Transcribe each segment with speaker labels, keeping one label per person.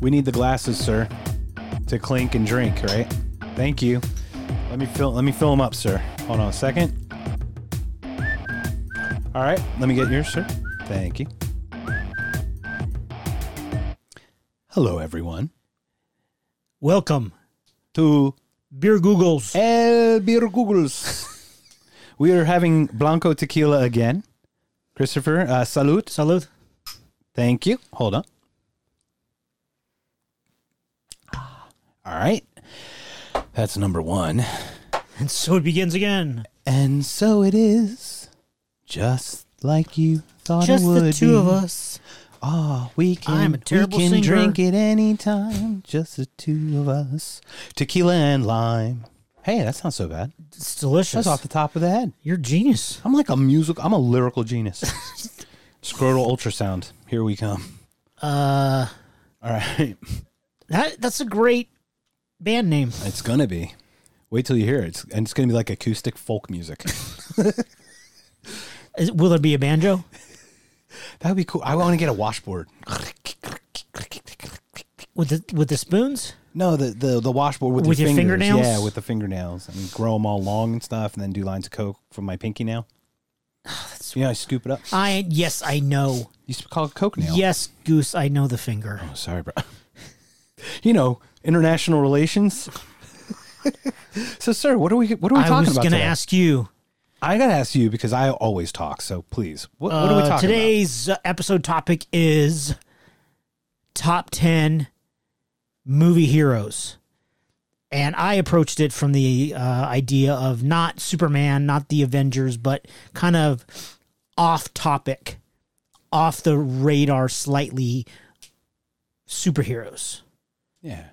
Speaker 1: We need the glasses, sir, to clink and drink, right? Thank you. Let me fill let me fill them up, sir. Hold on a second. All right, let me get yours, sir. Thank you. Hello everyone.
Speaker 2: Welcome,
Speaker 1: To
Speaker 2: Beer Googles.
Speaker 1: El Beer Googles. we are having Blanco tequila again. Christopher, uh, salute.
Speaker 2: Salud.
Speaker 1: Thank you. Hold on. All right. That's number one.
Speaker 2: And so it begins again.
Speaker 1: And so it is. Just like you thought
Speaker 2: Just
Speaker 1: it would
Speaker 2: the two
Speaker 1: be.
Speaker 2: of us.
Speaker 1: Oh, we can,
Speaker 2: I'm a terrible
Speaker 1: we can
Speaker 2: singer.
Speaker 1: drink it anytime. Just the two of us. Tequila and lime. Hey, that's not so bad.
Speaker 2: It's delicious.
Speaker 1: That's off the top of the head.
Speaker 2: You're genius.
Speaker 1: I'm like a musical, I'm a lyrical genius. Scrotal ultrasound. Here we come.
Speaker 2: Uh,
Speaker 1: All right.
Speaker 2: that that's a great band name.
Speaker 1: It's gonna be. Wait till you hear it. It's, and it's gonna be like acoustic folk music.
Speaker 2: Is, will there be a banjo?
Speaker 1: that would be cool. I want to get a washboard.
Speaker 2: With the with the spoons?
Speaker 1: No, the the, the washboard with,
Speaker 2: With
Speaker 1: your,
Speaker 2: your
Speaker 1: fingers.
Speaker 2: fingernails?
Speaker 1: Yeah, with the fingernails and grow them all long and stuff, and then do lines of coke from my pinky nail. you know, I scoop it up.
Speaker 2: I yes, I know.
Speaker 1: You used to call it coke nail.
Speaker 2: Yes, goose, I know the finger.
Speaker 1: Oh, sorry, bro. you know, international relations. so, sir, what are we what are we
Speaker 2: I
Speaker 1: talking
Speaker 2: was
Speaker 1: about
Speaker 2: gonna
Speaker 1: today?
Speaker 2: ask you.
Speaker 1: I gotta ask you because I always talk. So please, what, what are we
Speaker 2: Uh,
Speaker 1: talking about?
Speaker 2: today's uh, episode topic is top 10 movie heroes. And I approached it from the uh, idea of not Superman, not the Avengers, but kind of off topic, off the radar slightly superheroes.
Speaker 1: Yeah.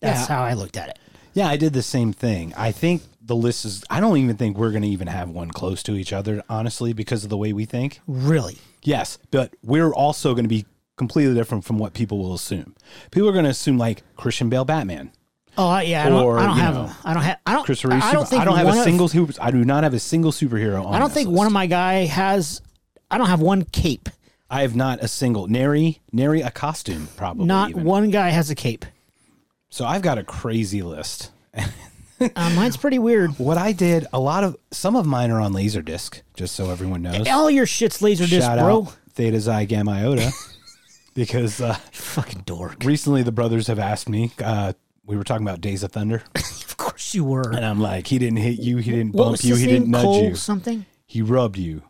Speaker 2: That's
Speaker 1: Yeah.
Speaker 2: how I looked at it.
Speaker 1: Yeah, I did the same thing. I think the list is. I don't even think we're going to even have one close to each other, honestly, because of the way we think.
Speaker 2: Really.
Speaker 1: Yes, but we're also going to be completely different from what people will assume. People are going to assume like Christian Bale, Batman,
Speaker 2: Oh I- yeah, I don't,
Speaker 1: Or,
Speaker 2: I don't
Speaker 1: you
Speaker 2: have
Speaker 1: know,
Speaker 2: them. I don't have. I don't.
Speaker 1: Chris Reeve.
Speaker 2: I, I don't think
Speaker 1: I don't have
Speaker 2: one
Speaker 1: a
Speaker 2: of-
Speaker 1: single. super- I do not have a single superhero. On
Speaker 2: I don't think one of my guy has. I don't have one cape.
Speaker 1: I have not a single, nary, nary a costume. Probably
Speaker 2: Not
Speaker 1: even.
Speaker 2: one guy has a cape.
Speaker 1: So I've got a crazy list.
Speaker 2: Uh, mine's pretty weird.
Speaker 1: What I did, a lot of some of mine are on Laserdisc, just so everyone knows.
Speaker 2: All your shit's laser disc,
Speaker 1: Shout
Speaker 2: bro.
Speaker 1: out Theta Xi Gamma Iota because uh,
Speaker 2: Fucking dork.
Speaker 1: recently the brothers have asked me. Uh, we were talking about Days of Thunder,
Speaker 2: Of course you were.
Speaker 1: and I'm like, he didn't hit you, he didn't
Speaker 2: What
Speaker 1: bump
Speaker 2: was
Speaker 1: you,
Speaker 2: his
Speaker 1: he
Speaker 2: name?
Speaker 1: didn't nudge
Speaker 2: Cole
Speaker 1: you,
Speaker 2: something?
Speaker 1: he rubbed you.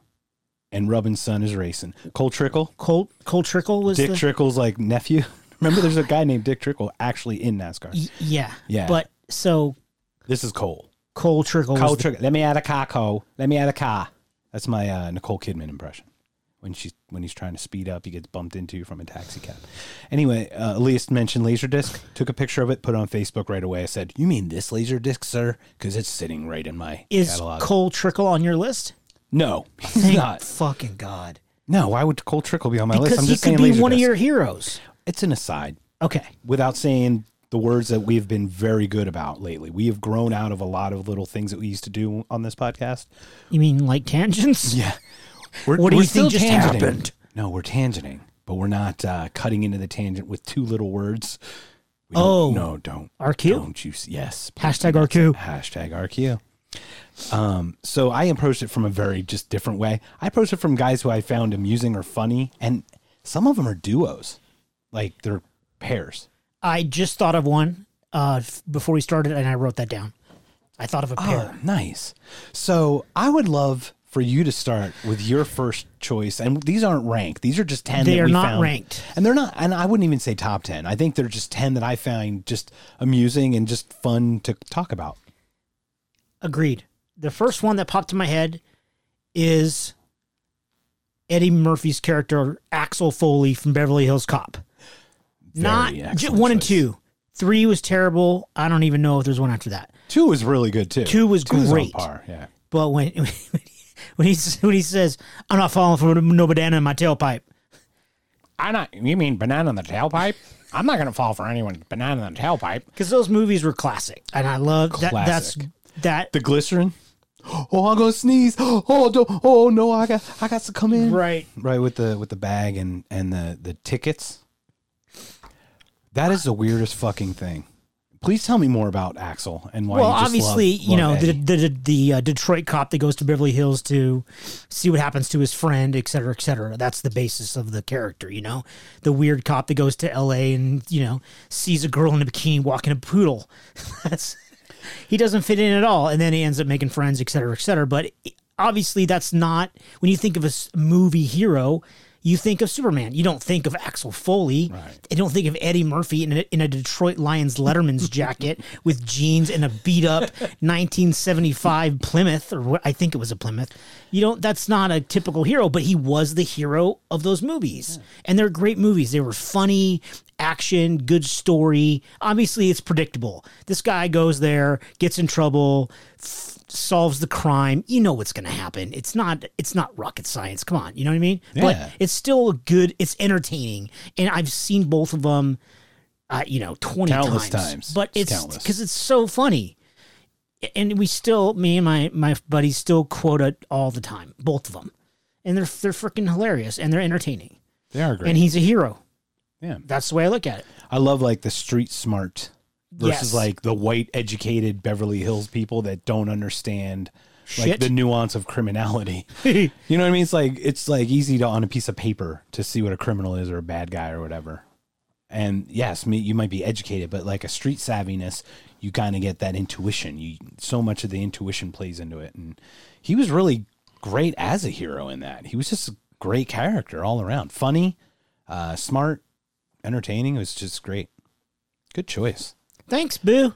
Speaker 1: And Rubbin's son is racing. Cole Trickle,
Speaker 2: Cole Cole Trickle was
Speaker 1: Dick
Speaker 2: the
Speaker 1: Trickle's like nephew. Remember, there's a guy named Dick Trickle actually in NASCAR.
Speaker 2: Y- yeah
Speaker 1: Yeah.
Speaker 2: But so
Speaker 1: This is Cole.
Speaker 2: Cole Trickle
Speaker 1: Cole
Speaker 2: was the-
Speaker 1: Trickle. Let me add a car, Cole. Let me add a car. That's my uh, Nicole Kidman impression. When she's when he's trying to speed up, he gets bumped into from a taxi cab. Anyway, uh, Elias mentioned Laserdisc. Took a picture of it, put it on Facebook right away. I said, "You mean this Laserdisc, sir? Because it's sitting right in my
Speaker 2: is
Speaker 1: catalog."
Speaker 2: Cole Trickle on your list?
Speaker 1: no, he's
Speaker 2: Thank
Speaker 1: not.
Speaker 2: fucking god.
Speaker 1: No, why would Cole Trickle be on my list?
Speaker 2: Because
Speaker 1: I'm
Speaker 2: he
Speaker 1: just
Speaker 2: could be
Speaker 1: saying
Speaker 2: one of
Speaker 1: Laserdisc.
Speaker 2: your heroes.
Speaker 1: It's an aside
Speaker 2: Okay.
Speaker 1: without saying the words that we've been very good about lately. We have grown out of a lot of little things that we used to do on this podcast.
Speaker 2: You mean like tangents?
Speaker 1: Yeah. We're,
Speaker 2: What do
Speaker 1: we're
Speaker 2: you
Speaker 1: still
Speaker 2: think just
Speaker 1: tangenting.
Speaker 2: happened?
Speaker 1: No, we're tangenting, but we're not uh, cutting into the tangent with two little words. We don't-
Speaker 2: Oh.
Speaker 1: no, don't.
Speaker 2: RQ?
Speaker 1: Don't you? s- Yes.
Speaker 2: Hashtag RQ.
Speaker 1: Hashtag RQ. Um, so I approached it from a very just different way. I approached it from guys who I found amusing or funny, and some of them are duos, like they're pairs.
Speaker 2: I just thought of one uh, f- before we started, and I wrote that down. I thought of a pair.
Speaker 1: Oh, nice. So I would love for you to start with your first choice, and these aren't ranked; these are just ten.
Speaker 2: They
Speaker 1: that
Speaker 2: are
Speaker 1: we
Speaker 2: not
Speaker 1: found.
Speaker 2: ranked.
Speaker 1: and they're not. And I wouldn't even say top ten. I think they're just ten that I find just amusing and just fun to talk about.
Speaker 2: Agreed. The first one that popped in my head is Eddie Murphy's character Axel Foley from Beverly Hills Cop. Not
Speaker 1: excellent
Speaker 2: j- one and
Speaker 1: choice.
Speaker 2: two. Three was terrible. I don't even know if there's one after that.
Speaker 1: Two was really good too.
Speaker 2: Two was
Speaker 1: Two's on
Speaker 2: great.
Speaker 1: par. Yeah.
Speaker 2: But when when he s- when he says, "I'm not falling for no banana in my tailpipe,"
Speaker 1: I'm not. You mean banana in the tailpipe? I'm not gonna fall for anyone banana in the tailpipe.
Speaker 2: because those movies were classic, and I love that. That's
Speaker 1: Classic.
Speaker 2: that
Speaker 1: The glycerin. Oh, I'm gonna sneeze. Oh, do oh no, I got, I got to come in.
Speaker 2: right.
Speaker 1: right with the with the bag and and the the tickets That is the weirdest fucking thing. Please tell me more about Axel and why.
Speaker 2: well,
Speaker 1: you just
Speaker 2: obviously,
Speaker 1: love-
Speaker 2: you know
Speaker 1: love
Speaker 2: the
Speaker 1: Eddie.
Speaker 2: the, the, the uh, Detroit cop that goes to Beverly Hills to see what happens to his friend, et cetera, et cetera. That's the basis of the character, you know. The weird cop that goes to L.A. and you know sees a girl in a bikini walking a poodle. that's he doesn't fit in at all, and then he ends up making friends, et cetera, et cetera. But obviously, that's not when you think of a s- movie hero. You think of Superman. You don't think of Axel Foley.
Speaker 1: Right.
Speaker 2: I don't think of Eddie Murphy in a, in a Detroit Lions Letterman's jacket with jeans and a beat up 1975 Plymouth, or what I think it was a Plymouth. You don't. That's not a typical hero, but he was the hero of those movies, and they're great movies. They were funny, action, good story. Obviously, it's predictable. This guy goes there, gets in trouble, f- solves the crime. You know what's going to happen. It's not. It's not rocket science. Come on, you know what I mean?
Speaker 1: Yeah.
Speaker 2: But it's still a good. It's entertaining, and I've seen both of them. Uh, you know, twenty
Speaker 1: Countless
Speaker 2: times.
Speaker 1: times.
Speaker 2: But
Speaker 1: It's
Speaker 2: it's
Speaker 1: countless.
Speaker 2: because it's so funny, and we still, me and my my buddies still quote it all the time. Both of them, and they're they're freaking hilarious and they're entertaining.
Speaker 1: they are great.
Speaker 2: And he's a hero.
Speaker 1: yeah,
Speaker 2: That's the way I look at it.
Speaker 1: I love like the street smart versus
Speaker 2: Yes.
Speaker 1: like the white educated Beverly Hills people that don't understand like
Speaker 2: Shit.
Speaker 1: the nuance of criminality. you know what I mean? It's like it's like easy to on a piece of paper to see what a criminal is or a bad guy or whatever. And yes, me, you might be educated, but like a street savviness, you kind of get that intuition. You so much of the intuition plays into it, and he was really great as a hero in that. He was just a great character all around, funny, uh, smart, entertaining. It was just great. Good choice.
Speaker 2: Thanks, Boo.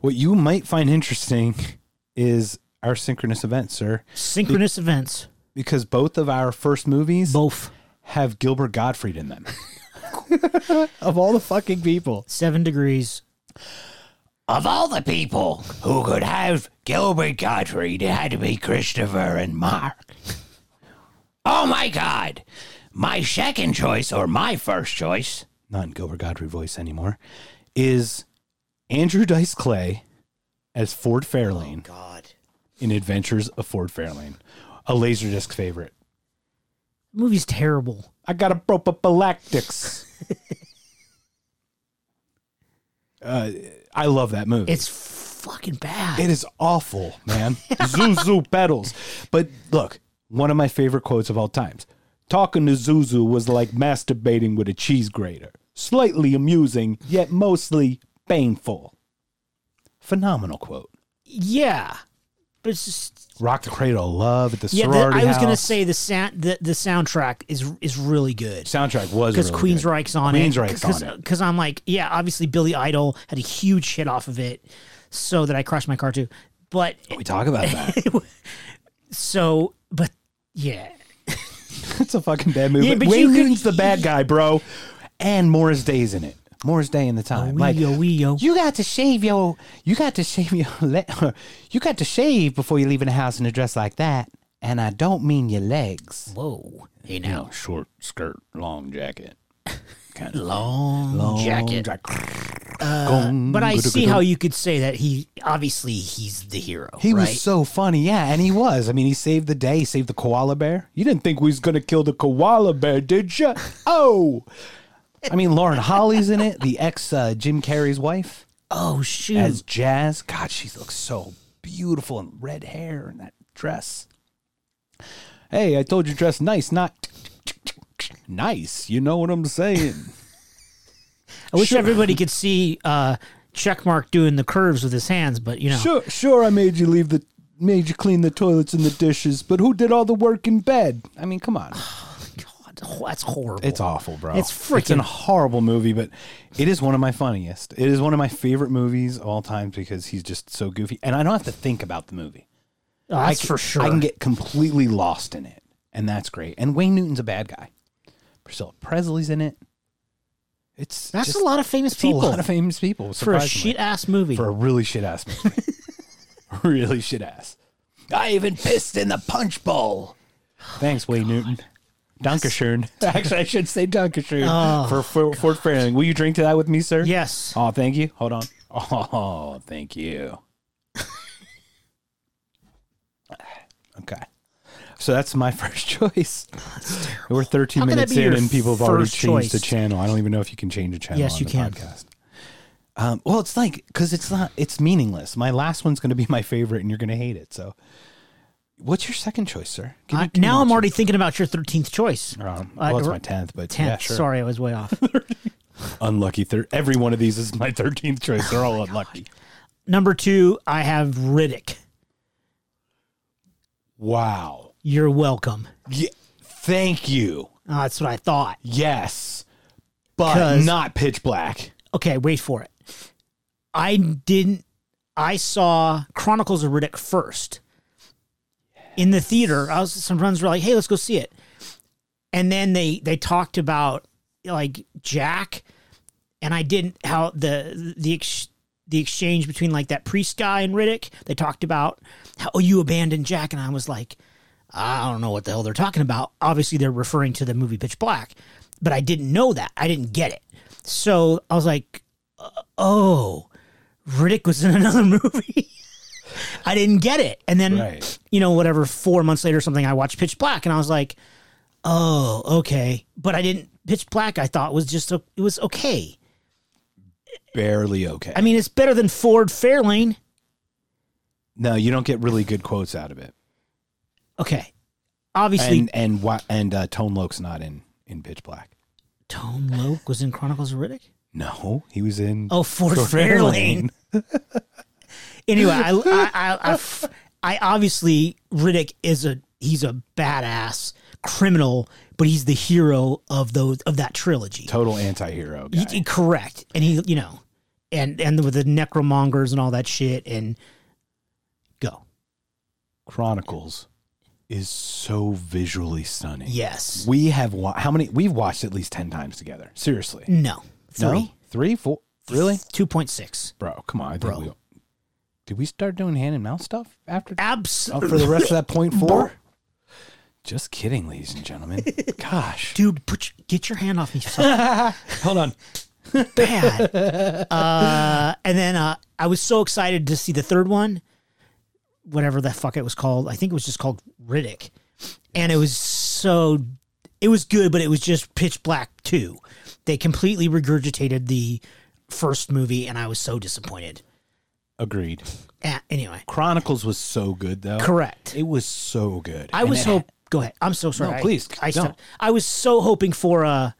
Speaker 1: What you might find interesting is our synchronous event, sir,
Speaker 2: Synchronous events.
Speaker 1: because both of our first movies
Speaker 2: Both.
Speaker 1: have Gilbert Gottfried in them. of all the fucking people.
Speaker 2: Seven degrees.
Speaker 1: Of all the people who could have Gilbert Gottfried, it had to be Christopher and Mark. Oh my God! My second choice, or my first choice, not in Gilbert Godfrey voice anymore, is Andrew Dice Clay as Ford Fairlane
Speaker 2: God.
Speaker 1: in Adventures of Ford Fairlane, a Laserdisc favorite.
Speaker 2: Movie's terrible.
Speaker 1: I got a propopalactics. uh, I love that movie.
Speaker 2: It's fucking bad.
Speaker 1: It is awful, man. Zuzu pedals. But look, one of my favorite quotes of all times. Talking to Zuzu was like masturbating with a cheese grater. Slightly amusing, yet mostly painful. Phenomenal quote.
Speaker 2: yeah. But it's just
Speaker 1: Rock the Cradle, love at the
Speaker 2: yeah. The,
Speaker 1: sorority
Speaker 2: I was gonna
Speaker 1: house.
Speaker 2: say the sound the, the soundtrack is is really good
Speaker 1: soundtrack was
Speaker 2: because
Speaker 1: really
Speaker 2: Queens
Speaker 1: good.
Speaker 2: Queensryche's on it.
Speaker 1: Queensryche's on it.
Speaker 2: Because I'm like, yeah, obviously Billy Idol had a huge hit off of it, so that I crashed my car too. But
Speaker 1: We talk about that.
Speaker 2: so, but yeah,
Speaker 1: it's a fucking bad movie.
Speaker 2: Yeah,
Speaker 1: but
Speaker 2: but
Speaker 1: Wayne
Speaker 2: you could-
Speaker 1: Newton's the bad guy, bro. And Morris Day's in it. Morris Day in the time. like,
Speaker 2: yo, wee, yo.
Speaker 1: You got to shave your. You got to shave your. Le- you got to shave before you leave in the house in a dress like that. And I don't mean your legs.
Speaker 2: Whoa, hey now,
Speaker 1: short skirt, long jacket. Kind
Speaker 2: long, jacket. Uh, But I see how you could say that he obviously he's the hero.
Speaker 1: He
Speaker 2: right?
Speaker 1: was so funny, yeah, and he was. I mean, he saved the day, he saved the koala bear. You didn't think we was gonna kill the koala bear, did you? Oh, I mean, Lauren Holly's in it, the ex uh, Jim Carrey's wife.
Speaker 2: oh shoot.
Speaker 1: as Jazz. God, she looks so beautiful in red hair and that dress. Hey, I told you dress nice, not nice. You know what I'm saying?
Speaker 2: I wish everybody could see uh, Checkmark doing the curves with his hands, but you know,
Speaker 1: sure, sure. I made you leave the, made you clean the toilets and the dishes, but who did all the work in bed? I mean, come on.
Speaker 2: God, ho- that's horrible. Oh,
Speaker 1: It's awful, bro.
Speaker 2: It's
Speaker 1: It's an
Speaker 2: freaking-
Speaker 1: horrible movie, but it is one of my funniest. It is one of my favorite movies of all time because he's just so goofy, and I don't have to think about the movie.
Speaker 2: Oh, that's
Speaker 1: I can-
Speaker 2: for sure.
Speaker 1: I can get completely lost in it, and that's great. And Wayne Newton's a bad guy. Priscilla Presley's in it. It's
Speaker 2: that's
Speaker 1: just-
Speaker 2: a lot of famous
Speaker 1: it's a
Speaker 2: people
Speaker 1: lot of famous people
Speaker 2: for a
Speaker 1: surprisingly.
Speaker 2: shit ass movie.
Speaker 1: for a really shit ass movie. really shit ass. I even pissed in the punch bowl. Thanks, Wayne Newton. Dankeschön. Actually, I should say Dankeschön for for Fort Fairling. Will you drink to that with me, sir?
Speaker 2: yes.
Speaker 1: Oh, thank you. Hold on. Oh, thank you. okay. So that's my first choice. We're 13
Speaker 2: How can that
Speaker 1: minutes
Speaker 2: be
Speaker 1: in,
Speaker 2: your
Speaker 1: and people have already
Speaker 2: first
Speaker 1: changed the
Speaker 2: choice?
Speaker 1: channel. I don't even know if you can change a channel.
Speaker 2: Yes,
Speaker 1: on
Speaker 2: you
Speaker 1: the
Speaker 2: can.
Speaker 1: Podcast. Um, well, it's like because it's not. It's meaningless. My last one's going to be my favorite, and you're going to hate it. So, what's your second choice, sir? Give me-
Speaker 2: I,
Speaker 1: give me
Speaker 2: now I'm
Speaker 1: your-
Speaker 2: already thinking about your 13th choice.
Speaker 1: Um,
Speaker 2: I-
Speaker 1: well, it's
Speaker 2: or-
Speaker 1: my tenth, but
Speaker 2: Tenth.
Speaker 1: yeah, sure.
Speaker 2: Sorry, I was way off.
Speaker 1: Unlucky. Thir- every one of these is my thirteenth choice. They're
Speaker 2: Oh
Speaker 1: all unlucky.
Speaker 2: Number two, I have Riddick.
Speaker 1: Wow.
Speaker 2: You're welcome.
Speaker 1: Yeah, thank you.
Speaker 2: Uh, that's what I thought.
Speaker 1: Yes, but
Speaker 2: 'Cause-
Speaker 1: not pitch black.
Speaker 2: Okay, wait for it. I didn't. I saw Chronicles of Riddick first in the theater. I was some friends were like, "Hey, let's go see it," and then they they talked about like Jack, and I didn't how the the ex, the exchange between like that priest guy and Riddick. They talked about how oh, you abandoned Jack, and I was like, I don't know what the hell they're talking about. Obviously, they're referring to the movie Pitch Black, but I didn't know that. I didn't get it. So I was like, uh, oh, Riddick was in another movie. I didn't get it. And then,
Speaker 1: Right.
Speaker 2: you know, whatever, four months later or something, I watched Pitch Black and I was like, oh, okay. But I didn't, Pitch Black, I thought was just, o- it was okay.
Speaker 1: Barely okay.
Speaker 2: I mean, it's better than Ford Fairlane.
Speaker 1: no, you don't get really good quotes out of it.
Speaker 2: Okay. Obviously,
Speaker 1: and and why and uh, Tone Loke's not in in Pitch Black.
Speaker 2: Tone Loke was in Chronicles of Riddick.
Speaker 1: No, he was in.
Speaker 2: Oh, Ford,
Speaker 1: Ford
Speaker 2: Fairlane. anyway, I, I, I- I f- I obviously Riddick is a he's a badass criminal, but he's the hero of those of that trilogy.
Speaker 1: Total anti-hero guy.
Speaker 2: Y- y- correct, and he you know, and and with the necromongers and all that shit, and go
Speaker 1: Chronicles is so visually stunning.
Speaker 2: yes,
Speaker 1: we have wa- how many? We've watched at least ten times together. Seriously,
Speaker 2: no three
Speaker 1: No? three, four, really,
Speaker 2: two point six.
Speaker 1: bro? Come on, I think
Speaker 2: Bro.
Speaker 1: we- Did we start doing hand and mouth stuff after uh,
Speaker 2: Absolutely,
Speaker 1: for the rest of that point four? Just kidding, ladies and gentlemen. Gosh,
Speaker 2: dude. Put your, get your hand off me. son.
Speaker 1: hold on.
Speaker 2: bad. uh, and then uh, I was so excited to see the third one, whatever the fuck it was called. I think it was just called Riddick, and it was so it was good, but it was just pitch black too. They completely regurgitated the first movie, and I was so disappointed.
Speaker 1: Agreed.
Speaker 2: Eh, anyway,
Speaker 1: Chronicles was so good though.
Speaker 2: correct.
Speaker 1: It was so good.
Speaker 2: I
Speaker 1: And
Speaker 2: was
Speaker 1: it
Speaker 2: so go ahead. I'm so sorry.
Speaker 1: No,
Speaker 2: I-
Speaker 1: please,
Speaker 2: I,
Speaker 1: no.
Speaker 2: stopped. I was so hoping for uh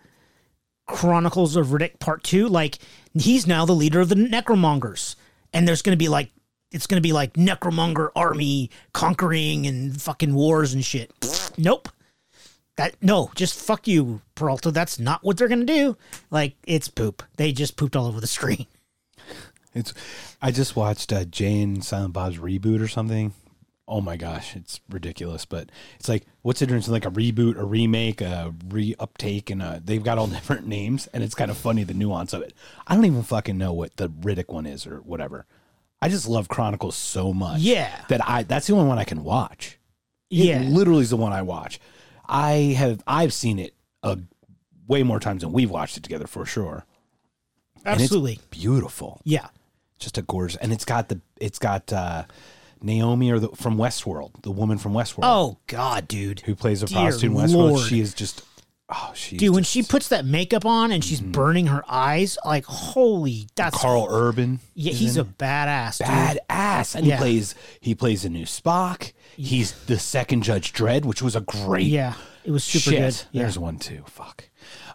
Speaker 2: Chronicles of Riddick Part Two. Like he's now the leader of the Necromongers, and there's going to be like it's going to be like Necromonger army conquering and fucking wars and shit. nope. That no, just fuck you, Peralta. That's not what they're going to do. Like it's poop. They just pooped all over the screen.
Speaker 1: It's. I just watched uh, Jay and Silent Bob's reboot or something. Oh my gosh, it's ridiculous. But it's like, what's the difference? in, Like a reboot, a remake, a re-uptake, and a, they've got all different names, and it's kind of funny the nuance of it. I don't even fucking know what the Riddick one is or whatever. I just love Chronicles so much,
Speaker 2: Yeah.
Speaker 1: That I that's the only one I can watch. It
Speaker 2: Yeah.
Speaker 1: literally is the one I watch. I have I've seen it a way more times than we've watched it together for sure. And it's
Speaker 2: Absolutely.
Speaker 1: beautiful
Speaker 2: Yeah.
Speaker 1: just a gorgeous and it's got the it's got uh naomi or the from westworld the woman from westworld
Speaker 2: Oh God, dude.
Speaker 1: who plays a
Speaker 2: dear
Speaker 1: prostitute in westworld
Speaker 2: Lord.
Speaker 1: she is just oh she's
Speaker 2: Dude, when
Speaker 1: just-
Speaker 2: she puts that makeup on and she's burning her eyes, like holy, that's
Speaker 1: Mm-hmm. carl urban
Speaker 2: yeah,
Speaker 1: is
Speaker 2: he's
Speaker 1: in
Speaker 2: a badass, dude.
Speaker 1: badass and
Speaker 2: Yeah.
Speaker 1: he plays he plays a new spock he's the second judge dredd which was a great
Speaker 2: Yeah, it was super
Speaker 1: shit.
Speaker 2: good. Yeah, Oh,
Speaker 1: there's one too fuck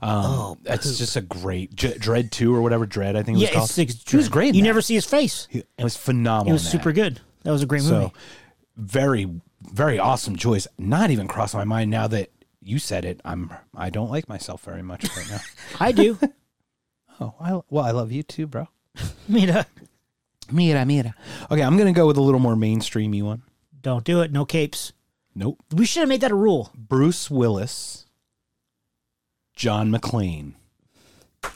Speaker 1: um, that's just a great J- Dread Two or whatever Dread I think it was
Speaker 2: yeah,
Speaker 1: called.
Speaker 2: it's, it's
Speaker 1: he was great. in
Speaker 2: You
Speaker 1: that.
Speaker 2: never see his face.
Speaker 1: He- it was phenomenal.
Speaker 2: It was
Speaker 1: in that.
Speaker 2: super good. That was a great movie.
Speaker 1: So very, very awesome choice. Not even crossed my mind now that you said it. I'm I don't like myself very much right now.
Speaker 2: I do.
Speaker 1: oh, I, well, I love you too, bro.
Speaker 2: Mira,
Speaker 1: Mira, mira. Okay, I'm gonna go with a little more mainstreamy one.
Speaker 2: don't do it. No capes.
Speaker 1: Nope.
Speaker 2: We should have made that a rule.
Speaker 1: Bruce Willis, John McClane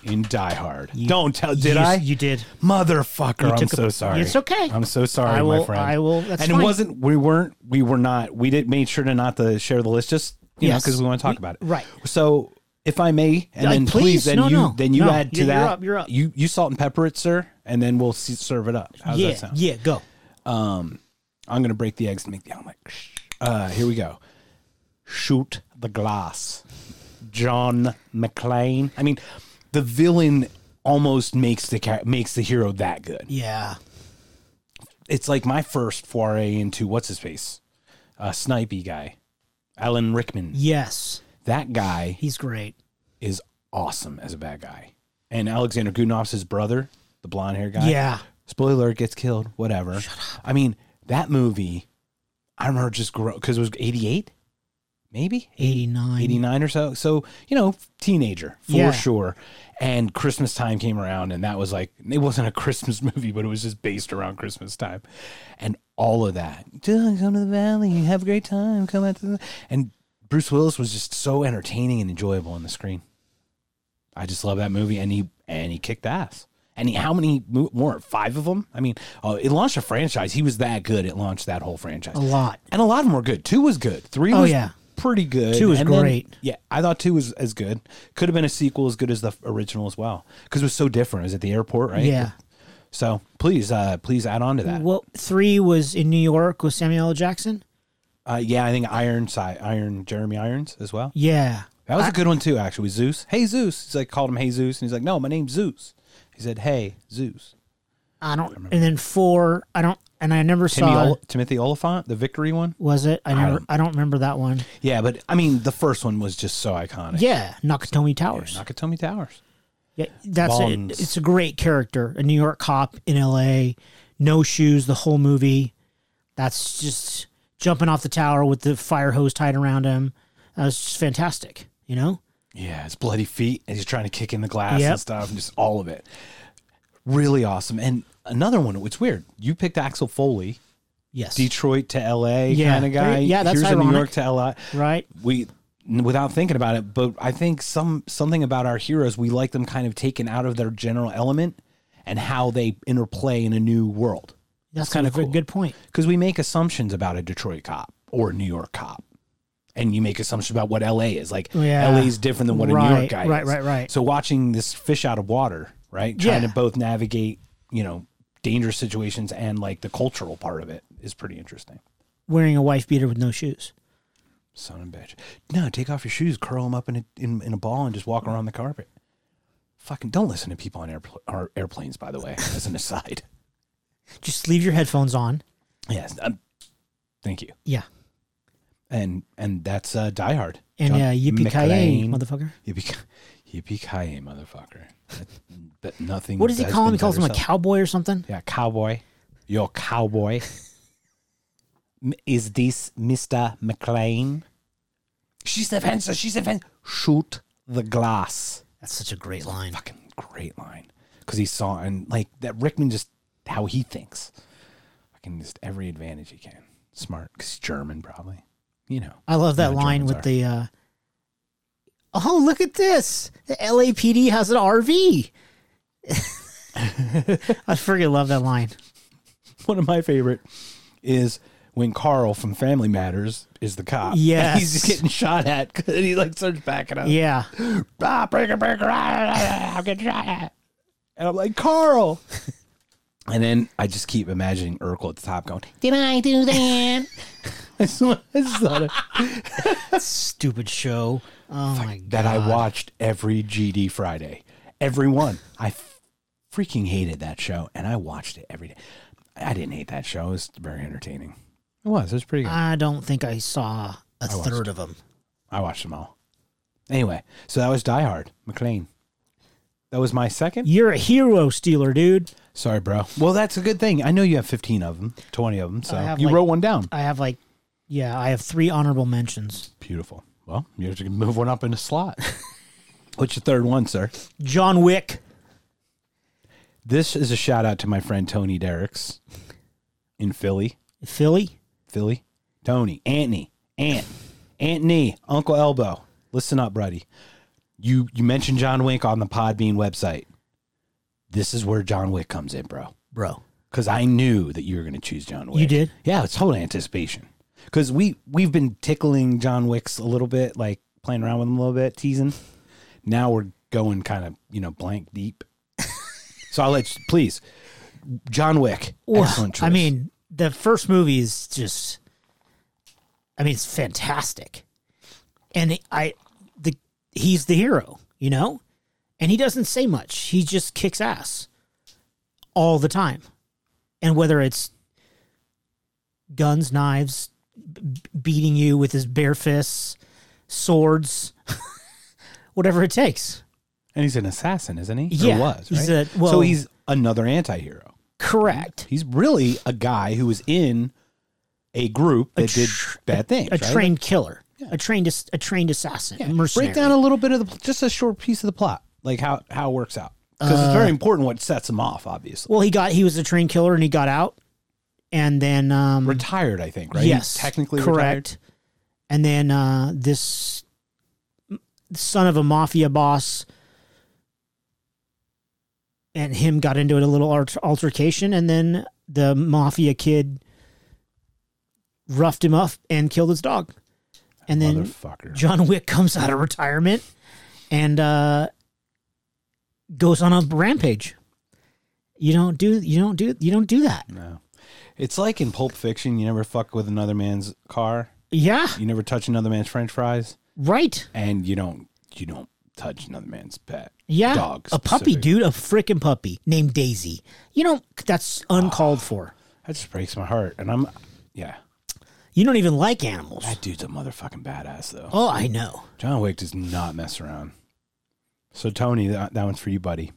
Speaker 1: in Die Hard. don't tell. Did
Speaker 2: You-
Speaker 1: I?
Speaker 2: You did.
Speaker 1: Motherfucker,
Speaker 2: You
Speaker 1: I'm
Speaker 2: took a-
Speaker 1: so sorry.
Speaker 2: It's okay.
Speaker 1: I'm so sorry,
Speaker 2: I will.
Speaker 1: my friend.
Speaker 2: I will. That's
Speaker 1: and
Speaker 2: fine.
Speaker 1: it wasn't. We weren't. We were not. We did made sure to not to share the list. Just you know,
Speaker 2: Yes.
Speaker 1: because we want to talk
Speaker 2: We-
Speaker 1: about it.
Speaker 2: right.
Speaker 1: So if I may, and
Speaker 2: Like,
Speaker 1: then please,
Speaker 2: please,
Speaker 1: then
Speaker 2: no,
Speaker 1: you
Speaker 2: no,
Speaker 1: then you
Speaker 2: no.
Speaker 1: add to
Speaker 2: You're-
Speaker 1: that.
Speaker 2: you're up, you're up.
Speaker 1: You you salt and pepper it, sir, and then we'll see, serve it up. How's
Speaker 2: Yeah.
Speaker 1: that sound?
Speaker 2: Yeah. Go.
Speaker 1: I'm gonna break the eggs to make the omelet. Uh, here we go. shoot the glass. John McClane. I mean, the villain almost makes the char- makes the hero that good.
Speaker 2: Yeah.
Speaker 1: It's like my first foray into what's his face, a snipey guy, Alan Rickman.
Speaker 2: Yes.
Speaker 1: That guy
Speaker 2: He's great.
Speaker 1: is awesome as a bad guy. And Alexander Gunov's his brother, the blonde hair guy.
Speaker 2: Yeah.
Speaker 1: Spoiler alert, gets killed, whatever. I mean, that movie, I remember just grow because it was 88, maybe
Speaker 2: 89.
Speaker 1: 89 or so. So, you know, teenager for
Speaker 2: Yeah.
Speaker 1: sure. And Christmas time came around, and that was like, it wasn't a Christmas movie, but it was just based around Christmas time. And all of that. "Duh, Come to the valley, have a great time, come out to the. And Bruce Willis was just so entertaining and enjoyable on the screen. I just love that movie, and he and he kicked ass. And he, how many mo- more? Five of them? I mean, uh, it launched a franchise. He was that good. It launched that whole franchise
Speaker 2: A lot.
Speaker 1: and a lot of them were good. Two was good. Three
Speaker 2: Oh,
Speaker 1: was
Speaker 2: yeah.
Speaker 1: pretty good.
Speaker 2: Two was
Speaker 1: And then-
Speaker 2: great.
Speaker 1: yeah, I thought two was as good. Could have been a sequel as good as the f- original as well because it was so different. It was at the airport, right?
Speaker 2: Yeah.
Speaker 1: So please, uh, please add on to that.
Speaker 2: Well, three was in New York with Samuel L. Jackson.
Speaker 1: Uh, yeah, I think Ironside, Iron Jeremy Irons as well.
Speaker 2: Yeah.
Speaker 1: That was a good one too, actually. with Zeus. Hey Zeus. He's like called him Hey Zeus, and he's like, No, my name's Zeus. He said, Hey Zeus.
Speaker 2: I don't. and then four. I don't. And I never
Speaker 1: Timmy
Speaker 2: saw.
Speaker 1: Ol- Timothy Oliphant, the victory one.
Speaker 2: was it? I never.
Speaker 1: don't-
Speaker 2: I don't remember that one.
Speaker 1: Yeah, but I mean, the first one was just so iconic.
Speaker 2: Yeah, Nakatomi Towers.
Speaker 1: Nakatomi Towers.
Speaker 2: Yeah, that's it.
Speaker 1: Bonds.
Speaker 2: It's a great character, a New York cop in L.A. No shoes, the whole movie. That's just jumping off the tower with the fire hose tied around him. That was just fantastic. You know,
Speaker 1: Yeah, his bloody feet, and he's trying to kick in the glass
Speaker 2: Yep.
Speaker 1: and stuff, and just all of it. Really awesome. And another one, it's weird. You picked Axel Foley,
Speaker 2: yes,
Speaker 1: Detroit to LA
Speaker 2: Yeah.
Speaker 1: kind of guy.
Speaker 2: Yeah, that's
Speaker 1: Here's a
Speaker 2: ironic.
Speaker 1: New York to LA.
Speaker 2: right?
Speaker 1: We n- without thinking about it, but I think some something about our heroes, we like them kind of taken out of their general element and how they interplay in a new world.
Speaker 2: That's kind
Speaker 1: kinda
Speaker 2: of a
Speaker 1: cool.
Speaker 2: good point.
Speaker 1: Because we make assumptions about a Detroit cop or a New York cop. And you make assumptions about what LA is. Like
Speaker 2: Oh, Yeah.
Speaker 1: LA is different than what a New
Speaker 2: Right,
Speaker 1: York guy
Speaker 2: right,
Speaker 1: is.
Speaker 2: right, right.
Speaker 1: So watching this fish out of water, right? Trying
Speaker 2: Yeah.
Speaker 1: to both navigate, you know, dangerous situations and like the cultural part of it is pretty interesting.
Speaker 2: Wearing a wife beater with no shoes.
Speaker 1: Son of a bitch. No, take off your shoes, curl them up in a, in, in a ball and just walk around the carpet. Fucking don't listen to people on airpl- or airplanes, by the way, as an aside.
Speaker 2: Just leave your headphones on.
Speaker 1: Yes. um, thank you.
Speaker 2: Yeah,
Speaker 1: and and that's uh, Die Hard.
Speaker 2: and uh,
Speaker 1: John
Speaker 2: yippee ki
Speaker 1: McClane.
Speaker 2: motherfucker.
Speaker 1: Yippee yippee ki motherfucker. That- But nothing.
Speaker 2: What does he
Speaker 1: has
Speaker 2: call him?
Speaker 1: been
Speaker 2: He calls him
Speaker 1: better
Speaker 2: a
Speaker 1: sell-
Speaker 2: cowboy or something.
Speaker 1: Yeah, cowboy. Yo, cowboy. M- Is this Mister McLean? She's the fencer. She's the fencer. Shoot the glass.
Speaker 2: That's such a great line.
Speaker 1: Fucking great line. Because he saw and like that Rickman just how he thinks. Fucking just every advantage he can. Smart because he's German, probably. You know.
Speaker 2: I love that
Speaker 1: Yeah,
Speaker 2: line
Speaker 1: Germans
Speaker 2: with
Speaker 1: are.
Speaker 2: the uh, Oh, look at this. The LAPD has an RV. I freaking love that line.
Speaker 1: one of my favorite is when Carl from Family Matters is the cop.
Speaker 2: Yes.
Speaker 1: And he's just getting shot at because he like starts backing up.
Speaker 2: Yeah.
Speaker 1: Ah, breaker, breaker, ah, ah, ah, I'm getting shot at. And I'm like, Carl. and then I just keep imagining Urkel at the top going, Did I do that? It's not- it's not a-
Speaker 2: Stupid show. Oh my god.
Speaker 1: that I watched every GD Friday. Every one. I f- freaking hated that show and I watched it every day. I didn't hate that show. It was very entertaining. It was. It was pretty good.
Speaker 2: I don't think I saw a third of them.
Speaker 1: I watched them all. Anyway, so that was Die Hard, McLean. That was my second.
Speaker 2: You're a hero stealer, dude.
Speaker 1: Sorry, bro. Well, that's a good thing. I know you have 15 of them, 20 of them. So
Speaker 2: I have,
Speaker 1: you
Speaker 2: like-
Speaker 1: wrote one down.
Speaker 2: I have like yeah, I have three honorable mentions.
Speaker 1: Beautiful. Well, you have to move one up in a slot. What's your third one, sir?
Speaker 2: John Wick.
Speaker 1: This is a shout out to my friend Tony Derricks in Philly.
Speaker 2: Philly.
Speaker 1: Philly. Tony, Antony, Ant, Antony, Uncle Elbow. Listen up, buddy. You you mentioned John Wick on the Podbean website. This is where John Wick comes in, bro.
Speaker 2: Bro.
Speaker 1: because I knew that you were going to choose John Wick.
Speaker 2: You did?
Speaker 1: yeah. It's total anticipation because we we've been tickling John Wick's a little bit, like playing around with him a little bit, teasing. Now we're going kind of you know blank deep. so I'll let you, please, John Wick.
Speaker 2: Well,
Speaker 1: excellent choice.
Speaker 2: I mean, the first movie is just I mean, it's fantastic. and I the he's the hero, you know, and he doesn't say much. He just kicks ass all the time, and whether it's guns, knives, b- beating you with his bare fists, swords, whatever it takes.
Speaker 1: And he's an assassin, isn't he? Or
Speaker 2: Yeah,
Speaker 1: was, right?
Speaker 2: he's a- well-
Speaker 1: so he's another antihero.
Speaker 2: Correct.
Speaker 1: He's really a guy who was in a group that
Speaker 2: tr-
Speaker 1: did bad things.
Speaker 2: A
Speaker 1: right?
Speaker 2: trained killer, a trained ass- a trained assassin,
Speaker 1: Yeah.
Speaker 2: mercenary.
Speaker 1: Break down a little bit of the pl- just a short piece of the plot, like how how it works out, because it's
Speaker 2: Uh,
Speaker 1: very important what sets him off. Obviously,
Speaker 2: Well, he got he was a trained killer and he got out, and then um,
Speaker 1: retired, I think, right? He's
Speaker 2: yes,
Speaker 1: technically
Speaker 2: correct.
Speaker 1: retired.
Speaker 2: And then uh, this son of a mafia boss and him got into it a little alter- altercation, and then the mafia kid roughed him up and killed his dog, and then
Speaker 1: Motherfucker.
Speaker 2: John Wick comes out of retirement and uh, goes on a rampage. You don't do you don't do you don't do that.
Speaker 1: no, it's like in Pulp Fiction. You never fuck with another man's car.
Speaker 2: Yeah,
Speaker 1: You never touch another man's French fries,
Speaker 2: right.
Speaker 1: and you don't you don't touch another man's pet.
Speaker 2: Yeah,
Speaker 1: dog.
Speaker 2: a puppy,
Speaker 1: specifically.
Speaker 2: dude, a freaking puppy named Daisy. You know that's uncalled for.
Speaker 1: That just breaks my heart, and I'm yeah.
Speaker 2: You don't even like animals.
Speaker 1: That dude's a motherfucking badass though.
Speaker 2: Oh, I know.
Speaker 1: John Wick does not mess around. So Tony, that, that one's for you, buddy.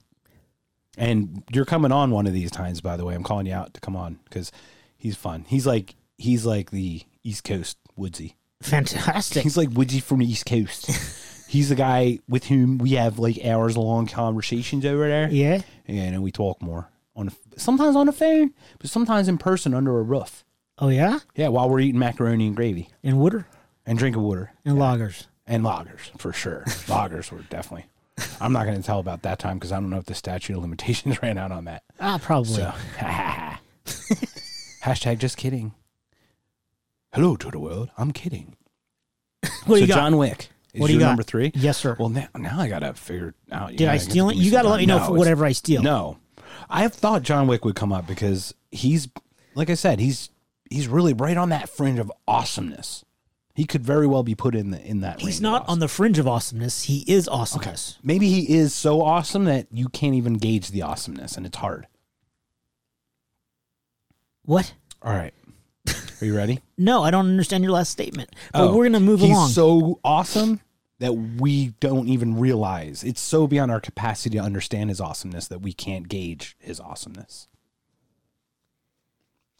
Speaker 1: And you're coming on one of these times, by the way. I'm calling you out to come on because he's fun. He's like he's like the East Coast Woodsy.
Speaker 2: Fantastic.
Speaker 1: He's like Woodsy from the East Coast. he's the guy with whom we have like hours long conversations over there.
Speaker 2: Yeah.
Speaker 1: and we talk more on the- sometimes on the phone, but sometimes in person under a roof.
Speaker 2: Oh yeah.
Speaker 1: Yeah, while we're eating macaroni and gravy
Speaker 2: And Wooder
Speaker 1: and drinking water.
Speaker 2: and Loggers.
Speaker 1: and loggers for sure. loggers were definitely. I'm not going to tell about that time because I don't know if the statute of limitations ran out on that.
Speaker 2: Ah, probably.
Speaker 1: So, hashtag just kidding. Hello to the world. I'm kidding.
Speaker 2: what do
Speaker 1: so
Speaker 2: you got?
Speaker 1: John Wick is
Speaker 2: What do you
Speaker 1: your
Speaker 2: got?
Speaker 1: number three.
Speaker 2: yes, sir.
Speaker 1: Well, now, now I got to figure out. you
Speaker 2: Did I
Speaker 1: gotta get
Speaker 2: steal it?
Speaker 1: the
Speaker 2: You got to let me know
Speaker 1: no,
Speaker 2: for
Speaker 1: it's-
Speaker 2: whatever I steal.
Speaker 1: No, I have thought John Wick would come up because he's, like I said, he's he's really right on that fringe of awesomeness. He could very well be put in the in that. range
Speaker 2: He's
Speaker 1: of
Speaker 2: not on the fringe of awesomeness. He is awesomeness.
Speaker 1: Maybe he is so awesome that you can't even gauge the awesomeness and it's hard.
Speaker 2: What?
Speaker 1: All right. Are you ready?
Speaker 2: No, I don't understand your last statement. But
Speaker 1: Oh,
Speaker 2: we're gonna move
Speaker 1: He's
Speaker 2: along.
Speaker 1: so awesome that we don't even realize. It's so beyond our capacity to understand his awesomeness that we can't gauge his awesomeness.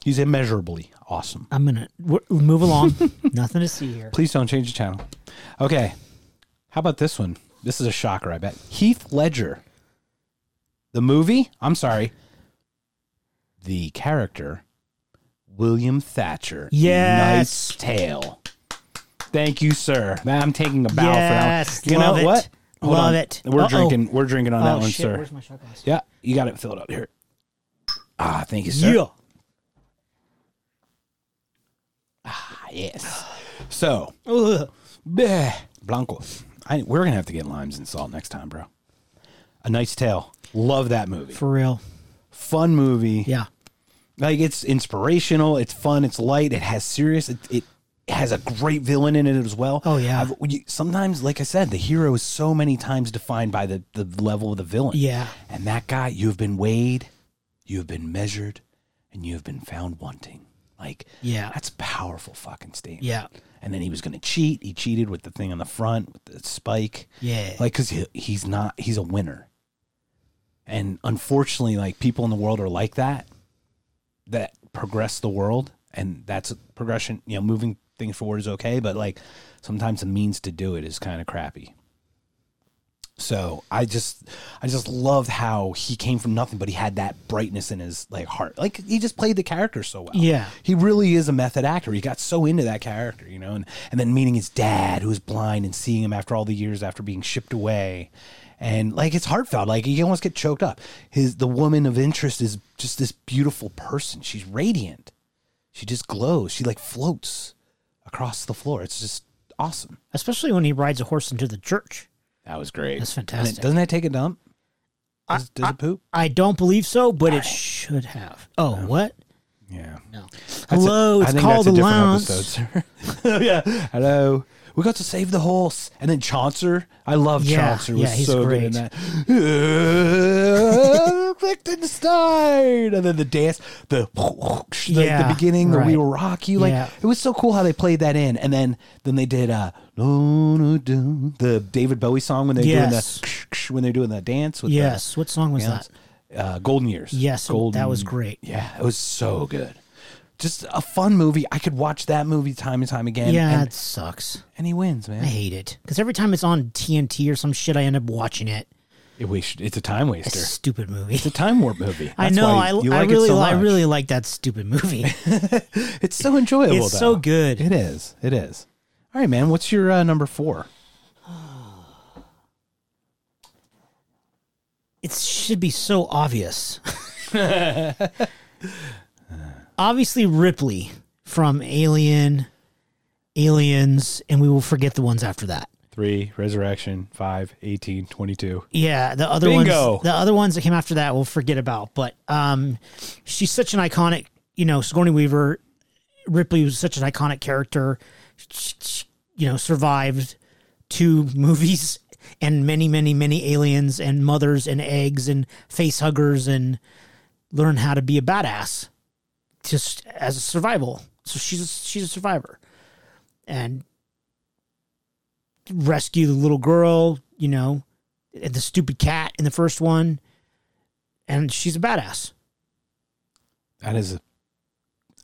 Speaker 1: He's immeasurably awesome.
Speaker 2: I'm gonna we move along. Nothing to see here.
Speaker 1: Please don't change the channel. Okay. How about this one? This is a shocker, I bet. Heath Ledger. The movie? I'm sorry. The character, William Thatcher. in
Speaker 2: Yes.
Speaker 1: Knight's Tale. Thank you, sir. I'm taking a bow
Speaker 2: Yes.
Speaker 1: for that. one. You
Speaker 2: Love
Speaker 1: know
Speaker 2: it.
Speaker 1: what?
Speaker 2: Love
Speaker 1: on.
Speaker 2: it.
Speaker 1: We're
Speaker 2: Uh-oh.
Speaker 1: drinking. We're drinking on that
Speaker 2: oh
Speaker 1: one,
Speaker 2: shit!
Speaker 1: sir.
Speaker 2: Where's my shot glass?
Speaker 1: Yeah, you got it filled up here. Ah, thank you, sir.
Speaker 2: Yeah.
Speaker 1: Ah, Yes. So,
Speaker 2: Ugh.
Speaker 1: Bleh. Blanco. I, we're going to have to get limes and salt next time, bro. A Knight's Tale. Love that movie.
Speaker 2: For real.
Speaker 1: Fun movie.
Speaker 2: Yeah.
Speaker 1: Like, it's inspirational. It's fun. It's light. It has serious. It, it has a great villain in it as well.
Speaker 2: Oh, yeah.
Speaker 1: I've- when you- sometimes, like I said, the hero is so many times defined by the, the level of the villain.
Speaker 2: Yeah.
Speaker 1: And that guy, you have been weighed, you have been measured, and you have been found wanting. Like,
Speaker 2: Yeah.
Speaker 1: that's a powerful fucking statement
Speaker 2: Yeah.
Speaker 1: and then he was going to cheat. He cheated with the thing on the front with the spike,
Speaker 2: Yeah.
Speaker 1: like because he, he's not he's a winner. And unfortunately, like people in the world are like that, that progress the world, and that's progression. You know, moving things forward is okay, but like sometimes the means to do it is kind of crappy. So I just, I just loved how he came from nothing, but he had that brightness in his like heart. Like he just played the character so well
Speaker 2: Yeah.
Speaker 1: he really is a method actor. He got so into that character, you know, and, and then meeting his dad who was blind and seeing him after all the years after being shipped away. And like it's heartfelt. Like you almost get choked up. His the woman of interest is just this beautiful person. She's radiant. She just glows. She like floats across the floor. It's just awesome.
Speaker 2: Especially when he rides a horse into the church.
Speaker 1: That was great.
Speaker 2: That's
Speaker 1: And it-
Speaker 2: fantastic.
Speaker 1: doesn't that take a dump? Does, does
Speaker 2: I,
Speaker 1: it poop?
Speaker 2: I don't believe so, but it should have. Oh, what?
Speaker 1: Yeah.
Speaker 2: No.
Speaker 1: That's
Speaker 2: Hello,
Speaker 1: a- I
Speaker 2: it's
Speaker 1: think
Speaker 2: called the
Speaker 1: that's a
Speaker 2: lounge.
Speaker 1: different episode, sir. Oh, yeah. Hello. we got to save the horse. And then Chaucer, I love
Speaker 2: Yeah,
Speaker 1: Chaucer. Was
Speaker 2: yeah, he's
Speaker 1: so good in
Speaker 2: great.
Speaker 1: that. Liechtenstein, and then the dance, the like
Speaker 2: Yeah,
Speaker 1: the beginning, the we
Speaker 2: right.
Speaker 1: will rock you. Like
Speaker 2: Yeah.
Speaker 1: it was so cool how they played that in, and then then they did uh no no do the David Bowie song when they're doing
Speaker 2: Yes.
Speaker 1: the when they're doing the dance with the-
Speaker 2: Yes. What song was
Speaker 1: you know,
Speaker 2: that?
Speaker 1: uh, Golden Years.
Speaker 2: Yes,
Speaker 1: Golden.
Speaker 2: that was great.
Speaker 1: Yeah, it was so good. Just a fun movie. I could watch that movie time and time again.
Speaker 2: yeah,
Speaker 1: and,
Speaker 2: it sucks.
Speaker 1: and he wins, man.
Speaker 2: I hate it because every time it's on TNT or some shit, I end up watching it.
Speaker 1: It wish- it's a time waster. It's
Speaker 2: Stupid movie.
Speaker 1: a time warp movie.
Speaker 2: I
Speaker 1: That's
Speaker 2: know.
Speaker 1: why
Speaker 2: I,
Speaker 1: you
Speaker 2: I
Speaker 1: like
Speaker 2: really,
Speaker 1: it so
Speaker 2: I
Speaker 1: much.
Speaker 2: really like that stupid movie.
Speaker 1: It's so enjoyable.
Speaker 2: it's
Speaker 1: though.
Speaker 2: so good.
Speaker 1: It is. It is. All right, man. What's your uh, number four?
Speaker 2: It should be so obvious. Obviously, Ripley from Alien, Aliens, and we will forget the ones after that.
Speaker 1: Three, Resurrection, five, 18, 22.
Speaker 2: Yeah, the other
Speaker 1: Bingo.
Speaker 2: ones, the other ones that came after that, we'll forget about. But um, she's such an iconic, you know, Sigourney Weaver, Ripley was such an iconic character. She- she, you know, survived two movies and many, many, many aliens and mothers and eggs and face huggers and learn how to be a badass just as a survival. So she's a, she's a survivor, and rescue the little girl. You know, and the stupid cat in the first one, and she's a badass.
Speaker 1: That is a,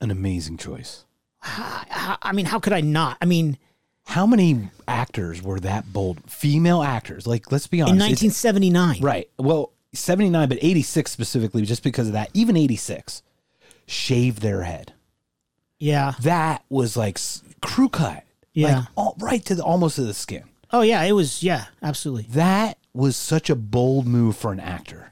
Speaker 1: an amazing choice.
Speaker 2: I, I- I mean, how could I not? I mean,
Speaker 1: How many actors were that bold? Female actors. Like, let's be honest.
Speaker 2: in
Speaker 1: it's-
Speaker 2: 1979,
Speaker 1: Right. Well, 79, but 86 specifically, just because of that, even 86, shaved their head.
Speaker 2: Yeah,
Speaker 1: That was like s- crew cut.
Speaker 2: Yeah.
Speaker 1: Like all, right to the, almost to the skin.
Speaker 2: oh yeah, it was. Yeah, absolutely.
Speaker 1: That was such a bold move for an actor.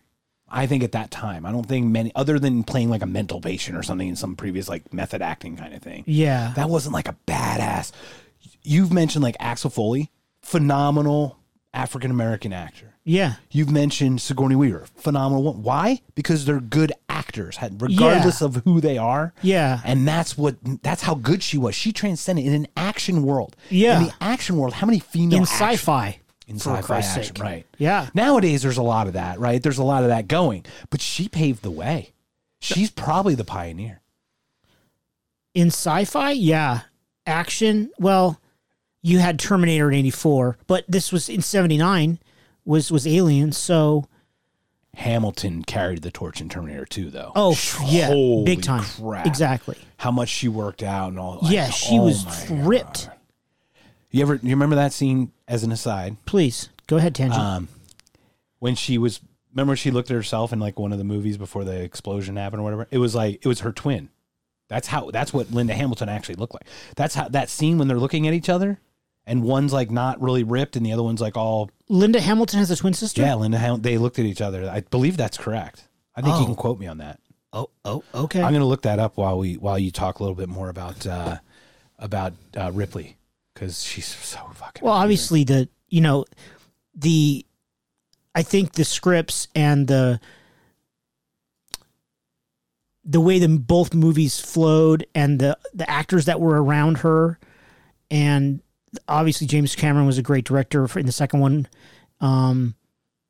Speaker 1: I think at that time, I don't think many, other than playing like a mental patient or something in some previous like method acting kind of thing.
Speaker 2: Yeah,
Speaker 1: That wasn't like a badass. You've mentioned like Axel Foley, phenomenal African American actor.
Speaker 2: yeah,
Speaker 1: You've mentioned Sigourney Weaver, phenomenal one. Why? Because they're good actors, had- regardless
Speaker 2: Yeah.
Speaker 1: of who they are.
Speaker 2: Yeah.
Speaker 1: and that's what that's how good she was. She transcended in an action world.
Speaker 2: Yeah.
Speaker 1: in the action world, how many female
Speaker 2: in
Speaker 1: action-
Speaker 2: sci-fi.
Speaker 1: in
Speaker 2: for
Speaker 1: sci-fi
Speaker 2: Christ's
Speaker 1: action,
Speaker 2: sake.
Speaker 1: right?
Speaker 2: Yeah.
Speaker 1: Nowadays, there's a lot of that, right? There's a lot of that going, but she paved the way. She's probably the pioneer.
Speaker 2: in sci-fi yeah action well you had terminator in 84 but this was in 79 was was alien so
Speaker 1: Hamilton carried the torch in Terminator 2, though.
Speaker 2: oh yeah
Speaker 1: Holy
Speaker 2: big time
Speaker 1: crap.
Speaker 2: exactly
Speaker 1: How much she worked out and all.
Speaker 2: yeah
Speaker 1: like,
Speaker 2: she
Speaker 1: oh
Speaker 2: was
Speaker 1: my
Speaker 2: ripped
Speaker 1: You ever you remember that scene as an aside
Speaker 2: please go ahead tangent
Speaker 1: Uh, Um, when she was remember she looked at herself in like one of the movies before the explosion happened or whatever? It was like it was her twin. That's how that's what Linda Hamilton actually looked like. That's how that scene when they're looking at each other and one's like not really ripped and the other one's like all
Speaker 2: linda hamilton has a twin sister
Speaker 1: yeah, Linda Ham- they looked at each other. I believe that's correct. I think you
Speaker 2: Oh.
Speaker 1: can quote me on that.
Speaker 2: oh oh okay
Speaker 1: I'm going to look that up while we while you talk a little bit more about uh about uh Ripley cuz she's so fucking
Speaker 2: well
Speaker 1: amazing.
Speaker 2: obviously the you know the i think the scripts and the the way the both movies flowed and the the actors that were around her and obviously james cameron was a great director for, in the second one um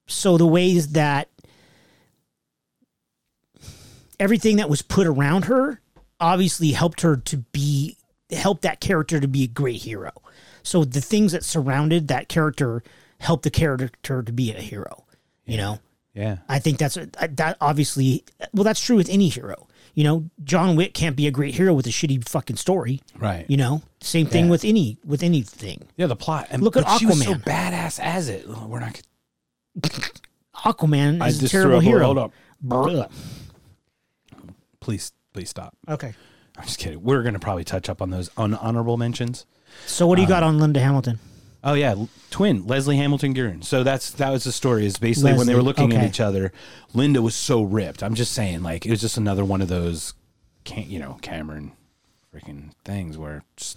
Speaker 2: so the ways that everything that was put around her obviously helped her to be helped that character to be a great hero so the things that surrounded that character helped the character to be a hero you know
Speaker 1: Yeah.
Speaker 2: I think that's that obviously. Well, that's true with any hero. You know, John Wick can't be a great hero with a shitty fucking story.
Speaker 1: Right.
Speaker 2: You know, same thing
Speaker 1: Yeah.
Speaker 2: with any with anything.
Speaker 1: Yeah, the plot. And
Speaker 2: Look at
Speaker 1: but She was so
Speaker 2: Aquaman.
Speaker 1: badass as it. Oh, We're not.
Speaker 2: Aquaman
Speaker 1: I
Speaker 2: is a
Speaker 1: just threw
Speaker 2: terrible
Speaker 1: up a-
Speaker 2: hero.
Speaker 1: hold up.
Speaker 2: Bruh.
Speaker 1: Please, please stop.
Speaker 2: Okay.
Speaker 1: I'm just kidding. We're gonna probably touch up on those unhonorable mentions.
Speaker 2: So what do you
Speaker 1: Um,
Speaker 2: got on Linda Hamilton?
Speaker 1: Oh yeah, l- twin Leslie Hamilton Guerin. So that's that was the story. Is basically when they
Speaker 2: Leslie,
Speaker 1: were looking at
Speaker 2: okay.
Speaker 1: each other, Linda was so ripped. I'm just saying, like it was just another one of those, can you know, Cameron, freaking things where just,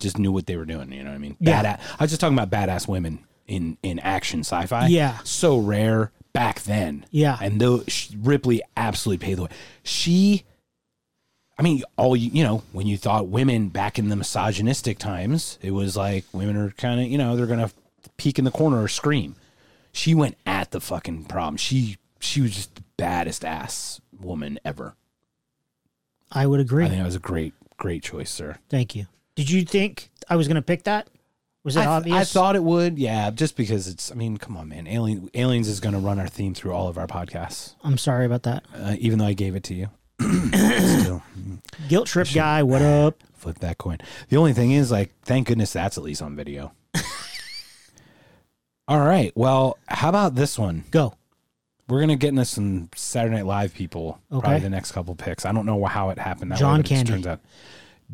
Speaker 1: just knew what they were doing. You know what I mean?
Speaker 2: Yeah.
Speaker 1: Badass. I was just talking about badass women in in action sci-fi.
Speaker 2: Yeah.
Speaker 1: so rare back then.
Speaker 2: Yeah.
Speaker 1: and though sh- Ripley absolutely paved the way. She I mean, all you, you know, when you thought women back in the misogynistic times, it was like women are kind of, you know, they're going to peek in the corner or scream. She went at the fucking problem. She she was just the baddest ass woman ever.
Speaker 2: I would agree.
Speaker 1: I think that was a great great choice, sir.
Speaker 2: Thank you. Did you think I was going to pick that? Was it
Speaker 1: I,
Speaker 2: obvious?
Speaker 1: I thought it would, yeah, just because it's. I mean, come on, man. Alien aliens is going to run our theme through all of our podcasts,
Speaker 2: I'm sorry about that.
Speaker 1: uh, even though I gave it to you. Still,
Speaker 2: Guilt trip guy, what up?
Speaker 1: flip that coin. The only thing is, like, thank goodness that's at least on video. All right. Well, how about this one?
Speaker 2: Go.
Speaker 1: We're gonna get into some Saturday Night Live people.
Speaker 2: Okay.
Speaker 1: Probably the next couple picks. I don't know how it happened. That way,
Speaker 2: John
Speaker 1: but it just
Speaker 2: Candy.
Speaker 1: turns out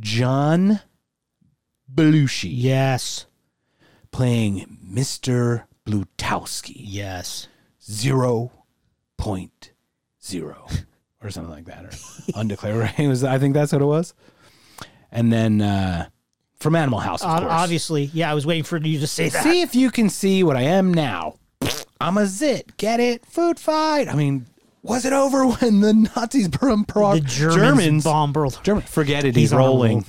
Speaker 1: John Belushi
Speaker 2: Yes.
Speaker 1: playing Mister Blutowski
Speaker 2: Yes.
Speaker 1: zero point zero or something like that, or undeclared. Right? It was. I think that's what it was. And then uh, from Animal House, of
Speaker 2: Ob-
Speaker 1: course.
Speaker 2: obviously, yeah. I was waiting for you to say that.
Speaker 1: See if you can see what I am now. I'm a zit. Get it? Food fight. I mean, was it over when the Nazis burned pro-
Speaker 2: the Germans, bomb world.
Speaker 1: German. Forget it.
Speaker 2: He's
Speaker 1: He's,
Speaker 2: on a roll.
Speaker 1: rolling.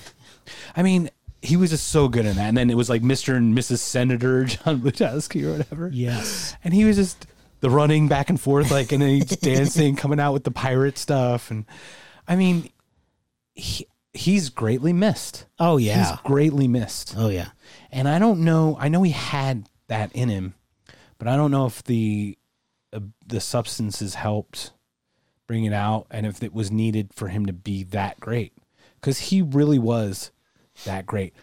Speaker 1: I mean, he was just so good in that. And then it was like Mr. and Mrs. Senator John Blutowski or whatever.
Speaker 2: Yes.
Speaker 1: And he was just the running back and forth, like, and then he's dancing, coming out with the pirate stuff. And I mean, he, he's greatly missed.
Speaker 2: Oh
Speaker 1: He's
Speaker 2: yeah.
Speaker 1: greatly missed.
Speaker 2: Oh yeah.
Speaker 1: And I don't know. I know he had that in him, but I don't know if the uh, the substances helped bring it out, and if it was needed for him to be that great, because he really was that great.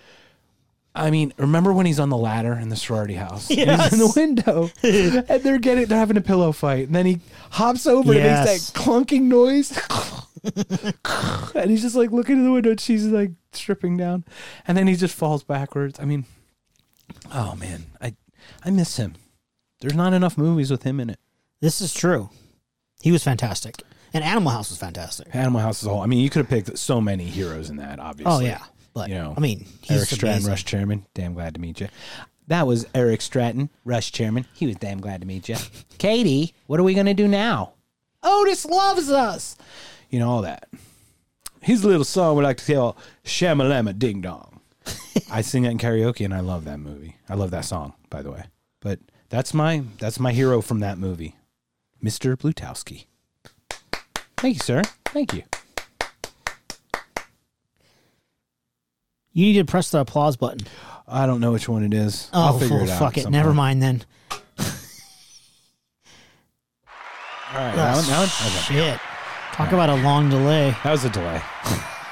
Speaker 1: I mean, remember when he's on the ladder in the sorority house? And He's in the
Speaker 2: Yes.
Speaker 1: window, and they're getting they're having a pillow fight, and then he hops over and
Speaker 2: Yes.
Speaker 1: makes that clunking noise, and he's just like looking in the window, and she's like stripping down, and then he just falls backwards. I mean, oh man, I I miss him. There's not enough movies with him in it.
Speaker 2: This is true. He was fantastic, and Animal House was fantastic.
Speaker 1: Animal House is all. I mean, you could have picked so many heroes in that. Obviously.
Speaker 2: Oh yeah. But
Speaker 1: you know,
Speaker 2: I mean,
Speaker 1: Eric
Speaker 2: he's
Speaker 1: Stratton,
Speaker 2: amazing.
Speaker 1: Rush Chairman. Damn glad to meet you. That was Eric Stratton, Rush Chairman. He was damn glad to meet you. Katie, what are we gonna do now? Otis loves us. You know all that. His little song we like to call Shamalama Ding Dong. I sing that in karaoke, and I love that movie. I love that song, by the way. But that's my that's my hero from that movie, Mister Blutowski. Thank you, sir. Thank you.
Speaker 2: You need to press the applause button.
Speaker 1: I don't know which one it is.
Speaker 2: Oh,
Speaker 1: I'll figure
Speaker 2: full-
Speaker 1: it out.
Speaker 2: fuck it.
Speaker 1: at some
Speaker 2: Never
Speaker 1: point.
Speaker 2: mind then.
Speaker 1: All right, that one, that one? Okay.
Speaker 2: Oh, Shit. Talk about a long delay.
Speaker 1: That was a delay.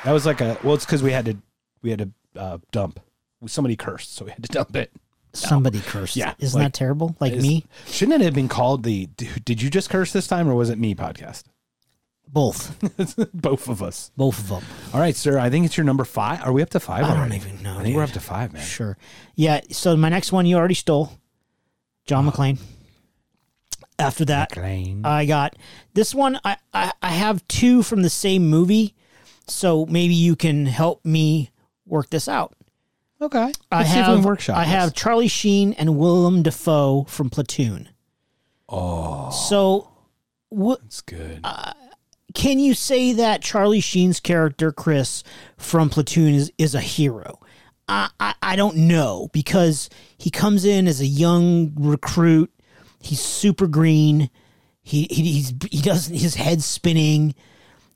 Speaker 1: That was like a well. It's because we had to we had to uh, dump. Somebody cursed, so we had to dump it.
Speaker 2: Somebody cursed.
Speaker 1: Yeah,
Speaker 2: Isn't
Speaker 1: like-
Speaker 2: that terrible? Like
Speaker 1: Is-
Speaker 2: me?
Speaker 1: Shouldn't it have been called the "Dude, "Did you just curse this time" or was it me podcast?
Speaker 2: Both.
Speaker 1: Both of us.
Speaker 2: Both of them.
Speaker 1: All right, sir. I think it's your number five. Are we up to five?
Speaker 2: I don't
Speaker 1: already?
Speaker 2: even know.
Speaker 1: I think
Speaker 2: dude.
Speaker 1: we're up to five, man.
Speaker 2: Sure. Yeah. So my next one you already stole, John
Speaker 1: Uh-huh.
Speaker 2: McClane. After that,
Speaker 1: McClane.
Speaker 2: I got this one. I, I I have two from the same movie, so maybe you can help me work this out.
Speaker 1: okay. Let's
Speaker 2: I
Speaker 1: see
Speaker 2: have
Speaker 1: if we can workshop.
Speaker 2: I
Speaker 1: this.
Speaker 2: have Charlie Sheen and Willem Dafoe from Platoon. Oh. So, what
Speaker 1: That's good.
Speaker 2: Uh, can you say that Charlie Sheen's character Chris from Platoon is is a hero? I, I I don't know because he comes in as a young recruit. He's super green. He he he's, he does his head spinning,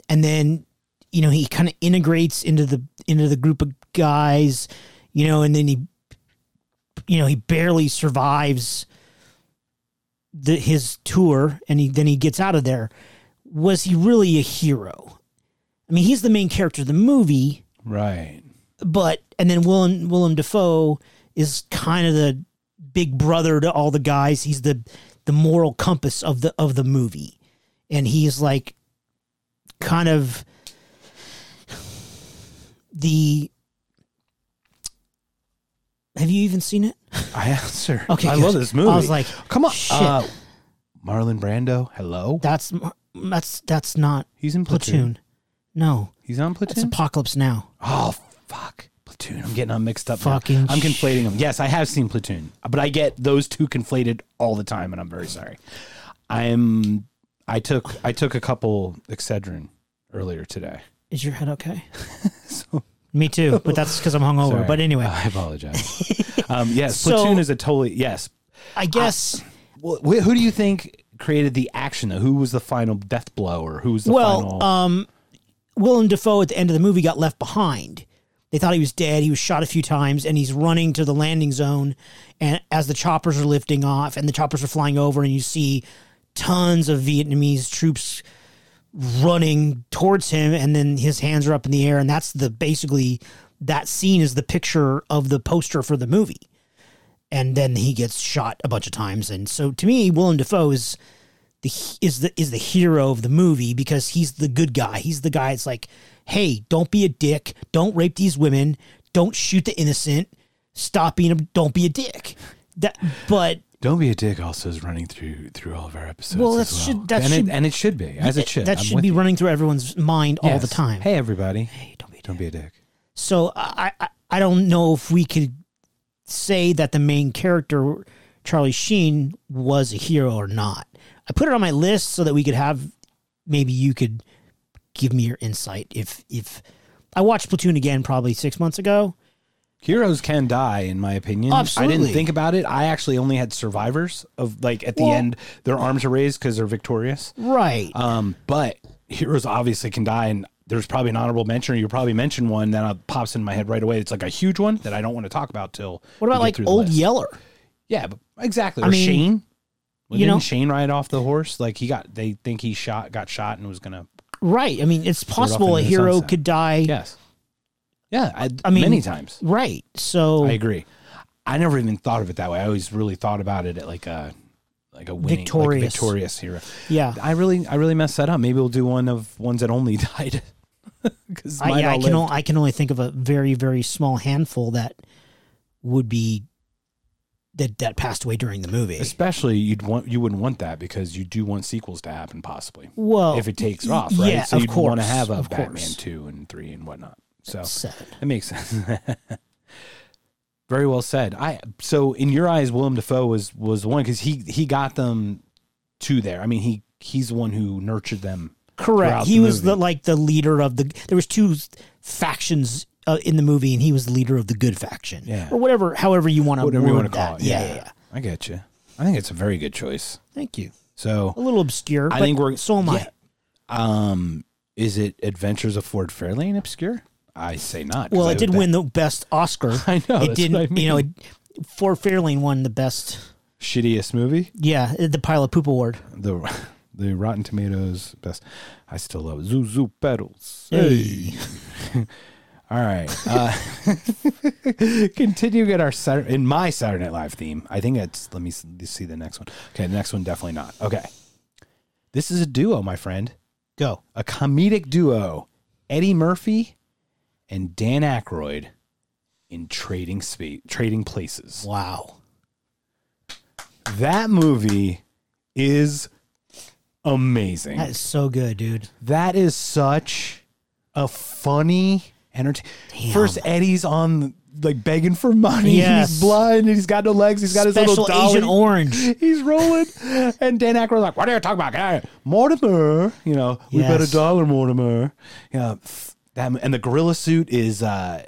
Speaker 2: and then you know he kind of integrates into the into the group of guys, you know, and then he you know he barely survives the his tour, and he then he gets out of there was he really a hero? I mean, he's the main character of the movie,
Speaker 1: right.
Speaker 2: but and then Willem Willem Dafoe is kind of the big brother to all the guys. He's the the moral compass of the of the movie, and he's like kind of the. Have you even seen it?
Speaker 1: I answer.
Speaker 2: Okay,
Speaker 1: I
Speaker 2: good.
Speaker 1: love this movie.
Speaker 2: I was like,
Speaker 1: come on,
Speaker 2: shit.
Speaker 1: Uh, Marlon Brando. Hello.
Speaker 2: That's that's that's not
Speaker 1: He's in platoon.
Speaker 2: platoon. No,
Speaker 1: He's on
Speaker 2: it's
Speaker 1: platoon.
Speaker 2: Apocalypse Now.
Speaker 1: Oh fuck, Platoon! I'm getting them mixed up. now.
Speaker 2: Fucking
Speaker 1: I'm
Speaker 2: sh-
Speaker 1: conflating them. Yes, I have seen Platoon, but I get those two conflated all the time, and I'm very sorry. I'm I took I took a couple Excedrin earlier today.
Speaker 2: Is your head okay?
Speaker 1: So-
Speaker 2: Me too, but that's because I'm hungover.
Speaker 1: Sorry. Uh,
Speaker 2: But anyway,
Speaker 1: I apologize. um, yes,
Speaker 2: So-
Speaker 1: Platoon is a totally yes.
Speaker 2: I guess.
Speaker 1: Well, wh- who do you think created the action? though? Who was the final death blow, or who was the
Speaker 2: well,
Speaker 1: final?
Speaker 2: um, Willem Dafoe at the end of the movie got left behind. They thought he was dead. He was shot a few times, and he's running to the landing zone. And as the choppers are lifting off, and the choppers are flying over, and you see tons of Vietnamese troops running towards him, and then his hands are up in the air, and that's the basically that scene is the picture of the poster for the movie. And then he gets shot a bunch of times, and so to me, Willem Dafoe is the is the is the hero of the movie because he's the good guy. He's the guy that's like, hey, don't be a dick. Don't rape these women. Don't shoot the innocent. Stop being a don't be a dick. That but
Speaker 1: Don't be a dick. Also, is running through through all of our episodes.
Speaker 2: Well,
Speaker 1: as
Speaker 2: that should-
Speaker 1: well.
Speaker 2: that
Speaker 1: and
Speaker 2: should-
Speaker 1: it, and it should be as it should.
Speaker 2: that
Speaker 1: I'm
Speaker 2: should
Speaker 1: with
Speaker 2: be
Speaker 1: you.
Speaker 2: running through everyone's mind all the
Speaker 1: Yes.
Speaker 2: time.
Speaker 1: Hey, everybody!
Speaker 2: Hey, don't be a dick.
Speaker 1: Don't be a dick.
Speaker 2: So I, I I don't know if we could say that the main character Charlie Sheen was a hero or not. I put it on my list so that we could have maybe you could give me your insight if if I watched Platoon again probably 6 months ago.
Speaker 1: Heroes can die, in my opinion. I
Speaker 2: Absolutely.
Speaker 1: didn't think about it. I actually only had survivors of like at the
Speaker 2: Well-
Speaker 1: end, their arms are raised because they're victorious.
Speaker 2: Right.
Speaker 1: Um, but heroes obviously can die, and there's probably an honorable mention, or you probably mentioned one that uh, pops in my head right away. It's like a huge one that I don't want to talk about till. we
Speaker 2: what about
Speaker 1: get
Speaker 2: like
Speaker 1: through the
Speaker 2: Old
Speaker 1: list.
Speaker 2: Yeller?
Speaker 1: Yeah, but exactly.
Speaker 2: I
Speaker 1: or
Speaker 2: mean,
Speaker 1: Shane. Well,
Speaker 2: you
Speaker 1: didn't
Speaker 2: know-
Speaker 1: Shane ride off the horse? Like he got. They think he shot, got shot, and was gonna.
Speaker 2: Right. I mean, it's possible a
Speaker 1: into the
Speaker 2: hero
Speaker 1: sunset.
Speaker 2: could die.
Speaker 1: Yes. Yeah, I,
Speaker 2: I mean-
Speaker 1: many times.
Speaker 2: Right. So
Speaker 1: I agree. I never even thought of it that way. I always really thought about it at like a like a winning, like,
Speaker 2: Victorious.
Speaker 1: victorious hero.
Speaker 2: yeah.
Speaker 1: I really, I really messed that up. Maybe we'll do one of ones that only died. Because
Speaker 2: I, yeah, I can o- I can only think of a very very small handful that would be that that passed away during the movie.
Speaker 1: especially you'd want you wouldn't want that because you do want sequels to happen possibly
Speaker 2: Well,
Speaker 1: if it takes
Speaker 2: Oh, y-
Speaker 1: off, right?
Speaker 2: yeah,
Speaker 1: so
Speaker 2: of
Speaker 1: you'd want to
Speaker 2: course,
Speaker 1: have a
Speaker 2: of
Speaker 1: Batman
Speaker 2: course.
Speaker 1: two and three and whatnot. So
Speaker 2: said.
Speaker 1: that makes sense. Very well said. I so in your eyes, Willem Dafoe was was the one because he he got them to there. I mean he he's the one who nurtured them.
Speaker 2: Correct.
Speaker 1: throughout
Speaker 2: He
Speaker 1: the
Speaker 2: was the
Speaker 1: movie.
Speaker 2: like the leader of the. There was two factions uh, in the movie, and he was the leader of the good faction,
Speaker 1: Yeah.
Speaker 2: or whatever. However you want to
Speaker 1: Whatever you want to call
Speaker 2: that.
Speaker 1: it.
Speaker 2: Yeah, yeah, yeah.
Speaker 1: I get you. I think it's a very good choice.
Speaker 2: Thank you.
Speaker 1: So
Speaker 2: A little obscure.
Speaker 1: I
Speaker 2: but
Speaker 1: think we're-
Speaker 2: so am I.
Speaker 1: yeah. Um, is it Adventures of Ford Fairlane obscure? I say not. 'cause
Speaker 2: Well,
Speaker 1: I
Speaker 2: it
Speaker 1: would
Speaker 2: did
Speaker 1: bet-
Speaker 2: win the best Oscar.
Speaker 1: I know, that's
Speaker 2: It
Speaker 1: what
Speaker 2: didn't.
Speaker 1: I
Speaker 2: You know, it, Ford Fairlane won the best.
Speaker 1: shittiest movie.
Speaker 2: Yeah, the pile of poop award.
Speaker 1: The the Rotten Tomatoes best. I still love it. Zoo Zoo Petals.
Speaker 2: Hey.
Speaker 1: All right. Uh, continuing at our Saturday, in my Saturday Night Live theme. I think it's. Let me s- let's see the next one. Okay, the next one definitely not. Okay, this is a duo, my friend.
Speaker 2: Go.
Speaker 1: a comedic duo, Eddie Murphy and Dan Aykroyd, in Trading Space, Trading Places.
Speaker 2: Wow.
Speaker 1: That movie is amazing.
Speaker 2: That is so good, dude.
Speaker 1: That is such a funny entertain.
Speaker 2: Damn.
Speaker 1: First, Eddie's on like begging for money.
Speaker 2: Yes.
Speaker 1: He's blind. He's got no legs. He's got his
Speaker 2: Special
Speaker 1: little dolly.
Speaker 2: Agent Orange.
Speaker 1: He's rolling, and Dan Aykroyd's like, "What are you talking about, guy? Mortimer? You know, we
Speaker 2: Yes.
Speaker 1: bet a dollar, Mortimer. Yeah, that, and the gorilla suit is uh,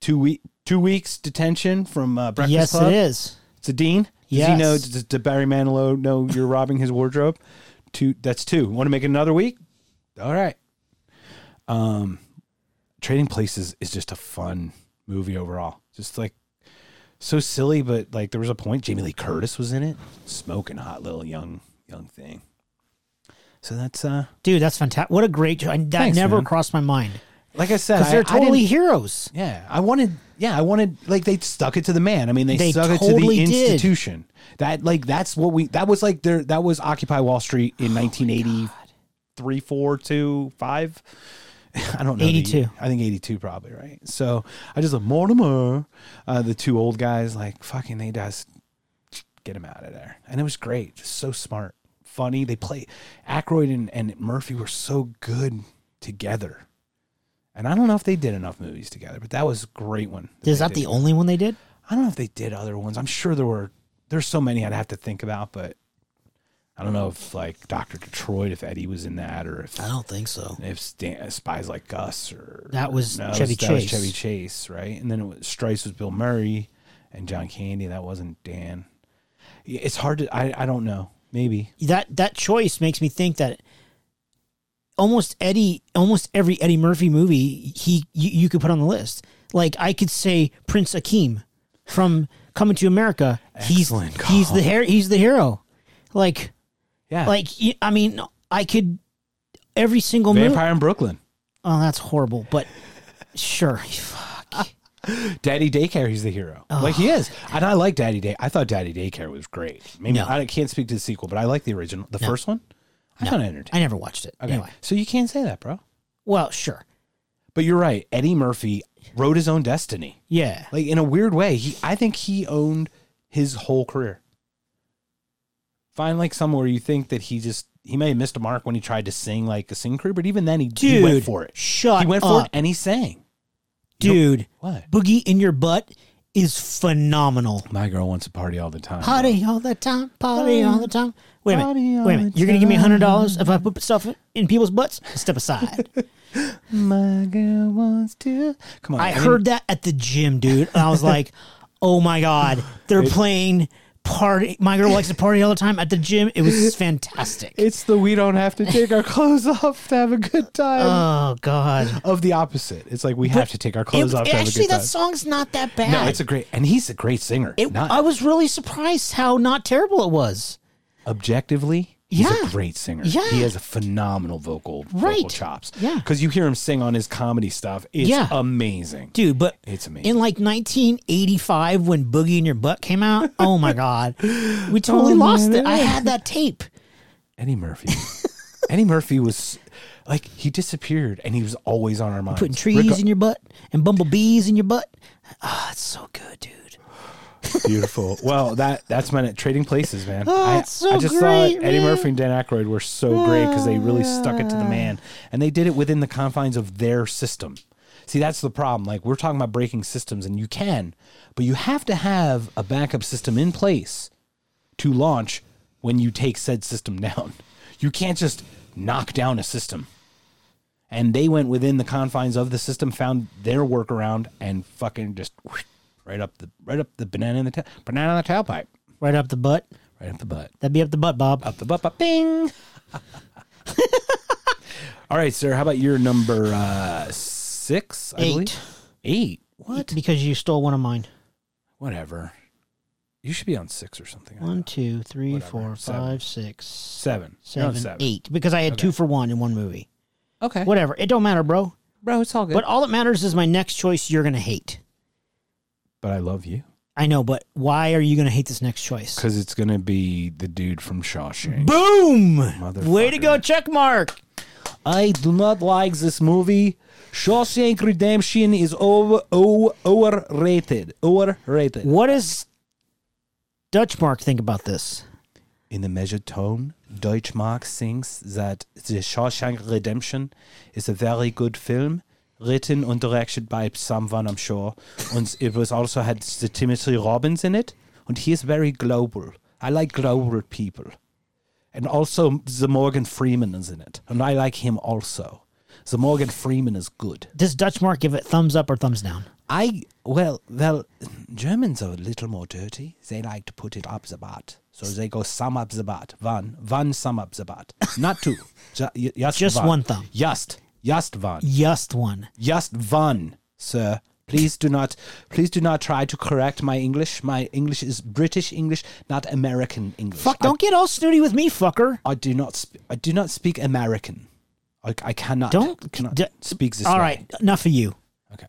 Speaker 1: two week, two weeks detention from uh, Breakfast
Speaker 2: Yes,
Speaker 1: Club.
Speaker 2: it is.
Speaker 1: It's a dean. Does he
Speaker 2: Yes.
Speaker 1: know? Does, does Barry Manilow know you're robbing his wardrobe? Two. That's two. Want to make it another week? All right. Um, Trading Places is just a fun movie overall. Just like so silly, but like there was a point. Jamie Lee Curtis was in it, smoking hot little young young thing. So that's uh,
Speaker 2: Dude, that's fantastic. What a great I, That
Speaker 1: Thanks,
Speaker 2: never
Speaker 1: man.
Speaker 2: crossed my mind.
Speaker 1: like I said,
Speaker 2: Because
Speaker 1: I,
Speaker 2: they're
Speaker 1: I didn't-
Speaker 2: totally heroes.
Speaker 1: Yeah, I wanted. Yeah, I wanted. Like they stuck it to the man. I mean, they,
Speaker 2: They
Speaker 1: stuck
Speaker 2: totally
Speaker 1: it to the
Speaker 2: did.
Speaker 1: institution. That like that's what we. That was like their. That was Occupy Wall Street
Speaker 2: Oh
Speaker 1: in 1983, four, two, five. I don't know. the-
Speaker 2: 82.
Speaker 1: I think 82 probably right. So I just love Mortimer. Uh, the two old guys like fucking. They just get him out of there, and it was great. Just so smart, funny. They play. Aykroyd and, and Murphy were so good together. And I don't know if they did enough movies together, but that was a great one.
Speaker 2: Is
Speaker 1: they
Speaker 2: that
Speaker 1: did.
Speaker 2: the only one they did?
Speaker 1: I don't know if they did other ones. I'm sure there were. There's so many I'd have to think about, but I don't know if like Doctor Detroit, if Eddie was in that, or if
Speaker 3: I don't think so.
Speaker 1: if Stan, spies like us or
Speaker 2: That was
Speaker 1: No,
Speaker 2: Chevy
Speaker 1: that was
Speaker 2: Chase.
Speaker 1: Chevy Chase, right? And then it was Strice was Bill Murray and John Candy. That wasn't Dan. Yeah, It's hard to. I I don't know. Maybe
Speaker 2: that that choice makes me think that almost Eddie, almost every Eddie Murphy movie he you, you could put on the list. Like I could say Prince Akeem from Coming to America.
Speaker 1: Excellent
Speaker 2: he's he's
Speaker 1: call.
Speaker 2: the hair he's the hero. Like
Speaker 1: yeah.
Speaker 2: like y- I mean I could every single movie.
Speaker 1: Vampire in Brooklyn,
Speaker 2: Oh, that's horrible. But sure, fuck.
Speaker 1: Daddy Daycare. He's the hero. like he is, and I like Daddy Day. I thought Daddy Daycare was great. Maybe
Speaker 2: No.
Speaker 1: I can't speak to the sequel, but I like the original, the first one. I found it entertaining.
Speaker 2: I never watched it.
Speaker 1: Okay,
Speaker 2: Anyway,
Speaker 1: so you can't say that, bro.
Speaker 2: well, sure,
Speaker 1: But you're right. Eddie Murphy wrote his own destiny.
Speaker 2: yeah.
Speaker 1: like in a weird way he i think he owned his whole career find like somewhere you think that he just he may have missed a mark when he tried to sing like a sing career but even then he,
Speaker 2: Dude,
Speaker 1: he went for it
Speaker 2: Shut
Speaker 1: he went
Speaker 2: up,
Speaker 1: for it and he sang You don't-
Speaker 2: dude.
Speaker 1: what
Speaker 2: Boogie in your butt is phenomenal.
Speaker 1: my girl wants to party all the time
Speaker 2: Party all the time, party all the time. Wait a
Speaker 1: Oh, Party all
Speaker 2: minute, wait a minute.
Speaker 1: the
Speaker 2: You're gonna give me
Speaker 1: time.
Speaker 2: hundred dollars if I put stuff in people's butts? Step aside.
Speaker 1: my girl wants to come on
Speaker 2: I
Speaker 1: mean,
Speaker 2: heard that at the gym, dude, and I was like, "Oh my god, they're playing party." My girl likes to party all the time at the gym. It was fantastic.
Speaker 1: it's the we don't have to take our clothes off to have a good time
Speaker 2: Oh god,
Speaker 1: Uh, of the opposite it's like we have to take our clothes
Speaker 2: it,
Speaker 1: off to have a
Speaker 2: actually,
Speaker 1: good time
Speaker 2: that song's not that bad.
Speaker 1: no it's a great and he's a great singer
Speaker 2: It-
Speaker 1: not
Speaker 2: I was really surprised how not terrible it was.
Speaker 1: objectively, he's
Speaker 2: Yeah.
Speaker 1: a great singer.
Speaker 2: Yeah.
Speaker 1: He has a phenomenal vocal vocal
Speaker 2: Right.
Speaker 1: chops.
Speaker 2: Yeah.
Speaker 1: Because you hear him sing on his comedy stuff. It's
Speaker 2: Yeah.
Speaker 1: amazing.
Speaker 2: dude. But
Speaker 1: It's amazing.
Speaker 2: in like 1985, when Boogie in Your Butt came out, oh my god, we totally
Speaker 1: Oh,
Speaker 2: lost
Speaker 1: man.
Speaker 2: it. I had that tape.
Speaker 1: Eddie Murphy. Eddie Murphy was like he disappeared and he was always on our minds.
Speaker 2: Putting trees
Speaker 1: Rico-
Speaker 2: in your butt and bumblebees in your butt. Ah, it's so good, dude.
Speaker 1: beautiful. Well, that that's my trading places, man.
Speaker 2: Oh,
Speaker 1: I,
Speaker 2: it's so
Speaker 1: I just thought
Speaker 2: great,
Speaker 1: Eddie
Speaker 2: man.
Speaker 1: Murphy and Dan Aykroyd were so great because they really stuck it to the man, and they did it within the confines of their system. See, that's the problem. Like we're talking about breaking systems, and you can, but you have to have a backup system in place to launch when you take said system down. You can't just knock down a system. And they went within the confines of the system, found their workaround, and fucking just whoosh, right up the right up the banana in the ta- banana in the tailpipe,
Speaker 2: Right up the butt.
Speaker 1: right up the butt,
Speaker 2: That'd be up the butt, Bob.
Speaker 1: up the butt, butt bing. All right, sir. How about your number uh, six? I
Speaker 2: Eight.
Speaker 1: believe eight. What?
Speaker 2: Because you stole one of mine.
Speaker 1: Whatever. You should be on six or something.
Speaker 2: One, two, three,
Speaker 1: Whatever.
Speaker 2: four,
Speaker 1: Seven.
Speaker 2: five, six,
Speaker 1: Seven. You're
Speaker 2: seven,
Speaker 1: on
Speaker 2: eight.
Speaker 1: seven.
Speaker 2: Because I had two for one in one movie.
Speaker 1: Okay.
Speaker 2: Whatever. It don't matter, bro.
Speaker 1: Bro, it's all good.
Speaker 2: But all that matters is my next choice you're gonna hate.
Speaker 1: but I love you.
Speaker 2: I know, but why are you gonna hate this next choice?
Speaker 1: Because it's going to be the dude from Shawshank.
Speaker 2: Boom! Way
Speaker 1: Motherfucker.
Speaker 2: to go, check mark.
Speaker 1: I do not like this movie. Shawshank Redemption is over, over, overrated. Overrated.
Speaker 2: What does Dutch Mark think about this?
Speaker 1: In a measured tone, Deutschmark thinks that The Shawshank Redemption is a very good film, written and directed by someone, I'm sure. And it was also had the Timothy Robbins in it. And he is very global. I like global people. And also the Morgan Freeman is in it. And I like him also. The Morgan Freeman is good.
Speaker 2: Does Dutch Mark give it thumbs up or thumbs down?
Speaker 1: I well, well, Germans are a little more dirty. They like to put it up the butt, so they go sum up the butt. One, one sum up the butt, not two. Ju- y- just
Speaker 2: Just
Speaker 1: one.
Speaker 2: one thumb.
Speaker 1: Just, just one.
Speaker 2: Just one.
Speaker 1: Just one, sir. Please do not, please do not try to correct my English. My English is British English, not American English.
Speaker 2: Fuck,
Speaker 1: I-
Speaker 2: don't get all snooty with me, fucker.
Speaker 1: I, do not, sp- I do not speak American. I, I cannot.
Speaker 2: Don't-
Speaker 1: cannot
Speaker 2: d-
Speaker 1: speak this.
Speaker 2: All
Speaker 1: way.
Speaker 2: right, enough of you.
Speaker 1: Okay.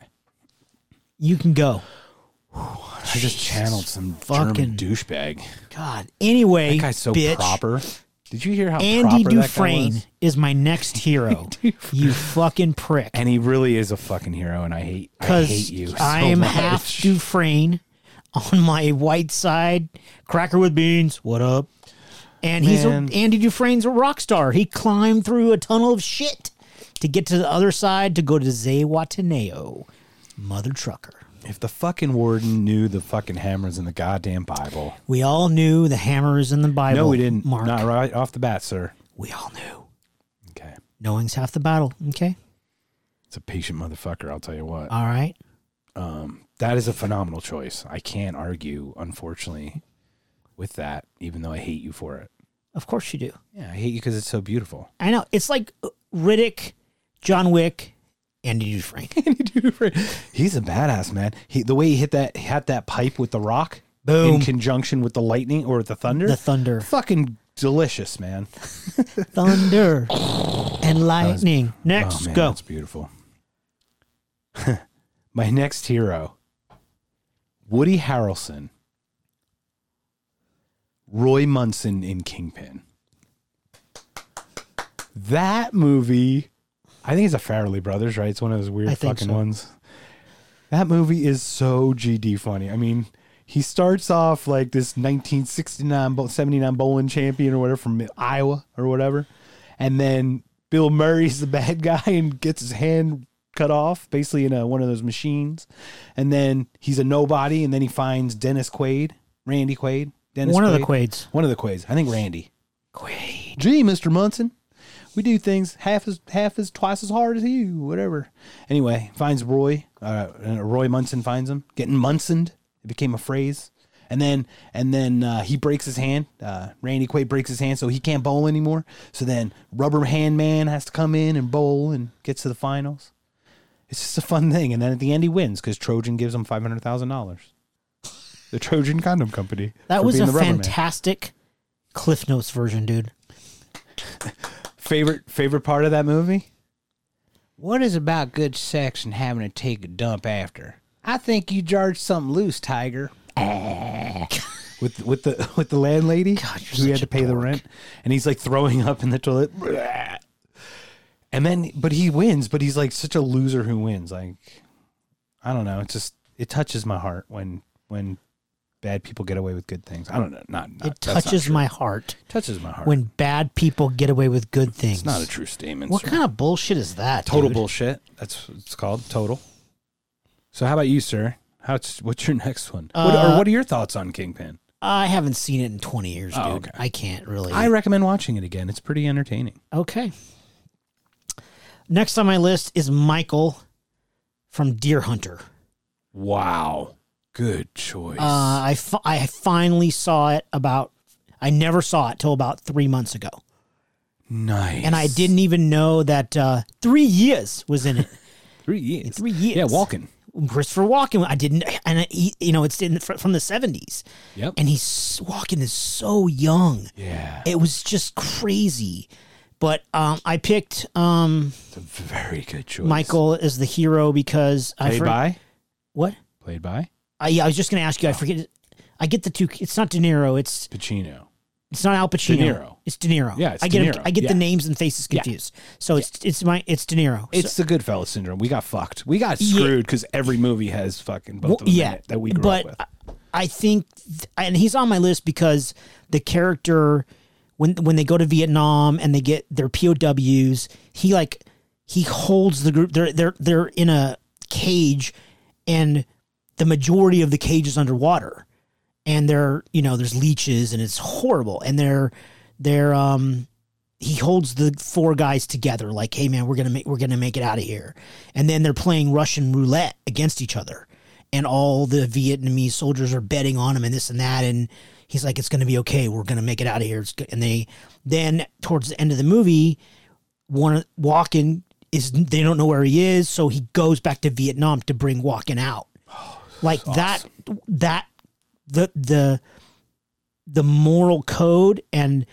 Speaker 2: You can go.
Speaker 1: I just channeled some
Speaker 2: fucking-
Speaker 1: German douchebag.
Speaker 2: God. Anyway,
Speaker 1: That guy's so
Speaker 2: bitch,
Speaker 1: proper. Did you hear how
Speaker 2: Andy
Speaker 1: proper that guy
Speaker 2: Dufresne
Speaker 1: was?
Speaker 2: is my next hero. you fucking prick.
Speaker 1: And he really is a fucking hero, and I hate, I hate you.
Speaker 2: Because
Speaker 1: So
Speaker 2: I am
Speaker 1: much.
Speaker 2: half Dufresne on my white side. Cracker with beans. What up? And he's a,
Speaker 1: Man.
Speaker 2: Andy Dufresne's a rock star. He climbed through a tunnel of shit to get to the other side to go to Zay Wataneo, mother trucker.
Speaker 1: If the fucking warden knew the fucking hammers in the goddamn Bible.
Speaker 2: We all knew the hammers in the Bible.
Speaker 1: no, we didn't.
Speaker 2: Mark,
Speaker 1: Not right off the bat, sir.
Speaker 2: we all knew.
Speaker 1: Okay.
Speaker 2: Knowing's half the battle. Okay,
Speaker 1: It's a patient motherfucker, I'll tell you what.
Speaker 2: all right.
Speaker 1: Um, that is a phenomenal choice. I can't argue, unfortunately, with that, even though I hate you for it.
Speaker 2: Of course you do.
Speaker 1: Yeah, I hate you because it's so beautiful.
Speaker 2: I know. It's like Riddick, John Wick, Andy Dufresne.
Speaker 1: Andy Dufresne, he's a badass man. He, the way he hit that had that pipe with the rock
Speaker 2: Boom.
Speaker 1: in conjunction with the lightning or the thunder,
Speaker 2: the thunder,
Speaker 1: fucking delicious, man.
Speaker 2: thunder, and lightning. Next,
Speaker 1: Oh, man,
Speaker 2: go.
Speaker 1: That's beautiful. My next hero, Woody Harrelson, Roy Munson in Kingpin. That movie, I think it's a Farrelly Brothers, right? It's one of those weird
Speaker 2: I think
Speaker 1: fucking
Speaker 2: so.
Speaker 1: ones. That movie is so GD funny. I mean, he starts off like this 1969, bo- 79 bowling champion or whatever from Iowa or whatever. And then Bill Murray's the bad guy and gets his hand cut off basically in a, one of those machines. And then he's a nobody. And then he finds Dennis Quaid, Randy Quaid. Dennis
Speaker 2: One of the Quaids.
Speaker 1: One of the Quaids. I think Randy.
Speaker 2: Quaid.
Speaker 1: Gee, Mr. Munson, we do things half as half as twice as hard as you, whatever. Anyway, finds Roy. Uh, uh, Roy Munson finds him. Getting Munsoned. It became a phrase. And then and then uh, he breaks his hand. Uh, Randy Quaid breaks his hand, so he can't bowl anymore. So then Rubber Hand Man has to come in and bowl and gets to the finals. It's just a fun thing. And then at the end, he wins because Trojan gives him five hundred thousand dollars. The Trojan Condom Company.
Speaker 2: That
Speaker 1: for
Speaker 2: was
Speaker 1: being
Speaker 2: a
Speaker 1: the Rubber Man. Uh,
Speaker 2: fantastic Cliff Notes version, dude.
Speaker 1: favorite favorite part of that movie? What is about good sex and having to take a dump after? I think you jarred something loose, Tiger. with with the with the landlady
Speaker 2: God, you're
Speaker 1: who had
Speaker 2: such
Speaker 1: to
Speaker 2: a
Speaker 1: pay the
Speaker 2: dork.
Speaker 1: rent, and he's like throwing up in the toilet. And then, but he wins. But he's like such a loser who wins. Like, I don't know. It just it touches my heart when when bad people get away with good things. I don't know. Not, not
Speaker 2: It
Speaker 1: that's not
Speaker 2: touches
Speaker 1: true.
Speaker 2: my heart
Speaker 1: touches my heart.
Speaker 2: when bad people get away with good things.
Speaker 1: it's not a true statement.
Speaker 2: what
Speaker 1: sir.
Speaker 2: kind of bullshit is that?
Speaker 1: Total
Speaker 2: dude?
Speaker 1: bullshit. That's what it's called. Total. So how about you, sir? How's what's your next one? what,
Speaker 2: Uh,
Speaker 1: or what are your thoughts on Kingpin?
Speaker 2: I haven't seen it in 20 years, dude.
Speaker 1: Oh, okay.
Speaker 2: I can't really.
Speaker 1: I recommend watching it again. It's pretty entertaining.
Speaker 2: okay. Next on my list is Michael from Deer Hunter.
Speaker 1: Wow. Good choice.
Speaker 2: Uh, I, fi- I finally saw it about, I never saw it till about three months ago.
Speaker 1: nice.
Speaker 2: And I didn't even know that uh, three years was in it.
Speaker 1: three years.
Speaker 2: three years.
Speaker 1: Yeah, walking.
Speaker 2: Christopher Walken. I didn't, and I, he, you know, it's in fr- from the seventies,
Speaker 1: Yep.
Speaker 2: and he's Walken is so young.
Speaker 1: yeah.
Speaker 2: It was just crazy. But um, I picked um,
Speaker 1: It's a very good choice.
Speaker 2: Michael as the hero because I
Speaker 1: Played
Speaker 2: for-
Speaker 1: by?
Speaker 2: what?
Speaker 1: Played by?
Speaker 2: I, yeah, I was just going to ask you.
Speaker 1: Oh.
Speaker 2: I forget. I get the two. It's not De Niro. It's
Speaker 1: Pacino.
Speaker 2: it's not Al Pacino.
Speaker 1: Niro.
Speaker 2: It's De Niro.
Speaker 1: Yeah, it's
Speaker 2: I get
Speaker 1: De
Speaker 2: him-
Speaker 1: Niro.
Speaker 2: I get
Speaker 1: Yeah.
Speaker 2: the names and faces confused. So it's it's my it's De Niro. So-
Speaker 1: It's the Goodfellas syndrome. We got fucked. We got
Speaker 2: Yeah.
Speaker 1: screwed because every movie has fucking both of them in it that we grew up
Speaker 2: but
Speaker 1: with.
Speaker 2: I- I think, th- and he's on my list because the character, when when they go to Vietnam and they get their POWs, he like he holds the group. They're they're they're in a cage, and the majority of the cage is underwater, and they're you know there's leeches and it's horrible, and they're they're um he holds the four guys together like hey man we're gonna make we're gonna make it out of here and then they're playing russian roulette against each other and all the vietnamese soldiers are betting on him and this and that and he's like it's gonna be okay we're gonna make it out of here it's good. and they then towards the end of the movie one walking is they don't know where he is so he goes back to vietnam to bring walking out like that that the the the moral code and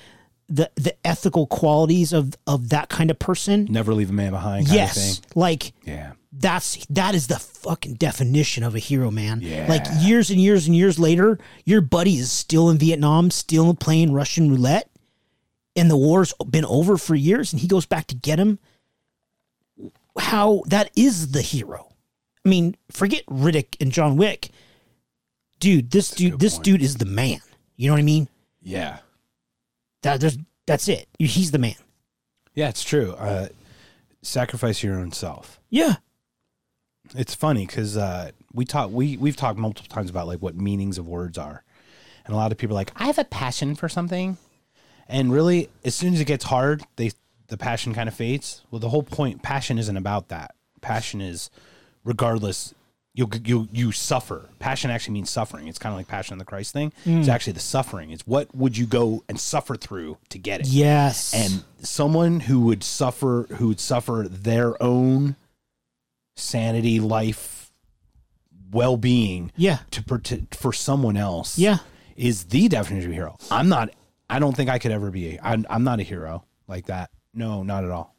Speaker 2: the the ethical qualities of of that kind of person
Speaker 1: Never leave a man behind kind
Speaker 2: yes
Speaker 1: of
Speaker 2: like
Speaker 1: thing. Yeah.
Speaker 2: that's that is the fucking definition of a hero man
Speaker 1: Yeah.
Speaker 2: like years and years and years later your buddy is still in vietnam still playing russian roulette and the war's been over for years and he goes back to get him how that is the hero i mean forget riddick and john wick dude this dude
Speaker 1: good
Speaker 2: this
Speaker 1: point.
Speaker 2: dude is the man you know what i mean
Speaker 1: Yeah.
Speaker 2: that there's that's it he's the man
Speaker 1: Yeah, it's true. Uh, sacrifice your own self.
Speaker 2: yeah
Speaker 1: It's funny because uh, We talk we we've talked multiple times about like what meanings of words are. And a lot of people are like, I have a passion for something. And really, as soon as it gets hard, they the passion kind of fades. Well, the whole point passion isn't about that. Passion is regardless you you you suffer. Passion actually means suffering. It's kind of like passion of the Christ thing. It's actually the suffering. It's what would you go and suffer through to get it?
Speaker 2: Yes.
Speaker 1: and someone who would suffer who would suffer their own sanity life well-being
Speaker 2: yeah.
Speaker 1: to prote- for someone else
Speaker 2: Yeah.
Speaker 1: is the definition of a hero i'm not i don't think i could ever be a, I'm, I'm not a hero like that no not at all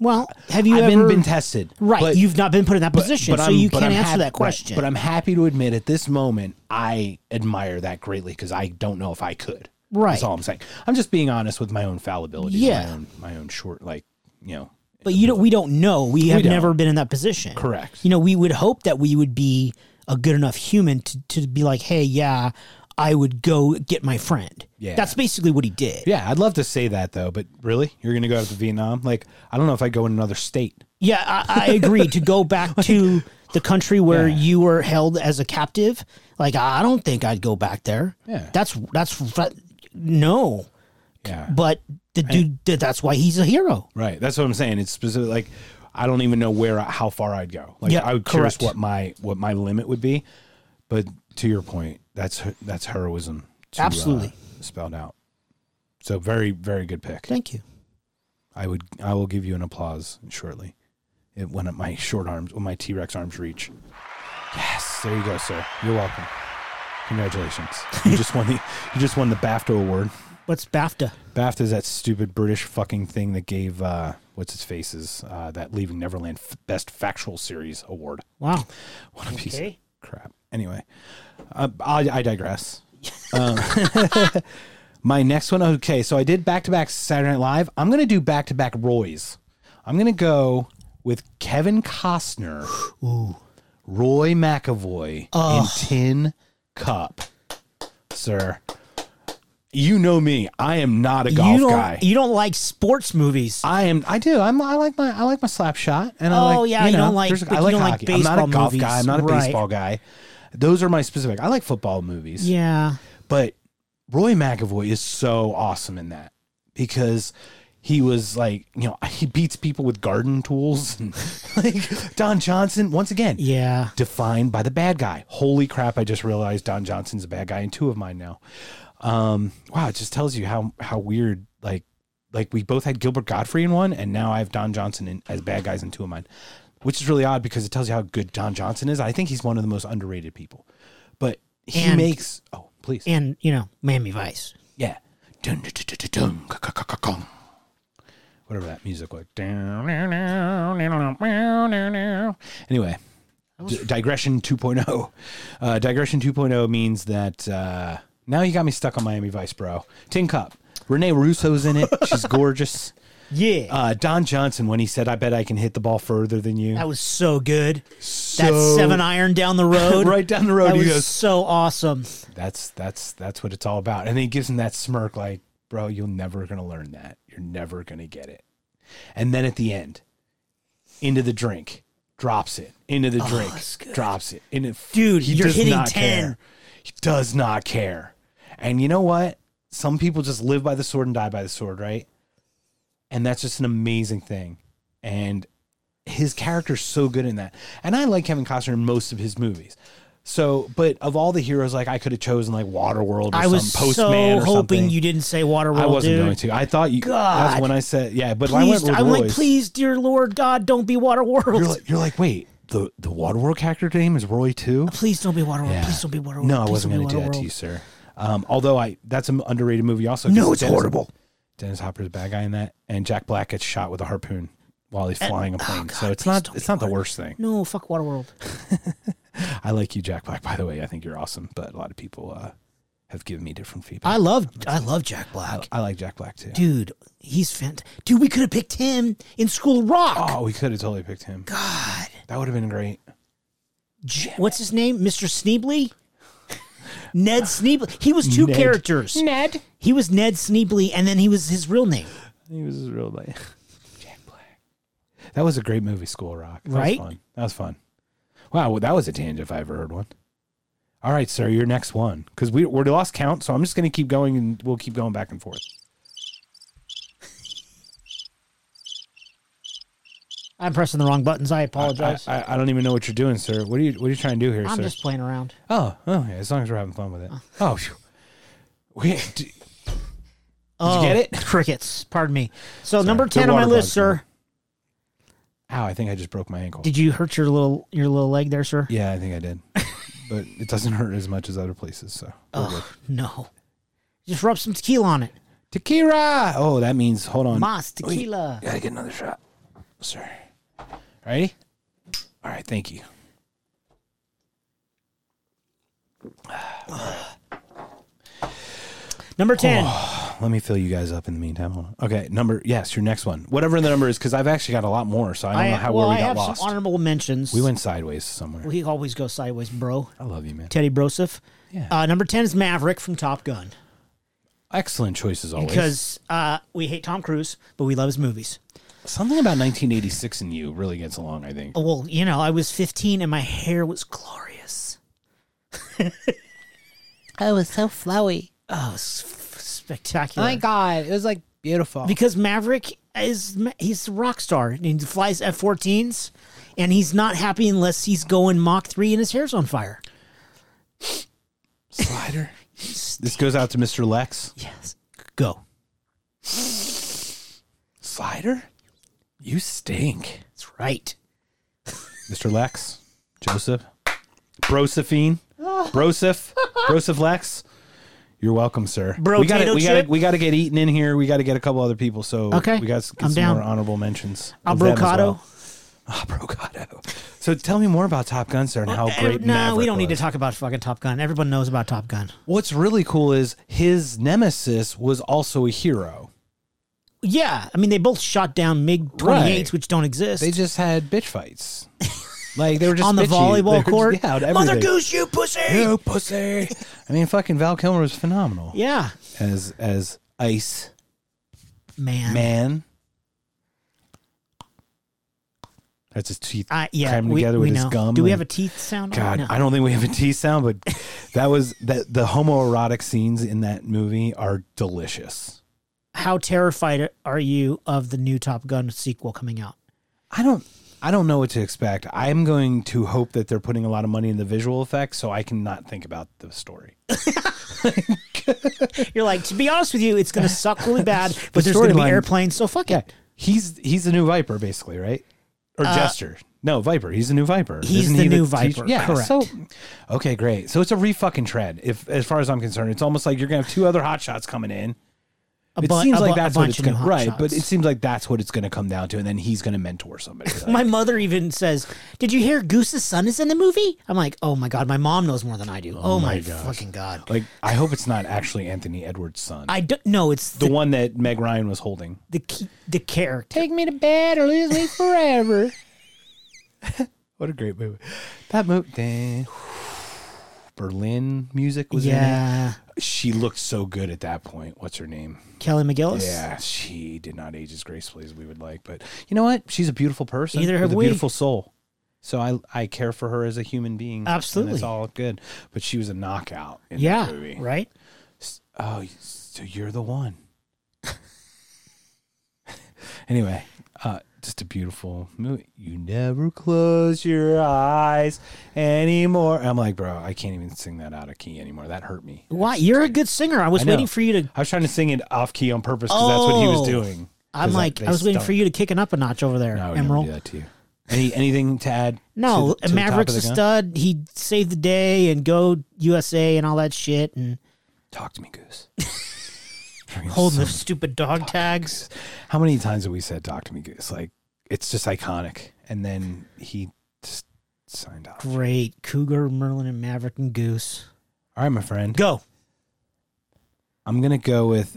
Speaker 2: Well, have you
Speaker 1: i've
Speaker 2: ever
Speaker 1: been, been tested
Speaker 2: Right.
Speaker 1: but-
Speaker 2: You've not been put in that position, so
Speaker 1: I'm-
Speaker 2: you
Speaker 1: but
Speaker 2: can't
Speaker 1: I'm
Speaker 2: answer
Speaker 1: hap-
Speaker 2: that question.
Speaker 1: right, but i'm happy to admit at this moment i admire that greatly because i don't know if i could
Speaker 2: Right.
Speaker 1: that's all i'm saying i'm just being honest with my own fallibility
Speaker 2: Yeah.
Speaker 1: my own, my own short like you know
Speaker 2: But you don't. We don't know. We have
Speaker 1: don't.
Speaker 2: never been in that position.
Speaker 1: Correct.
Speaker 2: You know, we would hope that we would be a good enough human to, to be like, hey, yeah, I would go get my friend.
Speaker 1: Yeah.
Speaker 2: That's basically what he did.
Speaker 1: Yeah, I'd love to say that though, but really, you're gonna go out to Vietnam? Like, I don't know if I go in another state.
Speaker 2: Yeah, I, I agree. to go back to the country where
Speaker 1: Yeah.
Speaker 2: you were held as a captive, like I don't think I'd go back there.
Speaker 1: Yeah.
Speaker 2: That's that's no.
Speaker 1: Yeah,
Speaker 2: But the dude, that's why he's a hero.
Speaker 1: right. That's what I'm saying. It's specific. Like, I don't even know where, how far I'd go. Like,
Speaker 2: Yeah,
Speaker 1: I would curious what
Speaker 2: correct.
Speaker 1: my what my limit would be. But to your point, that's that's heroism. To, uh,
Speaker 2: Absolutely.
Speaker 1: spelled out. So very very good pick.
Speaker 2: Thank you.
Speaker 1: I would I will give you an applause shortly. It, when my short arms, when my T Rex arms reach. Yes, there you go, sir. You're welcome. Congratulations. You just won the you just won the BAFTA award.
Speaker 2: What's BAFTA?
Speaker 1: BAFTA is that stupid British fucking thing that gave uh, what's his face's uh, that Leaving Neverland f- Best Factual Series award.
Speaker 2: Wow.
Speaker 1: What a piece of
Speaker 2: Okay.
Speaker 1: crap. Anyway, uh, I, I digress. Um, my next one. Okay, so I did back to back Saturday Night Live. I'm gonna do back to back Roy's. I'm gonna go with Kevin Costner, Roy McAvoy, and Tin Cup, sir. You know me. I am not a golf
Speaker 2: you don't
Speaker 1: guy.
Speaker 2: you don't like sports movies.
Speaker 1: I am. I do. I'm. I like my. I like my slap shot. And I
Speaker 2: Oh,
Speaker 1: like,
Speaker 2: yeah, you don't like-
Speaker 1: there's-
Speaker 2: but
Speaker 1: I
Speaker 2: you
Speaker 1: like
Speaker 2: don't like
Speaker 1: hockey. I'm not a
Speaker 2: baseball
Speaker 1: golf
Speaker 2: movies.
Speaker 1: guy. I'm not a
Speaker 2: Right.
Speaker 1: baseball guy. Those are my specific. I like football movies.
Speaker 2: yeah.
Speaker 1: But Roy McAvoy is so awesome in that because he was like, you know, he beats people with garden tools. And like Don Johnson, once again,
Speaker 2: Yeah.
Speaker 1: defined by the bad guy. Holy crap! I just realized Don Johnson's a bad guy in two of mine now. Um, wow, it just tells you how how weird. Like, like we both had Gilbert Godfrey in one, and now I have Don Johnson in, as bad guys in two of mine, which is really odd because it tells you how good Don Johnson is. I think he's one of the most underrated people, but he
Speaker 2: And-
Speaker 1: makes. Oh, please,
Speaker 2: And, you know, Miami Vice.
Speaker 1: yeah. Dun, dun, dun, dun, dun, dun, ka, ka, ka, ka, kong. Whatever that music was. Anyway, d- digression 2.0. Uh, digression 2.0 means that uh, now you got me stuck on Miami Vice, bro. Tin Cup. Renee Russo's in it. She's gorgeous.
Speaker 2: Yeah.
Speaker 1: Uh, Don Johnson, when he said, I bet I can hit the ball further than you.
Speaker 2: that was so good.
Speaker 1: So-
Speaker 2: that seven iron down the road.
Speaker 1: Right down the road,
Speaker 2: That
Speaker 1: he
Speaker 2: was
Speaker 1: goes-
Speaker 2: so awesome.
Speaker 1: that's that's that's what it's all about. And he gives him that smirk, like, bro, you're never gonna learn that. You're never gonna get it. And then at the end, into the drink, drops it. Into the
Speaker 2: Oh, that's good.
Speaker 1: drink, drops it. And it,
Speaker 2: Dude,
Speaker 1: he
Speaker 2: you're
Speaker 1: does
Speaker 2: hitting
Speaker 1: not
Speaker 2: 10.
Speaker 1: care. He does not care. And you know what? Some people just live by the sword and die by the sword, right? And that's just an amazing thing. And his character's so good in that. And I like Kevin Costner in most of his movies. So, but of all the heroes, like I could have chosen like Waterworld or
Speaker 2: I
Speaker 1: some
Speaker 2: was
Speaker 1: Postman
Speaker 2: so
Speaker 1: or
Speaker 2: hoping
Speaker 1: something.
Speaker 2: you didn't say Waterworld.
Speaker 1: I wasn't
Speaker 2: dude.
Speaker 1: going to. I thought you. That's
Speaker 2: God.
Speaker 1: when I said, yeah. But I went
Speaker 2: Please,
Speaker 1: with
Speaker 2: I'm like,
Speaker 1: Roy's.
Speaker 2: please, dear Lord God, don't be Waterworld.
Speaker 1: You're like, you're like, wait, the the Waterworld character name is Roy too.
Speaker 2: please don't be Waterworld.
Speaker 1: Yeah.
Speaker 2: Please don't be Waterworld.
Speaker 1: No, I
Speaker 2: Please
Speaker 1: wasn't
Speaker 2: don't
Speaker 1: going
Speaker 2: be
Speaker 1: to do that to
Speaker 2: Waterworld.
Speaker 1: you, sir. Um, although I, that's an underrated movie. Also, 'cause
Speaker 2: No, it's
Speaker 1: Dennis-
Speaker 2: horrible.
Speaker 1: Dennis Hopper's a bad guy in that, and Jack Black gets shot with a harpoon while he's flying a plane. so it's
Speaker 2: oh, please
Speaker 1: not
Speaker 2: don't
Speaker 1: it's
Speaker 2: be
Speaker 1: not the
Speaker 2: Waterworld.
Speaker 1: worst thing.
Speaker 2: No, fuck Waterworld.
Speaker 1: I like you, Jack Black. By the way, I think you're awesome. But a lot of people uh, have given me different feedback.
Speaker 2: I love, I love Jack Black,
Speaker 1: I, like Jack Black too.
Speaker 2: dude. He's fantastic. Dude, we could have picked him in School of Rock.
Speaker 1: Oh, we could have totally picked him.
Speaker 2: God,
Speaker 1: That would have been great.
Speaker 2: J- what's his name? Mr. Sneebly? Ned Sneebly. He was two
Speaker 1: Ned.
Speaker 2: characters.
Speaker 1: Ned.
Speaker 2: He was Ned Sneebly, and then he was his real name.
Speaker 1: He was his real name. Jack Black. That was a great movie, School Rock. That
Speaker 2: Right?
Speaker 1: Was fun. That was fun. Wow, well, that was a tangent if I ever heard one. All right, sir, your next one. Because we, we're lost count, so I'm just going to keep going and we'll keep going back and forth.
Speaker 2: I'm pressing the wrong buttons. I apologize.
Speaker 1: I, I, I don't even know what you're doing, sir. What are you What are you trying to do here,
Speaker 2: I, am
Speaker 1: sir?
Speaker 2: just playing around.
Speaker 1: Oh, oh, yeah, as long as we're having fun with it. Oh, phew. we, d-
Speaker 2: Oh,
Speaker 1: get it?
Speaker 2: Crickets. Pardon me. So number
Speaker 1: The
Speaker 2: ten on my
Speaker 1: water
Speaker 2: list,
Speaker 1: bugs, man.
Speaker 2: sir.
Speaker 1: ow, I think I just broke my ankle.
Speaker 2: Did you hurt your little your little leg there, sir?
Speaker 1: yeah, I think I did. but it doesn't hurt as much as other places, so. we're good.
Speaker 2: Oh no. Just rub some tequila on it.
Speaker 1: Tequila! Oh, that means, hold on. Oh,
Speaker 2: Mas tequila.
Speaker 1: Gotta get another shot, sir. Ready? All right, thank you. Oh,
Speaker 2: Number ten.
Speaker 1: Let me fill you guys up in the meantime. Hold on. Okay, number, yes, your next one. Whatever the number is, because I've actually got a lot more, so I don't know how
Speaker 2: well,
Speaker 1: where
Speaker 2: I
Speaker 1: we got
Speaker 2: have
Speaker 1: lost.
Speaker 2: some honorable mentions.
Speaker 1: we went sideways somewhere.
Speaker 2: We always go sideways, bro.
Speaker 1: I love you, man.
Speaker 2: Teddy Broseph.
Speaker 1: Yeah.
Speaker 2: Uh, number ten is Maverick from Top Gun
Speaker 1: Excellent choices always.
Speaker 2: because uh, we hate Tom Cruise, but we love his movies.
Speaker 1: Something about 1986 and you really gets along, I think.
Speaker 2: Oh, Well, you know, I was 15 and my hair was glorious.
Speaker 3: Oh, it was so flowy.
Speaker 2: Oh, it was f-
Speaker 3: Oh
Speaker 2: spectacular!
Speaker 3: my god, it was like beautiful.
Speaker 2: Because Maverick is ma- he's a rock star and he flies F-14s, and he's not happy unless he's going Mach three and his hair's on fire.
Speaker 1: Slider. this goes out to Mr. Lex.
Speaker 2: Yes, go.
Speaker 1: Slider? You stink.
Speaker 2: That's right.
Speaker 1: Mr. Lex. Joseph. Brosephine.
Speaker 3: Oh.
Speaker 1: Broseph. Broseph Lex. You're welcome, sir.
Speaker 2: Bro
Speaker 1: we gotta,
Speaker 2: Tato
Speaker 1: we gotta
Speaker 2: chip?
Speaker 1: we gotta get eaten in here. We gotta get a couple other people. So
Speaker 2: Okay.
Speaker 1: we gotta get
Speaker 2: I'm
Speaker 1: some
Speaker 2: down.
Speaker 1: more honorable mentions. of them as
Speaker 2: Abrocado.
Speaker 1: well. Abrocado. So tell me more about Top Gun, sir, and how
Speaker 2: Eh,
Speaker 1: great.
Speaker 2: no, we
Speaker 1: Maverick
Speaker 2: don't need to
Speaker 1: was.
Speaker 2: talk about fucking Top Gun. Everyone knows about Top Gun.
Speaker 1: What's really cool is his nemesis was also a hero.
Speaker 2: Yeah, I mean they both shot down Mig 28s,
Speaker 1: Right.
Speaker 2: which don't exist.
Speaker 1: They just had bitch fights. like they were just
Speaker 2: on the
Speaker 1: bitchy. They
Speaker 2: volleyball
Speaker 1: were-
Speaker 2: court.
Speaker 1: Yeah, on
Speaker 2: Mother
Speaker 1: everything.
Speaker 2: Goose, you pussy.
Speaker 1: You pussy. I mean, fucking Val Kilmer was phenomenal
Speaker 2: Yeah,
Speaker 1: as as Ice
Speaker 2: man.
Speaker 1: Man. That's his teeth
Speaker 2: I Uh, yeah,
Speaker 1: crammed
Speaker 2: we,
Speaker 1: together
Speaker 2: we
Speaker 1: with
Speaker 2: know.
Speaker 1: his gum.
Speaker 2: Do we
Speaker 1: and-
Speaker 2: have a teeth sound? on it?
Speaker 1: God,
Speaker 2: No.
Speaker 1: I don't think we have a T sound, but that was that the homoerotic scenes in that movie are delicious.
Speaker 2: How terrified are you of the new Top Gun sequel coming out?
Speaker 1: I don't I don't know what to expect. I'm going to hope that they're putting a lot of money in the visual effects so I can not think about the story.
Speaker 2: You're like, to be honest with you, it's going to suck really bad, but there's going to be
Speaker 1: storyline-
Speaker 2: airplanes, so fuck it.
Speaker 1: He's he's the new Viper basically, right? Or Jester. No, Viper. He's the new Viper.
Speaker 2: Uh, He's the
Speaker 1: he
Speaker 2: new
Speaker 1: teach-
Speaker 2: Viper,
Speaker 1: Yeah.
Speaker 2: correct.
Speaker 1: So okay, great. So it's a refucking tread. If as far as I'm concerned, it's almost like you're gonna have two other hot shots coming in.
Speaker 2: A
Speaker 1: It
Speaker 2: bu-
Speaker 1: seems
Speaker 2: a bu-
Speaker 1: like
Speaker 2: a
Speaker 1: that's what
Speaker 2: bunch
Speaker 1: it's
Speaker 2: of new
Speaker 1: gonna
Speaker 2: hot
Speaker 1: right, but
Speaker 2: shots.
Speaker 1: it seems like that's what it's gonna come down to, and then he's gonna mentor somebody.
Speaker 2: My mother even says, "Did you hear Goose's son is in the movie?" I'm like, "Oh my god, my mom knows more than I do." Oh, my, fucking god!
Speaker 1: like I hope it's not actually Anthony Edwards' son.
Speaker 2: I don't know. It's
Speaker 1: the
Speaker 2: the
Speaker 1: one that Meg Ryan was holding.
Speaker 2: the key, the character.
Speaker 3: Take me to bed or lose me forever.
Speaker 1: What a great movie. That movie. Dang. Berlin music was in
Speaker 2: Yeah,
Speaker 1: it. She looked so good at that point. What's her name?
Speaker 2: Kelly McGillis.
Speaker 1: Yeah, she did not age as gracefully as we would like. But you know what? She's a beautiful person.
Speaker 2: Neither have
Speaker 1: with a
Speaker 2: we.
Speaker 1: beautiful soul. So I I care for her as a human being. and
Speaker 2: Absolutely.
Speaker 1: it's all good. But she was a knockout in
Speaker 2: yeah,
Speaker 1: that movie.
Speaker 2: right.
Speaker 1: Oh, so you're the one. anyway, uh, just a beautiful movie. You never close your eyes anymore. I'm like, bro, I can't even sing that out of key anymore. That hurt me.
Speaker 2: Why? You're a good singer. I was
Speaker 1: I know.
Speaker 2: waiting for you to.
Speaker 1: I was trying to sing it off key on purpose because that's what he
Speaker 2: Oh.
Speaker 1: was doing.
Speaker 2: I'm like, I was waiting for you to kick it up a notch over there,
Speaker 1: No, I would never
Speaker 2: Emerald.
Speaker 1: do that to you. Any anything to add? to the-
Speaker 2: No,
Speaker 1: to the top
Speaker 2: Maverick's
Speaker 1: of
Speaker 2: a
Speaker 1: the gun?
Speaker 2: stud. He saved the day and go USA and all that shit and
Speaker 1: Talk to me, Goose.
Speaker 2: holding the stupid dog tags.
Speaker 1: How many times have we said "Talk to me, Goose"? Like it's just iconic, and then he just signed off. All
Speaker 2: Great. Cougar, Merlin, and Maverick and Goose.
Speaker 1: right, my friend,
Speaker 2: Go.
Speaker 1: I'm gonna go with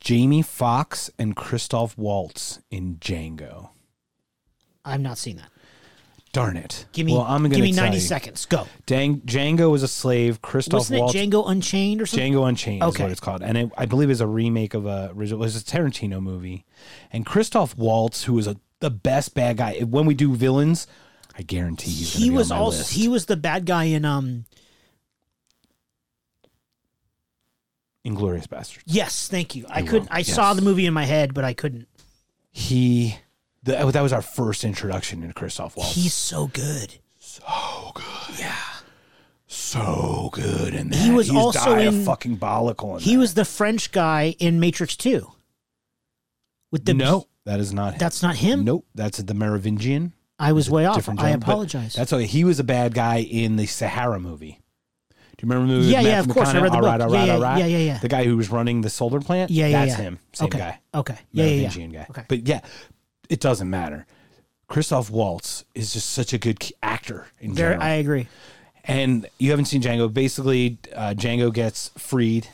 Speaker 1: Jamie Foxx and Christoph Waltz in Django.
Speaker 2: I've not seen that.
Speaker 1: Darn it!
Speaker 2: Give me
Speaker 1: Well, I'm gonna
Speaker 2: give me
Speaker 1: tell
Speaker 2: 90
Speaker 1: you.
Speaker 2: seconds. Go.
Speaker 1: Dang, Django was a slave. Christoph
Speaker 2: Wasn't it
Speaker 1: Waltz.
Speaker 2: Django Unchained or something?
Speaker 1: Django Unchained is
Speaker 2: Okay.
Speaker 1: what it's called, and it, I believe is a remake of a original. It was a Tarantino movie, and Christoph Waltz, who is a, the best bad guy. When we do villains, I I guarantee he's gonna
Speaker 2: he
Speaker 1: be
Speaker 2: was
Speaker 1: on my
Speaker 2: also
Speaker 1: list.
Speaker 2: he was the bad guy in um
Speaker 1: Inglorious Bastard.
Speaker 2: yes thank you i
Speaker 1: You're
Speaker 2: couldn't i
Speaker 1: welcome.
Speaker 2: saw
Speaker 1: Yes.
Speaker 2: the movie in my head but i couldn't
Speaker 1: He the, oh, that was our first introduction into Christoph Waltz.
Speaker 2: he's so good
Speaker 1: so good. Yeah. So good in that.
Speaker 2: He was
Speaker 1: He's
Speaker 2: also in-
Speaker 1: fucking bollicle in
Speaker 2: he
Speaker 1: that.
Speaker 2: was the french guy in matrix 2 with the
Speaker 1: No, that is not him.
Speaker 2: that's not him
Speaker 1: Nope, that's the Merovingian.
Speaker 2: i was way off
Speaker 1: Different
Speaker 2: i
Speaker 1: genre, but
Speaker 2: apologize
Speaker 1: That's okay. He was a bad guy in the Sahara movie. Do you remember the movie?
Speaker 2: Yeah,
Speaker 1: with
Speaker 2: yeah,
Speaker 1: Matthew
Speaker 2: of course. I
Speaker 1: McConaughey?
Speaker 2: read the
Speaker 1: All right,
Speaker 2: book.
Speaker 1: all right,
Speaker 2: Yeah,
Speaker 1: all
Speaker 2: yeah,
Speaker 1: right.
Speaker 2: yeah, yeah, yeah.
Speaker 1: The guy who was running the solar plant.
Speaker 2: Yeah, yeah,
Speaker 1: that's
Speaker 2: yeah.
Speaker 1: him. Same
Speaker 2: okay
Speaker 1: guy,
Speaker 2: okay yeah yeah, yeah
Speaker 1: Merovingian guy.
Speaker 2: okay
Speaker 1: But yeah, it doesn't matter. Christoph Waltz is just such a good k- actor in
Speaker 2: there
Speaker 1: general.
Speaker 2: i agree
Speaker 1: and you haven't seen Django. Basically, uh, Django gets freed,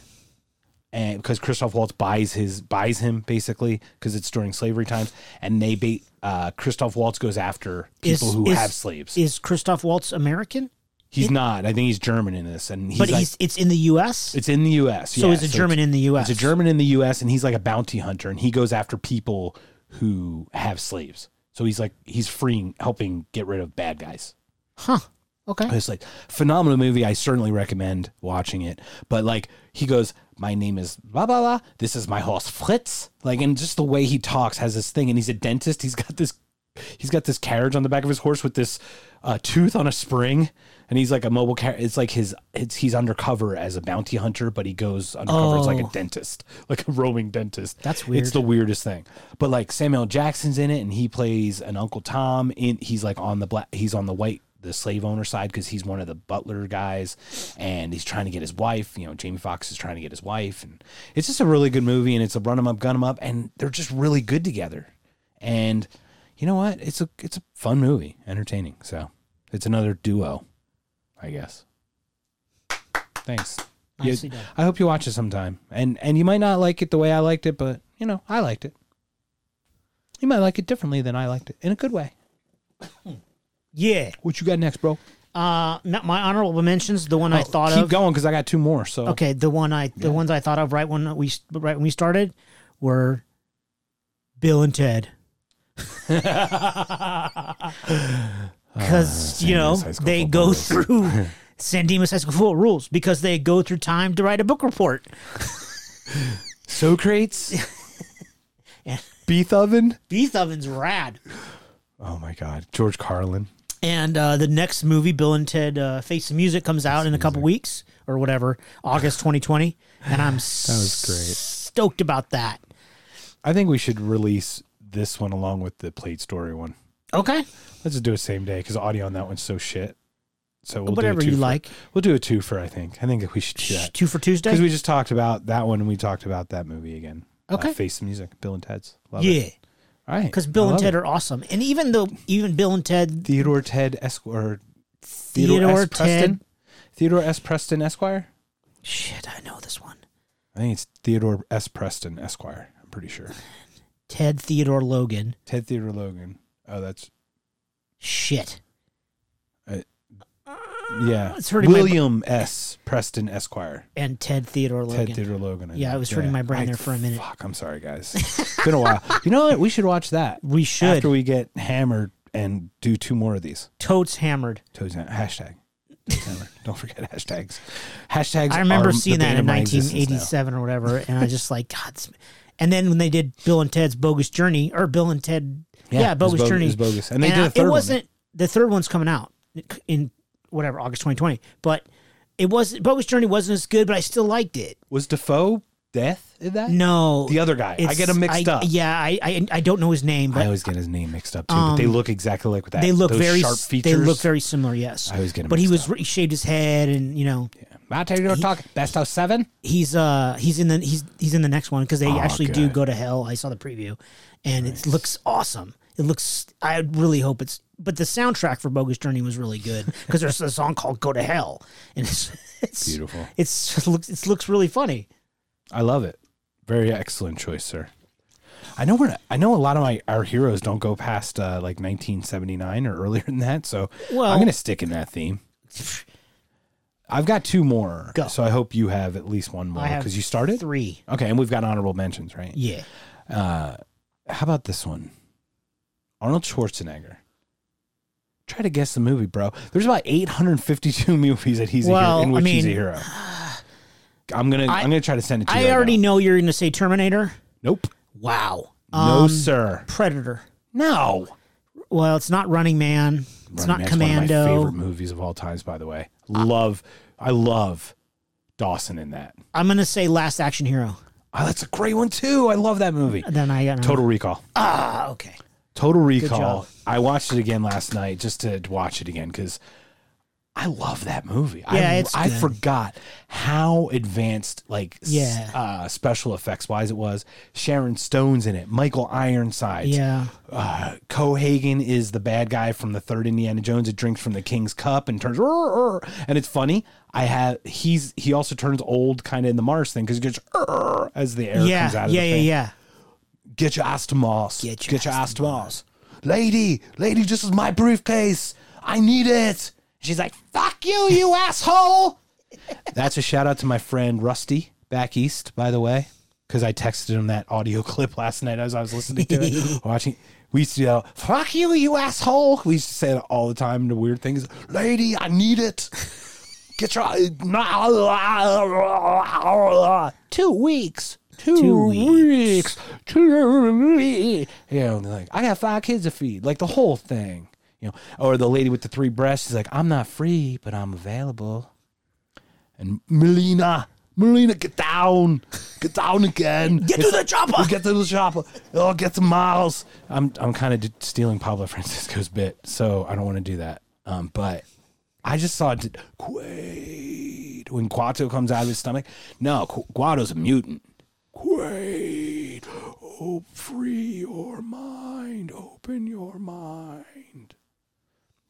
Speaker 1: and because Christoph Waltz buys his buys him basically because it's during slavery times, and they ba uh, Christoph Waltz goes after
Speaker 2: Is-
Speaker 1: people who
Speaker 2: is-
Speaker 1: have slaves.
Speaker 2: is christoph waltz american
Speaker 1: he's not. I think he's German in this, and he's
Speaker 2: but
Speaker 1: like,
Speaker 2: he's it's in the us
Speaker 1: it's in the U.S.
Speaker 2: so
Speaker 1: yeah,
Speaker 2: is a german in the us
Speaker 1: It's a German in the U.S. and he's like a bounty hunter, and he goes after people who have slaves. So he's like he's freeing, helping get rid of bad guys.
Speaker 2: huh okay
Speaker 1: It's like phenomenal movie. I certainly recommend watching it. But like he goes, my name is blah blah blah. This is my horse Fritz. Like and just the way he talks has this thing. And he's a dentist. He's got this. He's got this carriage on the back of his horse with this uh, tooth on a spring. And he's like a mobile car. It's like his. It's he's undercover as a bounty hunter, but he goes undercover as like
Speaker 2: Oh.
Speaker 1: a dentist, like a roaming dentist.
Speaker 2: That's
Speaker 1: It's
Speaker 2: weird.
Speaker 1: the weirdest thing. But like Samuel L. Jackson's in it, and he plays an Uncle Tom. In he's like on the black, he's on the white, the slave owner side because he's one of the butler guys, and he's trying to get his wife. You know, Jamie Foxx is trying to get his wife, and it's just a really good movie. And it's a run 'em up, gun 'em up, and they're just really good together. And you know what? It's a it's a fun movie, entertaining. So it's another duo, I guess. Thanks. You-
Speaker 2: Nicely done.
Speaker 1: I hope you watch it sometime. And and you might not like it the way I liked it, but you know, I liked it. You might like it differently than I liked it in a good way.
Speaker 2: yeah
Speaker 1: What you got next, bro?
Speaker 2: Uh, not my honorable mentions. The one I
Speaker 1: Oh,
Speaker 2: thought
Speaker 1: keep
Speaker 2: of.
Speaker 1: going because I got two more. So
Speaker 2: Okay, the one I, the ones I thought of right when we, right when we started, were Bill and Ted. Because
Speaker 1: San
Speaker 2: you know
Speaker 1: Dimas Ah, High School
Speaker 2: they
Speaker 1: football
Speaker 2: go
Speaker 1: rules.
Speaker 2: through San Dimas High School football rules because they go through time to write a book report.
Speaker 1: Socrates, Beef Oven.
Speaker 2: Beef oven's rad.
Speaker 1: Oh my God, George Carlin.
Speaker 2: And uh, the next movie, Bill and Ted uh, Face the Music, comes out in a couple weeks or whatever, August 2020, and I'm that
Speaker 1: was great.
Speaker 2: stoked about that.
Speaker 1: I think we should release this one along with the Plate Story one.
Speaker 2: Okay,
Speaker 1: Let's just do it same day because audio on that one's so shit. So we'll
Speaker 2: whatever
Speaker 1: do a
Speaker 2: you
Speaker 1: twofer.
Speaker 2: like.
Speaker 1: We'll do a two for. I think. I think that we should do that.
Speaker 2: Two for Tuesday.
Speaker 1: Because we just talked about that one and we talked about that movie again.
Speaker 2: Okay.
Speaker 1: Uh, Face the Music, Bill and Ted's. Love it.
Speaker 2: yeah,
Speaker 1: All right.
Speaker 2: because Bill
Speaker 1: I
Speaker 2: and
Speaker 1: love
Speaker 2: Ted
Speaker 1: it.
Speaker 2: are awesome, and even though even Bill and Ted,
Speaker 1: Theodore Ted Esquire. Theodore,
Speaker 2: Theodore
Speaker 1: S.
Speaker 2: Ted,
Speaker 1: Preston. Theodore S. Preston Esquire?
Speaker 2: shit, I know this one.
Speaker 1: I think it's Theodore S. Preston Esquire. I'm pretty sure.
Speaker 2: Ted Theodore Logan,
Speaker 1: Ted Theodore Logan. Oh, that's.
Speaker 2: shit,
Speaker 1: Yeah.
Speaker 2: it's hurting my-
Speaker 1: William S. Preston Esquire.
Speaker 2: and Ted Theodore Logan.
Speaker 1: Ted Theodore Logan.
Speaker 2: Yeah,
Speaker 1: think.
Speaker 2: it was hurting my brain there for a minute.
Speaker 1: Fuck, I'm sorry, guys. It's been a while. You know what? We should watch that
Speaker 2: we should
Speaker 1: after we get hammered and do two more of these.
Speaker 2: totes hammered.
Speaker 1: Toes down. Hashtag. Toes down. Don't forget hashtags. Hashtags.
Speaker 2: I remember
Speaker 1: are
Speaker 2: seeing
Speaker 1: the
Speaker 2: that
Speaker 1: bane
Speaker 2: in
Speaker 1: of my existence now.
Speaker 2: 1987 or whatever, and I just like God. it's- And then when they did Bill and Ted's Bogus Journey or Bill and Ted, yeah,
Speaker 1: it was
Speaker 2: Bogus
Speaker 1: bo- it
Speaker 2: Journey,
Speaker 1: was bogus. And they did
Speaker 2: I-
Speaker 1: a third
Speaker 2: it
Speaker 1: one.
Speaker 2: wasn't the third one's coming out in whatever August 2020, but it was Bogus Journey wasn't as good, but I still liked it.
Speaker 1: Was Defoe death in that?
Speaker 2: No,
Speaker 1: The other guy. I
Speaker 2: it's-
Speaker 1: get him mixed
Speaker 2: I-
Speaker 1: up.
Speaker 2: Yeah, I, I I don't know his name,
Speaker 1: I
Speaker 2: but
Speaker 1: always get his name mixed up too. but they look exactly like with that.
Speaker 2: Um, they look
Speaker 1: those
Speaker 2: very
Speaker 1: sharp
Speaker 2: s-
Speaker 1: features.
Speaker 2: They look very similar. Yes,
Speaker 1: I always get him
Speaker 2: But he
Speaker 1: mixed
Speaker 2: was he shaved his head, and you know
Speaker 1: I tell you, don't talk. Best of seven.
Speaker 2: he's uh he's in the he's he's in the next one because they
Speaker 1: Oh,
Speaker 2: actually do
Speaker 1: good.
Speaker 2: go to hell. I saw the preview, and it looks awesome. It looks. I really hope it's. But the soundtrack for Bogus Journey was really good because there's a song called "Go to Hell," and it's it's
Speaker 1: Beautiful.
Speaker 2: It's it looks it looks really funny.
Speaker 1: I love it. Very excellent choice, sir. I know we're. Not, I know a lot of my our heroes don't go past uh, like 1979 or earlier than that. So
Speaker 2: Well-
Speaker 1: I'm going to stick in that theme. I've got two more,
Speaker 2: Go.
Speaker 1: so I hope you have at least one more
Speaker 2: I have
Speaker 1: because Oh, you started.
Speaker 2: Three,
Speaker 1: Okay, and we've got honorable mentions, right?
Speaker 2: yeah.
Speaker 1: Uh, how about this one? Arnold Schwarzenegger Try to guess the movie, bro. There's about 852 movies that he's a
Speaker 2: Well,
Speaker 1: hero, in
Speaker 2: I
Speaker 1: which he's a
Speaker 2: mean-
Speaker 1: hero. I'm gonna I,
Speaker 2: I-
Speaker 1: am gonna try to send it to you.
Speaker 2: I
Speaker 1: right
Speaker 2: already
Speaker 1: now.
Speaker 2: know you're going to say Terminator.
Speaker 1: Nope.
Speaker 2: Wow.
Speaker 1: no
Speaker 2: Um,
Speaker 1: sir.
Speaker 2: Predator.
Speaker 1: No.
Speaker 2: Well, it's not Running Man.
Speaker 1: Running
Speaker 2: It's not
Speaker 1: Man's
Speaker 2: Commando.
Speaker 1: One of my favorite movies of all times, by the way. Love. I love Dawson in that.
Speaker 2: I'm going to say Last Action Hero.
Speaker 1: Oh, that's a great one too. I love that movie.
Speaker 2: Then I got
Speaker 1: Total Recall.
Speaker 2: Ah, okay.
Speaker 1: Total
Speaker 2: job.
Speaker 1: Recall. I watched it again last night just to watch it again because I love that movie.
Speaker 2: Yeah,
Speaker 1: I,
Speaker 2: it's
Speaker 1: I
Speaker 2: good.
Speaker 1: forgot how advanced, like, s-
Speaker 2: Yeah.
Speaker 1: uh, special effects wise it was. Sharon Stone's in it, Michael Ironside.
Speaker 2: Yeah.
Speaker 1: Uh, Cohagen is the bad guy from the third Indiana Jones. It drinks from the King's Cup and turns, "Rrr, rrr." and it's funny. I have he's he also turns old, kind of in the Mars thing because he goes "Rrr," as the air
Speaker 2: Yeah.
Speaker 1: comes out
Speaker 2: Yeah.
Speaker 1: of
Speaker 2: Yeah.
Speaker 1: the thing
Speaker 2: Yeah.
Speaker 1: get your ass to Mars.
Speaker 2: Get your
Speaker 1: ass to Mars. Lady, lady, this is my briefcase. I need it. She's like, fuck you, you asshole. That's a shout out to my friend Rusty back east, by the way, because I texted him that audio clip last night as I was listening to it, watching. We used to yell, fuck you, you asshole. We used to say it all the time to weird things. Lady, I need it. Get your. Two weeks. Two,
Speaker 2: Two
Speaker 1: weeks. Two weeks. You know, and they're like, I got five kids to feed. Like the whole thing. You know, or the lady with the three breasts is like, I'm not free, but I'm available. And Melina, Melina, get down. Get down again. Get
Speaker 2: to the chopper.
Speaker 1: Get to the chopper. Oh, get to Miles. I'm, I'm kind of d- stealing Pablo Francisco's bit, so I don't want to do that. Um, but I just saw d- Quaid when Quato comes out of his stomach. No, Qu- Quato's a mutant. Quaid, oh, free your mind. Open your mind.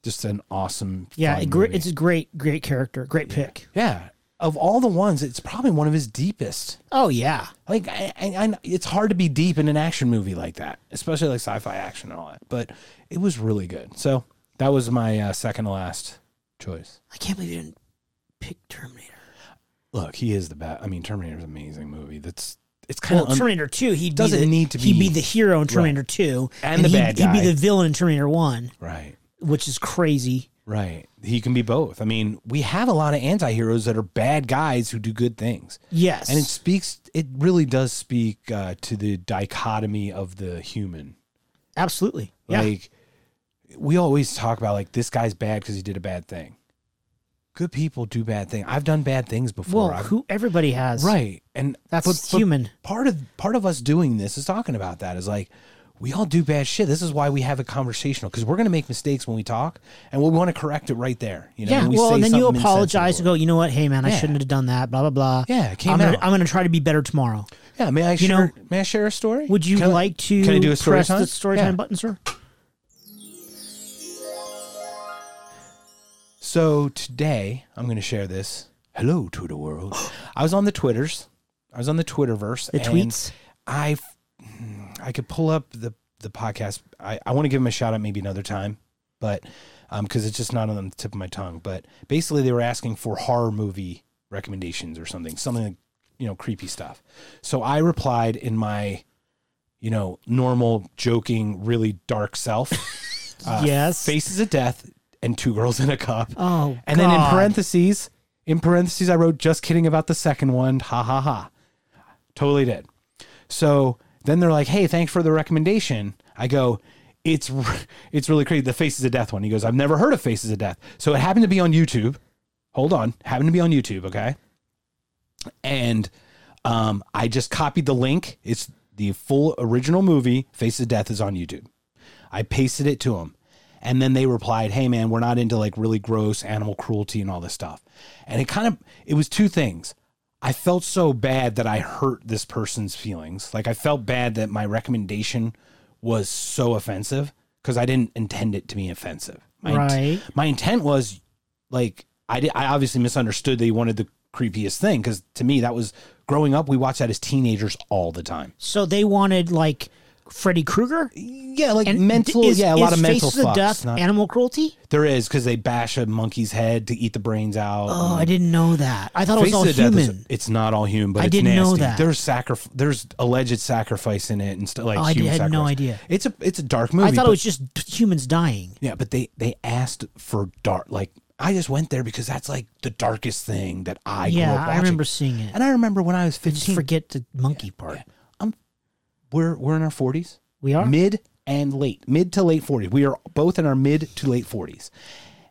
Speaker 1: Just an awesome.
Speaker 2: Yeah.
Speaker 1: fun
Speaker 2: it gr-
Speaker 1: movie.
Speaker 2: it's a great, great character. Great pick.
Speaker 1: Yeah. Of all the ones, it's probably one of his deepest.
Speaker 2: Oh, yeah.
Speaker 1: Like, I, I, I, it's hard to be deep in an action movie like that, especially like sci-fi action and all that. But it was really good. So that was my uh, second to last choice.
Speaker 2: I can't believe you didn't pick Terminator.
Speaker 1: Look, he is the best. I mean, Terminator's an amazing movie. That's it's kind
Speaker 2: Well,
Speaker 1: of un-
Speaker 2: Terminator 2, he'd
Speaker 1: doesn't
Speaker 2: be the,
Speaker 1: need to
Speaker 2: He'd be
Speaker 1: be-
Speaker 2: the hero in Terminator 2.
Speaker 1: And the
Speaker 2: he'd,
Speaker 1: bad
Speaker 2: he'd
Speaker 1: guy.
Speaker 2: be the villain in Terminator 1,
Speaker 1: right,
Speaker 2: which is crazy.
Speaker 1: right. He can be both. I mean, we have a lot of anti-heroes that are bad guys who do good things.
Speaker 2: Yes.
Speaker 1: and it speaks it really does speak uh, to the dichotomy of the human
Speaker 2: Absolutely. Yeah.
Speaker 1: like we always talk about like this guy's bad because he did a bad thing good people do bad things i've done bad things before
Speaker 2: well,
Speaker 1: I've-
Speaker 2: who everybody has.
Speaker 1: right and
Speaker 2: That's
Speaker 1: but- but
Speaker 2: human.
Speaker 1: part of part of us doing this is talking about that is like we all do bad shit this is why we have a conversational because we're going to make mistakes when we talk and we want to correct it right there you know
Speaker 2: yeah.
Speaker 1: when we
Speaker 2: well,
Speaker 1: say
Speaker 2: and then you
Speaker 1: something
Speaker 2: apologize and
Speaker 1: insensitive.
Speaker 2: go, you know what? Hey, man, I
Speaker 1: Yeah.
Speaker 2: shouldn't have done that. Blah, blah, blah.
Speaker 1: Yeah, it came
Speaker 2: I'm Gonna,
Speaker 1: out.
Speaker 2: I'm going to try to be better tomorrow.
Speaker 1: yeah may i share,
Speaker 2: know-
Speaker 1: may i share a story
Speaker 2: Would you
Speaker 1: Can I-
Speaker 2: like to
Speaker 1: can i do a story
Speaker 2: press
Speaker 1: time
Speaker 2: the story
Speaker 1: Yeah.
Speaker 2: time button, sir?
Speaker 1: So today I'm going to share this. Hello to the world. I was on the Twitters. I was on the Twitterverse.
Speaker 2: The
Speaker 1: and
Speaker 2: tweets?
Speaker 1: I f- mm, I could pull up the the podcast. I, I want to give them a shout out maybe another time, but um because it's just not on the tip of my tongue. But basically they were asking for horror movie recommendations or something, something like, you know creepy stuff. So I replied in my you know normal joking really dark self. Uh,
Speaker 2: yes.
Speaker 1: Faces of Death and Two Girls in a Cup.
Speaker 2: Oh,
Speaker 1: And then in
Speaker 2: God.
Speaker 1: parentheses, in parentheses, I wrote just kidding about the second one. Ha ha ha. Totally did. So then they're like, hey, thanks for the recommendation. I go, it's r- it's really crazy. The Faces of Death one. He goes, I've never heard of Faces of Death. So it happened to be on YouTube. Hold on, happened to be on YouTube. Okay, and um, I just copied the link. It's the full original movie. Faces of Death is on YouTube. I pasted it to them. And then they replied, "Hey man, we're not into like really gross animal cruelty and all this stuff." And it kind of it was two things. I felt so bad that I hurt this person's feelings. Like I felt bad that my recommendation was so offensive because I didn't intend it to be offensive. My int-
Speaker 2: Right.
Speaker 1: my intent was like I did, I obviously misunderstood they wanted the creepiest thing because to me that was growing up we watched that as teenagers all the time.
Speaker 2: So they wanted like Freddy Krueger?
Speaker 1: Yeah, like
Speaker 2: And
Speaker 1: mental.
Speaker 2: is-
Speaker 1: yeah, a
Speaker 2: is
Speaker 1: lot of mental
Speaker 2: Faces of
Speaker 1: fucks.
Speaker 2: Death
Speaker 1: not-
Speaker 2: animal cruelty?
Speaker 1: there is because they bash a monkey's head to eat the brains out.
Speaker 2: Oh,
Speaker 1: and-
Speaker 2: I didn't know that. I thought it
Speaker 1: Mm.
Speaker 2: was
Speaker 1: Face
Speaker 2: all
Speaker 1: of the Death is-
Speaker 2: human.
Speaker 1: it's not all human, but
Speaker 2: I
Speaker 1: it's
Speaker 2: didn't know
Speaker 1: nasty.
Speaker 2: that.
Speaker 1: There's sacrif- There's alleged sacrifice in it and stuff like
Speaker 2: Oh, I
Speaker 1: human
Speaker 2: had no
Speaker 1: sacrifice.
Speaker 2: idea.
Speaker 1: It's a it's a dark movie.
Speaker 2: I thought
Speaker 1: but-
Speaker 2: it was just humans dying.
Speaker 1: yeah, but they they asked for dark. Like I just went there because that's like the darkest thing that I grew up
Speaker 2: yeah,
Speaker 1: watching.
Speaker 2: I remember seeing it.
Speaker 1: and I remember when I was
Speaker 2: I just
Speaker 1: 15.
Speaker 2: forget the monkey part.
Speaker 1: we're we're in our 40s,
Speaker 2: We are
Speaker 1: mid and late, mid to late 40s. We are both in our mid to late 40s.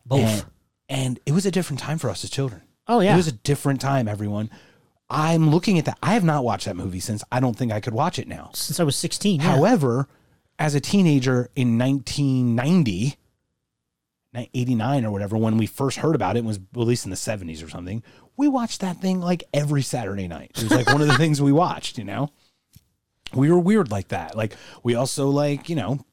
Speaker 2: both.
Speaker 1: And, and it was a different time for us as children.
Speaker 2: oh yeah,
Speaker 1: It was a different time, everyone. I'm looking at that. I have not watched that movie since I don't think I could watch it now.
Speaker 2: since I was sixteen. Yeah.
Speaker 1: However, as a teenager in 1990, ni- 89 or whatever, when we first heard about it, it was released in the 70s or something, we watched that thing like every Saturday night. It was like one of the things we watched, you know? We were weird like that. Like, we also, like, you know,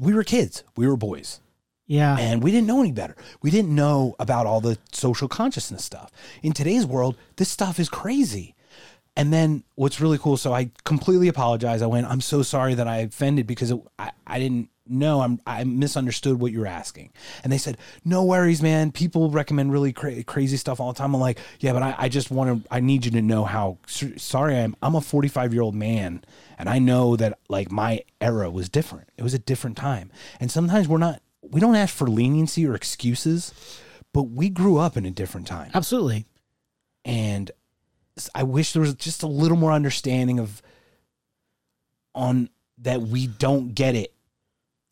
Speaker 1: we were kids, we were boys
Speaker 2: yeah,
Speaker 1: and we didn't know any better. We didn't know about all the social consciousness stuff. In today's world, this stuff is crazy. And then what's really cool, so I completely apologize. I went, I'm so sorry that I offended because it, I, I didn't know. I'm, I misunderstood what you were asking. And they said, no worries, man. People recommend really cra- crazy stuff all the time. I'm like, yeah, but I, I just want to, I need you to know how s- sorry I am. I'm a 45 year old man. And I know that like my era was different. It was a different time. And sometimes we're not we don't ask for leniency or excuses, but we grew up in a different time.
Speaker 2: absolutely.
Speaker 1: And s- I wish there was just a little more understanding of on that we don't get it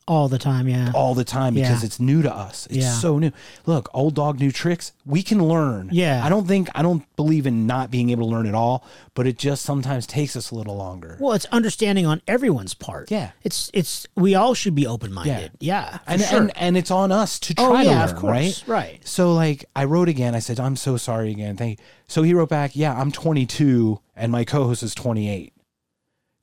Speaker 2: All the time. Yeah,
Speaker 1: all the time because
Speaker 2: Yeah.
Speaker 1: it's new to us. It's
Speaker 2: Yeah.
Speaker 1: so new. Look, old dog new tricks. We can learn.
Speaker 2: Yeah.
Speaker 1: I don't think I don't believe in not being able to learn at all, but it just sometimes takes us a little longer.
Speaker 2: Well, it's understanding on everyone's part.
Speaker 1: Yeah.
Speaker 2: It's it's we all should be open minded. Yeah. for
Speaker 1: and,
Speaker 2: sure.
Speaker 1: and and it's on us to try
Speaker 2: oh
Speaker 1: to
Speaker 2: yeah,
Speaker 1: learn,
Speaker 2: of course.
Speaker 1: right? So like I wrote again. I said, "I'm so sorry again. Thank you." So he wrote back, "Yeah, I'm 22 and my co-host is 28.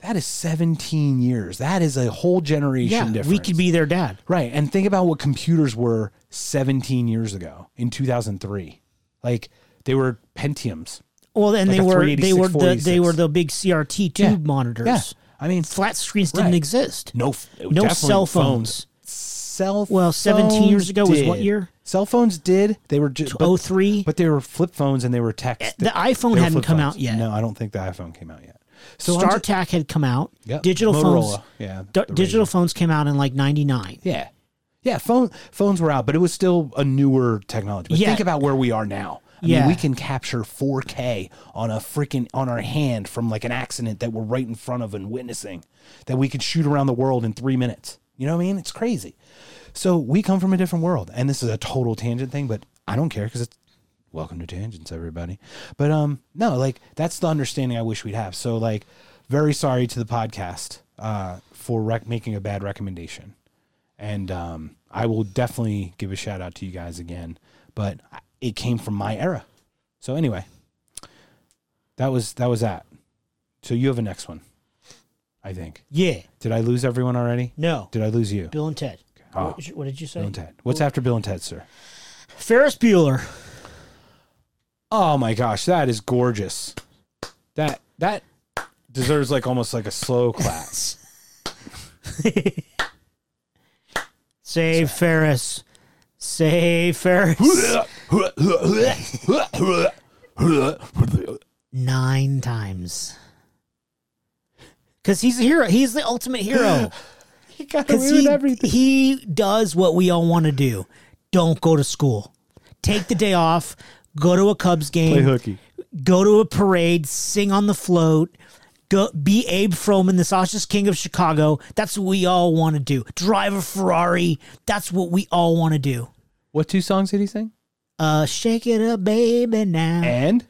Speaker 1: That is 17 years. That is a whole generation
Speaker 2: Yeah,
Speaker 1: difference.
Speaker 2: we could be their dad.
Speaker 1: right. And think about what computers were 17 years ago in 2003. Like they were Pentiums.
Speaker 2: Well, and
Speaker 1: Like a
Speaker 2: they were they were the,
Speaker 1: 386.
Speaker 2: they were the big CRT tube
Speaker 1: Yeah.
Speaker 2: monitors.
Speaker 1: Yeah. I mean,
Speaker 2: Flat screens didn't
Speaker 1: Right.
Speaker 2: exist.
Speaker 1: no, f-
Speaker 2: No
Speaker 1: definitely
Speaker 2: cell phones.
Speaker 1: Cell
Speaker 2: Well, 17 years
Speaker 1: phones
Speaker 2: ago was what
Speaker 1: did.
Speaker 2: year?
Speaker 1: Cell phones did. They were just
Speaker 2: Oh three. Eh,
Speaker 1: But they were flip phones and they were text.
Speaker 2: The
Speaker 1: They
Speaker 2: iPhone
Speaker 1: were
Speaker 2: hadn't
Speaker 1: flip
Speaker 2: come
Speaker 1: phones.
Speaker 2: out yet.
Speaker 1: No, I don't think the iPhone came out yet. So I'm ju-
Speaker 2: StarTAC had come out.
Speaker 1: Yep.
Speaker 2: Digital
Speaker 1: Motorola.
Speaker 2: phones.
Speaker 1: Yeah,
Speaker 2: di-
Speaker 1: the
Speaker 2: digital phones came out in like '99.
Speaker 1: yeah, yeah. Phone phones were out, but it was still a newer technology. But
Speaker 2: Yeah.
Speaker 1: think about where we are now. I
Speaker 2: Yeah.
Speaker 1: mean, we can capture 4K on a freaking on our hand from like an accident that we're right in front of and witnessing, that we could shoot around the world in three minutes. You know what I mean? It's crazy. So we come from a different world, and this is a total tangent thing, but I don't care because it's welcome to tangents, everybody. But um, no, like that's the understanding I wish we'd have. So like, very sorry to the podcast uh for rec- making a bad recommendation, and um, I will definitely give a shout out to you guys again. But I- it came from my era, so anyway, that was that was that. So you have a next one, I think.
Speaker 2: Yeah.
Speaker 1: Did I lose everyone already?
Speaker 2: No.
Speaker 1: Did I lose you?
Speaker 2: Bill and Ted.
Speaker 1: Ah.
Speaker 2: What, what did you say?
Speaker 1: Bill and Ted. What's after Bill and Ted, sir?
Speaker 2: Ferris Bueller.
Speaker 1: Oh my gosh, that is gorgeous. That that deserves like almost like a slow clap.
Speaker 2: Save Ferris. Save Ferris. Nine times. Because he's a hero. He's the ultimate hero.
Speaker 1: he got away
Speaker 2: Because
Speaker 1: with
Speaker 2: he,
Speaker 1: everything.
Speaker 2: he does what we all want to do. Don't go to school. Take the day off. Go to a Cubs
Speaker 1: Play
Speaker 2: game.
Speaker 1: hooky.
Speaker 2: go to a parade, sing on the float, go be Abe Froman, the sausage king of Chicago. That's what we all want to do. Drive a Ferrari. That's what we all want to do.
Speaker 1: What two songs did he sing?
Speaker 2: Uh, shake it up, baby, now.
Speaker 1: And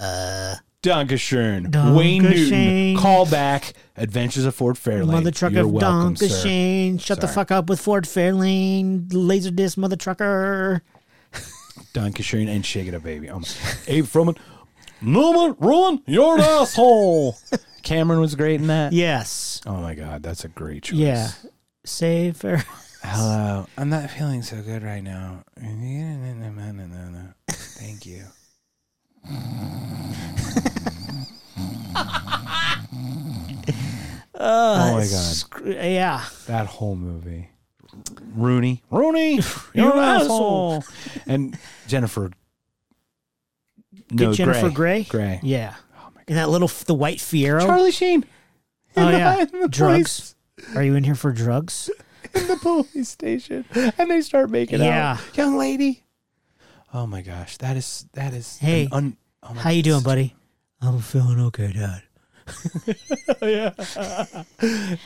Speaker 2: Uh,
Speaker 1: Donkashern, Wayne
Speaker 2: Dunkashane.
Speaker 1: Newton, Callback, Adventures of Fort Fairlane.
Speaker 2: Mother trucker
Speaker 1: You're
Speaker 2: of
Speaker 1: welcome,
Speaker 2: Donka
Speaker 1: sir.
Speaker 2: Shane. Shut the
Speaker 1: Sorry.
Speaker 2: fuck up with Ford Fairlane. Laserdisc mother trucker.
Speaker 1: Donkashern and Shake It Up Baby. Oh my. Abe Froman, Norman, Rowan, you're an asshole. Cameron was great in that.
Speaker 2: Yes.
Speaker 1: Oh my God, that's a great choice.
Speaker 2: Yeah. Save Fer-
Speaker 1: Hello. I'm not feeling so good right now. Thank you.
Speaker 2: Oh, Uh,
Speaker 1: Oh my God.
Speaker 2: sc- yeah.
Speaker 1: That whole movie. Rooney. Rooney, you're
Speaker 2: You're
Speaker 1: an
Speaker 2: an
Speaker 1: asshole. and Jennifer.
Speaker 2: Get Jennifer Grey.
Speaker 1: Grey.
Speaker 2: Yeah.
Speaker 1: Oh my
Speaker 2: And that little f- the white Fiero.
Speaker 1: Charlie Sheen.
Speaker 2: Oh,
Speaker 1: In the-
Speaker 2: yeah.
Speaker 1: in the
Speaker 2: Drugs. Are you in here for drugs?
Speaker 1: Police, in the police station, and they start making
Speaker 2: Yeah.
Speaker 1: out. Young lady. Oh my gosh, that is that is. an
Speaker 2: Hey,
Speaker 1: un- oh my
Speaker 2: How you doing,
Speaker 1: goodness.
Speaker 2: buddy? I'm feeling okay, Dad.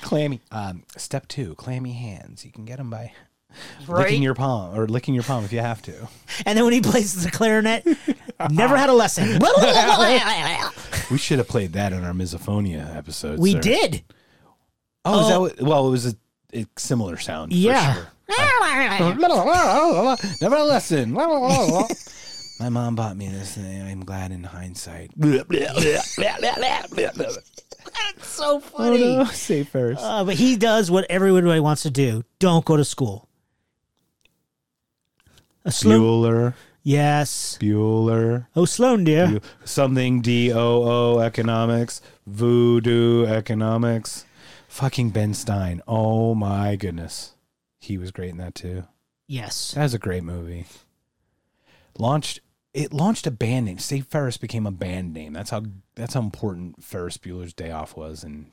Speaker 1: Clammy. Um, step two: clammy hands. You can get them by
Speaker 2: Right?
Speaker 1: licking your palm or licking your palm if you have to.
Speaker 2: and then when he plays the clarinet, never had a lesson.
Speaker 1: We should have played that in our misophonia episode.
Speaker 2: we
Speaker 1: sir.
Speaker 2: did.
Speaker 1: Oh, is
Speaker 2: Oh.
Speaker 1: that what, well? It was a, a similar sound.
Speaker 2: Yeah.
Speaker 1: For sure. Never a lesson. My mom bought me this, and I'm glad in hindsight.
Speaker 2: That's so
Speaker 1: Oh
Speaker 2: funny.
Speaker 1: no! Say first.
Speaker 2: Uh, but he does what everybody wants to do. Don't go to school. A Sloan,
Speaker 1: Bueller,
Speaker 2: yes.
Speaker 1: Bueller,
Speaker 2: Oh, Sloan, dear.
Speaker 1: Bu- something D O O economics, voodoo economics. Fucking Ben Stein. Oh my goodness, he was great in that too.
Speaker 2: Yes.
Speaker 1: That was a great movie. Launched it launched a band name. Save Ferris became a band name. That's how that's how important Ferris Bueller's Day Off was in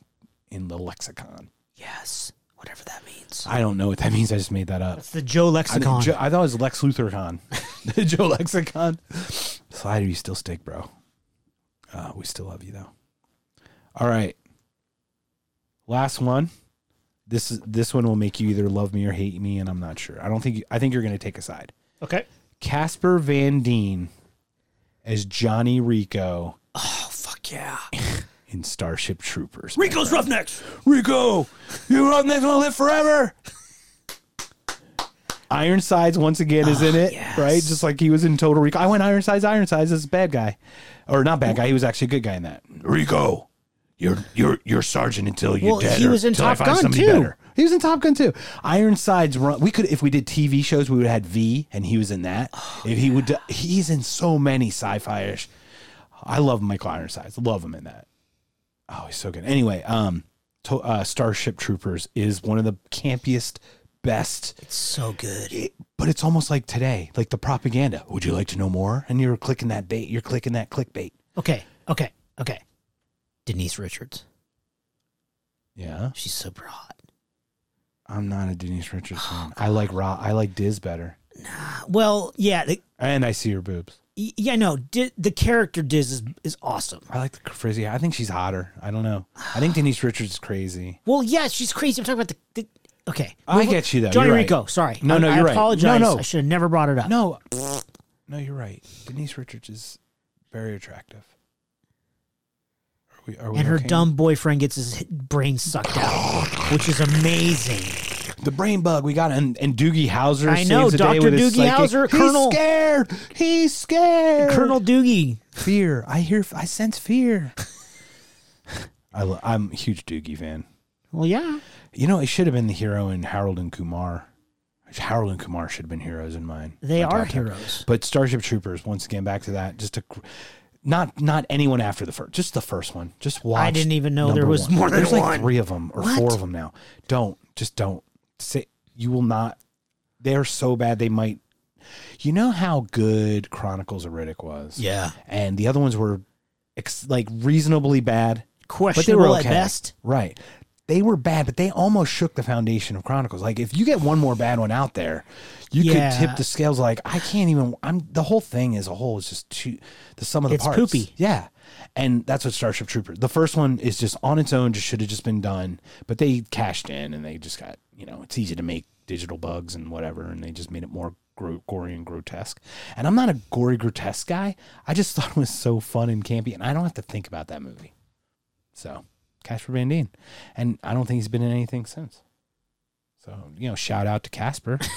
Speaker 1: in the lexicon.
Speaker 2: Yes. Whatever that means.
Speaker 1: I don't know what that means. I just made that up.
Speaker 2: It's the
Speaker 1: I,
Speaker 2: Joe
Speaker 1: think
Speaker 2: lexicon.
Speaker 1: Joe- I thought it was Lex Luthor Con. Joe Lexicon. Slider, you still stick, bro. Uh, we still love you though. All right. Last one. This is this one will make you either love me or hate me, and I'm not sure. I don't think you, I think you're gonna take a side.
Speaker 2: okay.
Speaker 1: Casper Van Dien as Johnny Rico
Speaker 2: Oh, fuck yeah.
Speaker 1: in Starship Troopers.
Speaker 2: Rico's Roughnecks.
Speaker 1: Rico, you redneck gonna live forever. Ironsides once again is in it,
Speaker 2: Ah, yes.
Speaker 1: right? Just like he was in Total Rico. I went Ironsides, Ironsides as a bad guy, or not bad guy. He was actually a good guy in that. Rico, you're you're you're sergeant until you're
Speaker 2: Well, he was in
Speaker 1: till I
Speaker 2: Top
Speaker 1: find
Speaker 2: Gun,
Speaker 1: somebody
Speaker 2: too.
Speaker 1: He was in Top Gun too. Ironsides run. We could if we did TV shows, we would have had V, and he was in that.
Speaker 2: Oh,
Speaker 1: if he would, he's in so many sci-fi ish. I love Michael Ironsides. Love him in that. Oh, he's so good. Anyway, um, to, uh, Starship Troopers is one of the campiest, best.
Speaker 2: It's so good.
Speaker 1: It, but it's almost like today, like the propaganda. Would you like to know more? And you're clicking that bait. You're clicking that clickbait.
Speaker 2: Okay. Okay. Okay. Denise Richards.
Speaker 1: Yeah,
Speaker 2: She's super hot.
Speaker 1: I'm not a Denise Richards fan. I like Ra. I like Diz better.
Speaker 2: Uh, Well, yeah. The,
Speaker 1: And I see her boobs.
Speaker 2: yeah, no. Di- the character Diz is, is awesome.
Speaker 1: I like the frizzy. I think she's hotter. I don't know. I think Denise Richards is crazy.
Speaker 2: Well, yeah, she's crazy. I'm talking about the. the okay.
Speaker 1: I get you though.
Speaker 2: Johnny
Speaker 1: You're right.
Speaker 2: Rico. Sorry.
Speaker 1: No,
Speaker 2: I,
Speaker 1: no,
Speaker 2: I
Speaker 1: you're right.
Speaker 2: apologize.
Speaker 1: No, no.
Speaker 2: I should have never brought it up.
Speaker 1: No, no, you're right. Denise Richards is very attractive. Are we? Are we
Speaker 2: and her
Speaker 1: okay?
Speaker 2: dumb boyfriend gets his h- brain sucked out, which is amazing.
Speaker 1: the brain bug. We got and and Doogie Howser.
Speaker 2: I know,
Speaker 1: saves the day
Speaker 2: Dr.
Speaker 1: with his
Speaker 2: Doogie
Speaker 1: psychic-
Speaker 2: Howser,
Speaker 1: He's
Speaker 2: Colonel-
Speaker 1: scared. He's scared.
Speaker 2: Colonel Doogie.
Speaker 1: fear. I hear. I sense fear. I lo- I'm a huge Doogie fan.
Speaker 2: Well, yeah.
Speaker 1: You know, it should have been the hero in Harold and Kumar. Harold and Kumar should have been heroes in mine.
Speaker 2: They
Speaker 1: My
Speaker 2: are
Speaker 1: top ten.
Speaker 2: heroes.
Speaker 1: But Starship Troopers, once again, back to that. Just a, not not anyone after the first, just the first one. Just watch.
Speaker 2: I didn't even know
Speaker 1: number
Speaker 2: there was
Speaker 1: one.
Speaker 2: more than
Speaker 1: There's like
Speaker 2: one.
Speaker 1: three of them or
Speaker 2: What?
Speaker 1: four of them now. Don't just don't say you will not. They're so bad they might. You know how good Chronicles of Riddick was,
Speaker 2: Yeah.
Speaker 1: and the other ones were ex- like reasonably bad, but they
Speaker 2: Questionable
Speaker 1: were okay.
Speaker 2: at best.
Speaker 1: Right. They were bad, but they almost shook the foundation of Chronicles. Like if you get one more bad one out there, you
Speaker 2: Yeah.
Speaker 1: could tip the scales like I can't even I'm the whole thing as a whole is just too the sum of the
Speaker 2: It's
Speaker 1: parts.
Speaker 2: poopy.
Speaker 1: Yeah. And that's what Starship Trooper. The first one is just on its own, just should have just been done. But they cashed in and they just got, you know, it's easy to make digital bugs and whatever, and they just made it more gro- gory and grotesque. And I'm not a gory grotesque guy. I just thought it was so fun and campy, and I don't have to think about that movie. So Casper Van Dien. And I don't think he's been in anything since. So, you know, shout out to Casper.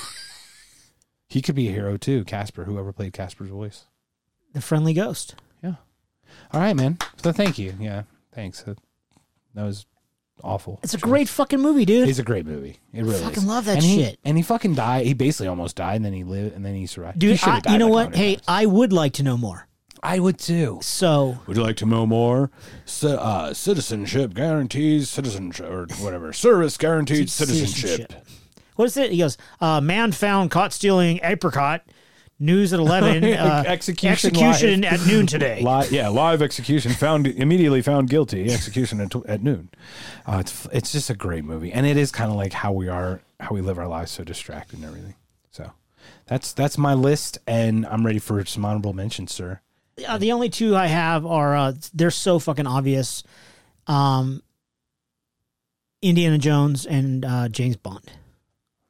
Speaker 1: he could be a hero too, Casper, whoever played Casper's voice.
Speaker 2: The friendly ghost.
Speaker 1: All right, man. So thank you. Yeah. Thanks. That that was awful.
Speaker 2: It's a great fucking movie, dude.
Speaker 1: It's a great movie. It really is.
Speaker 2: fucking love that
Speaker 1: and he,
Speaker 2: shit.
Speaker 1: And he fucking died. He basically almost died and then he lived and then he survived. He
Speaker 2: Dude,
Speaker 1: should've
Speaker 2: I,
Speaker 1: died
Speaker 2: you know
Speaker 1: like a
Speaker 2: what?
Speaker 1: hundred
Speaker 2: Hey,
Speaker 1: times.
Speaker 2: I would like to know more.
Speaker 1: I would too.
Speaker 2: So
Speaker 1: Would you like to know more? C- uh, citizenship guarantees citizenship, or whatever. Service guarantees citizenship.
Speaker 2: What is it? He goes, uh, man found caught stealing apricot. News at 11. Uh,
Speaker 1: Execution
Speaker 2: execution
Speaker 1: live.
Speaker 2: at noon today.
Speaker 1: Li- yeah, live execution. Found immediately found guilty. Execution at, at noon. Uh, it's it's just a great movie, and it is kind of like how we are, how we live our lives, so distracted and everything. So that's that's my list, and I'm ready for some honorable mentions, sir.
Speaker 2: Uh, the only two I have are, uh, they're so fucking obvious. Um, Indiana Jones and uh, James Bond.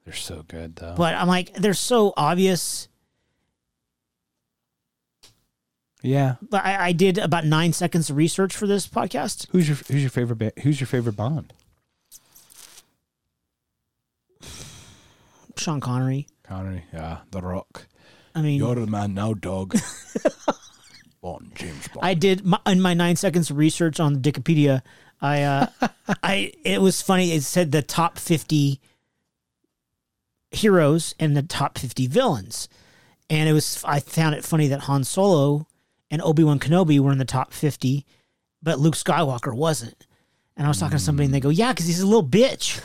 Speaker 1: They're so good though.
Speaker 2: But I'm like, they're so obvious.
Speaker 1: yeah.
Speaker 2: But I, I did about nine seconds of research for this podcast.
Speaker 1: Who's your who's your favorite ba- who's your favorite Bond?
Speaker 2: Sean Connery.
Speaker 1: Connery. Yeah, The Rock.
Speaker 2: I mean,
Speaker 1: the man now, dog. Bond, James Bond.
Speaker 2: I did my, in my nine seconds of research on Wikipedia. I, uh, I, it was funny. It said the top fifty heroes and the top fifty villains, and it was. I found it funny that Han Solo and Obi Wan Kenobi were in the top fifty, but Luke Skywalker wasn't. And I was talking to somebody, and they go, "Yeah, because he's a little bitch."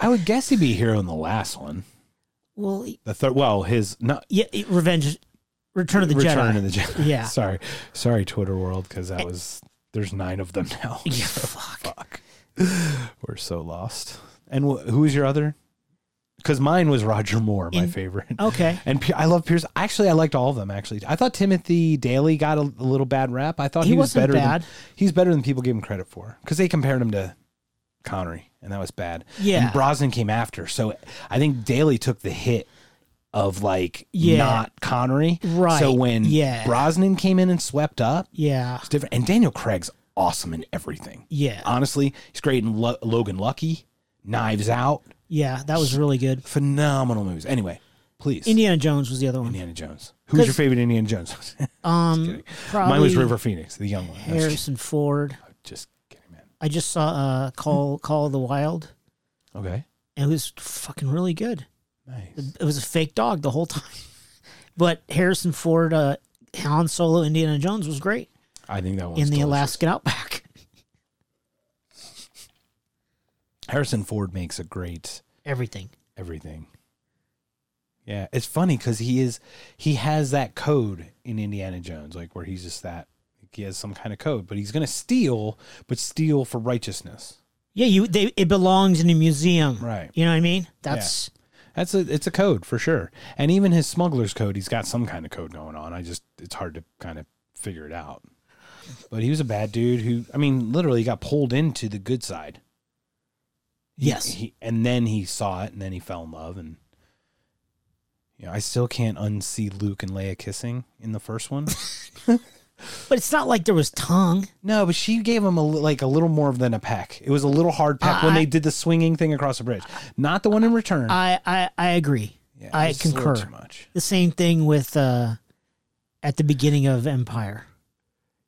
Speaker 1: I would guess he'd be a hero in the last one.
Speaker 2: well,
Speaker 1: The third. Well, his not
Speaker 2: yeah, revenge, Return of the
Speaker 1: Return
Speaker 2: Jedi.
Speaker 1: of the Jedi.
Speaker 2: Yeah. Eh.
Speaker 1: sorry, sorry, Twitter world, because that was there's nine of them now.
Speaker 2: Yeah, fuck.
Speaker 1: Fuck, we're so lost. And wh- who was your other? Because mine was Roger Moore, my
Speaker 2: In- Oh,
Speaker 1: favorite.
Speaker 2: Okay.
Speaker 1: And P- I love Pierce. Actually, I liked all of them. Actually, I thought Timothy Daly got a, a little bad rap. I thought
Speaker 2: He
Speaker 1: he, was
Speaker 2: wasn't
Speaker 1: better.
Speaker 2: bad.
Speaker 1: Than, he's better than people give him credit for because they compared him to Connery, and that was bad.
Speaker 2: Yeah.
Speaker 1: and Brosnan came after, so I think Daly took the hit of like
Speaker 2: Yeah.
Speaker 1: not Connery.
Speaker 2: Right.
Speaker 1: So when
Speaker 2: Yeah.
Speaker 1: Brosnan came in and swept up,
Speaker 2: Yeah.
Speaker 1: it's different. And Daniel Craig's awesome in everything.
Speaker 2: Yeah.
Speaker 1: Honestly, he's great in Lo- Logan Lucky, Knives Out,
Speaker 2: Yeah. That was really good.
Speaker 1: phenomenal movies. Anyway, please.
Speaker 2: Indiana Jones was the other one.
Speaker 1: Indiana Jones. Who's your
Speaker 2: 'Cause-
Speaker 1: favorite Indiana Jones?
Speaker 2: Um, probably
Speaker 1: Mine was River Phoenix, the young one. I was
Speaker 2: Harrison Ford.
Speaker 1: Just kidding, man.
Speaker 2: I just saw uh, Call Call of the Wild.
Speaker 1: Okay.
Speaker 2: and It was fucking really good.
Speaker 1: Nice.
Speaker 2: It was a fake dog the whole time, but Harrison Ford, uh, Han Solo, Indiana Jones was great
Speaker 1: I think that one
Speaker 2: in the Alaskan outback.
Speaker 1: Harrison Ford makes a great
Speaker 2: Everything.
Speaker 1: everything. Yeah, it's funny because he is he has that code in Indiana Jones, like where he's just that he has some kind of code, but he's gonna steal, but steal for righteousness.
Speaker 2: Yeah, you. They, it belongs in a museum,
Speaker 1: Right.
Speaker 2: You know what I mean? That's
Speaker 1: That's a it's a code for sure. And even his smuggler's code, he's got some kind of code going on. I just it's hard to kind of figure it out. But he was a bad dude who I mean, literally got pulled into the good side. He-
Speaker 2: yes.
Speaker 1: He, and then he saw it and then he fell in love and you know, I still can't unsee Luke and Leia kissing in the first one.
Speaker 2: but it's not like there was tongue.
Speaker 1: no, but she gave him a li- like a little more than a peck. It was a little hard peck when
Speaker 2: I-
Speaker 1: they did the swinging thing across the bridge. Not the one in return.
Speaker 2: I I, I agree.
Speaker 1: Yeah, it
Speaker 2: I
Speaker 1: was a little
Speaker 2: concur.
Speaker 1: Too much.
Speaker 2: The same thing with uh, at the beginning of Empire.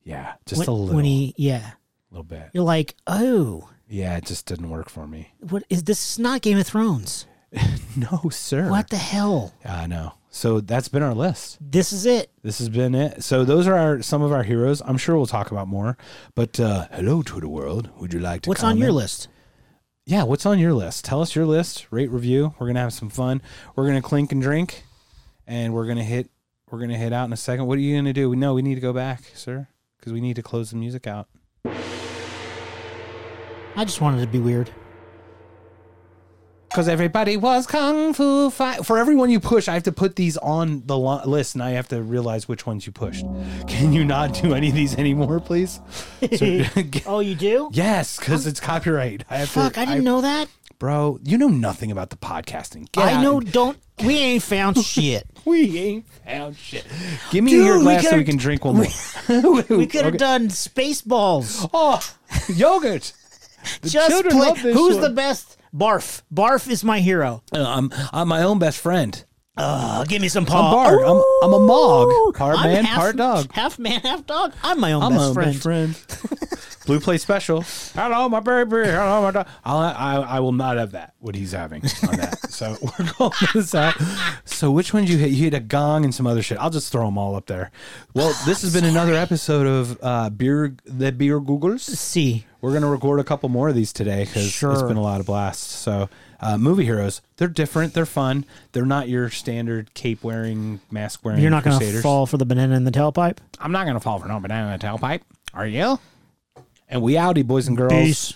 Speaker 1: Yeah, just
Speaker 2: when,
Speaker 1: a little
Speaker 2: when he yeah,
Speaker 1: little bit.
Speaker 2: you're like oh.
Speaker 1: Yeah, it just didn't work for me.
Speaker 2: What is this? Is not Game of Thrones.
Speaker 1: No, sir.
Speaker 2: What the hell?
Speaker 1: I know. So that's been our list.
Speaker 2: This is it.
Speaker 1: This has been it. So those are our some of our heroes. I'm sure we'll talk about more. But uh, hello, Twitter world. Would you like to?
Speaker 2: What's on your
Speaker 1: comment?
Speaker 2: list?
Speaker 1: Yeah, what's on your list? Tell us your list. Rate, review. We're gonna have some fun. We're gonna clink and drink, and we're gonna hit. We're gonna hit out in a second. What are you gonna do? We know we need to go back, sir, because we need to close the music out.
Speaker 2: I just wanted to be weird.
Speaker 1: Because everybody was kung fu fight. For everyone you push, I have to put these on the lo- list, and I have to realize which ones you pushed. Can you not do any of these anymore, please? So-
Speaker 2: Oh, you do?
Speaker 1: yes, because it's copyright. I have
Speaker 2: Fuck,
Speaker 1: to,
Speaker 2: I didn't know that.
Speaker 1: bro. You know nothing about the podcasting. Get
Speaker 2: I
Speaker 1: out.
Speaker 2: know. Don't. We ain't found shit.
Speaker 1: we ain't found shit. Give me
Speaker 2: Dude,
Speaker 1: your
Speaker 2: we
Speaker 1: glass so we
Speaker 2: could've-
Speaker 1: can drink one more. we
Speaker 2: We could have done space balls.
Speaker 1: Oh, yogurt. The
Speaker 2: Just
Speaker 1: children
Speaker 2: play.
Speaker 1: love this
Speaker 2: Who's
Speaker 1: one.
Speaker 2: the best? Barf. Barf is my hero.
Speaker 1: Uh, I'm, I'm my own best friend.
Speaker 2: Uh, give me some
Speaker 1: I'm
Speaker 2: paw.
Speaker 1: Bart. I'm, I'm a mog. Part
Speaker 2: I'm
Speaker 1: man,
Speaker 2: half-
Speaker 1: part dog.
Speaker 2: Half man, half dog. I'm my own
Speaker 1: I'm
Speaker 2: best
Speaker 1: my own
Speaker 2: friend.
Speaker 1: best friend. Blue plate special. Hello, my baby. Hello, my dog. I'll, I, I will not have that. What he's having on that. so we're calling this out. So which ones you hit? You hit a gong and some other shit. I'll just throw them all up there. Well, this has been another episode of uh, beer the beer googles.
Speaker 2: See,
Speaker 1: We're gonna record a couple more of these today because it's
Speaker 2: Sure.
Speaker 1: been a lot of blasts. So uh, movie heroes, they're different. They're fun. They're not your standard cape wearing, mask wearing.
Speaker 2: you're not going to
Speaker 1: crusaders.
Speaker 2: fall for the banana in the tailpipe.
Speaker 1: I'm not gonna fall for no banana in a tailpipe. Are you? And we outy, boys and girls.
Speaker 2: Peace.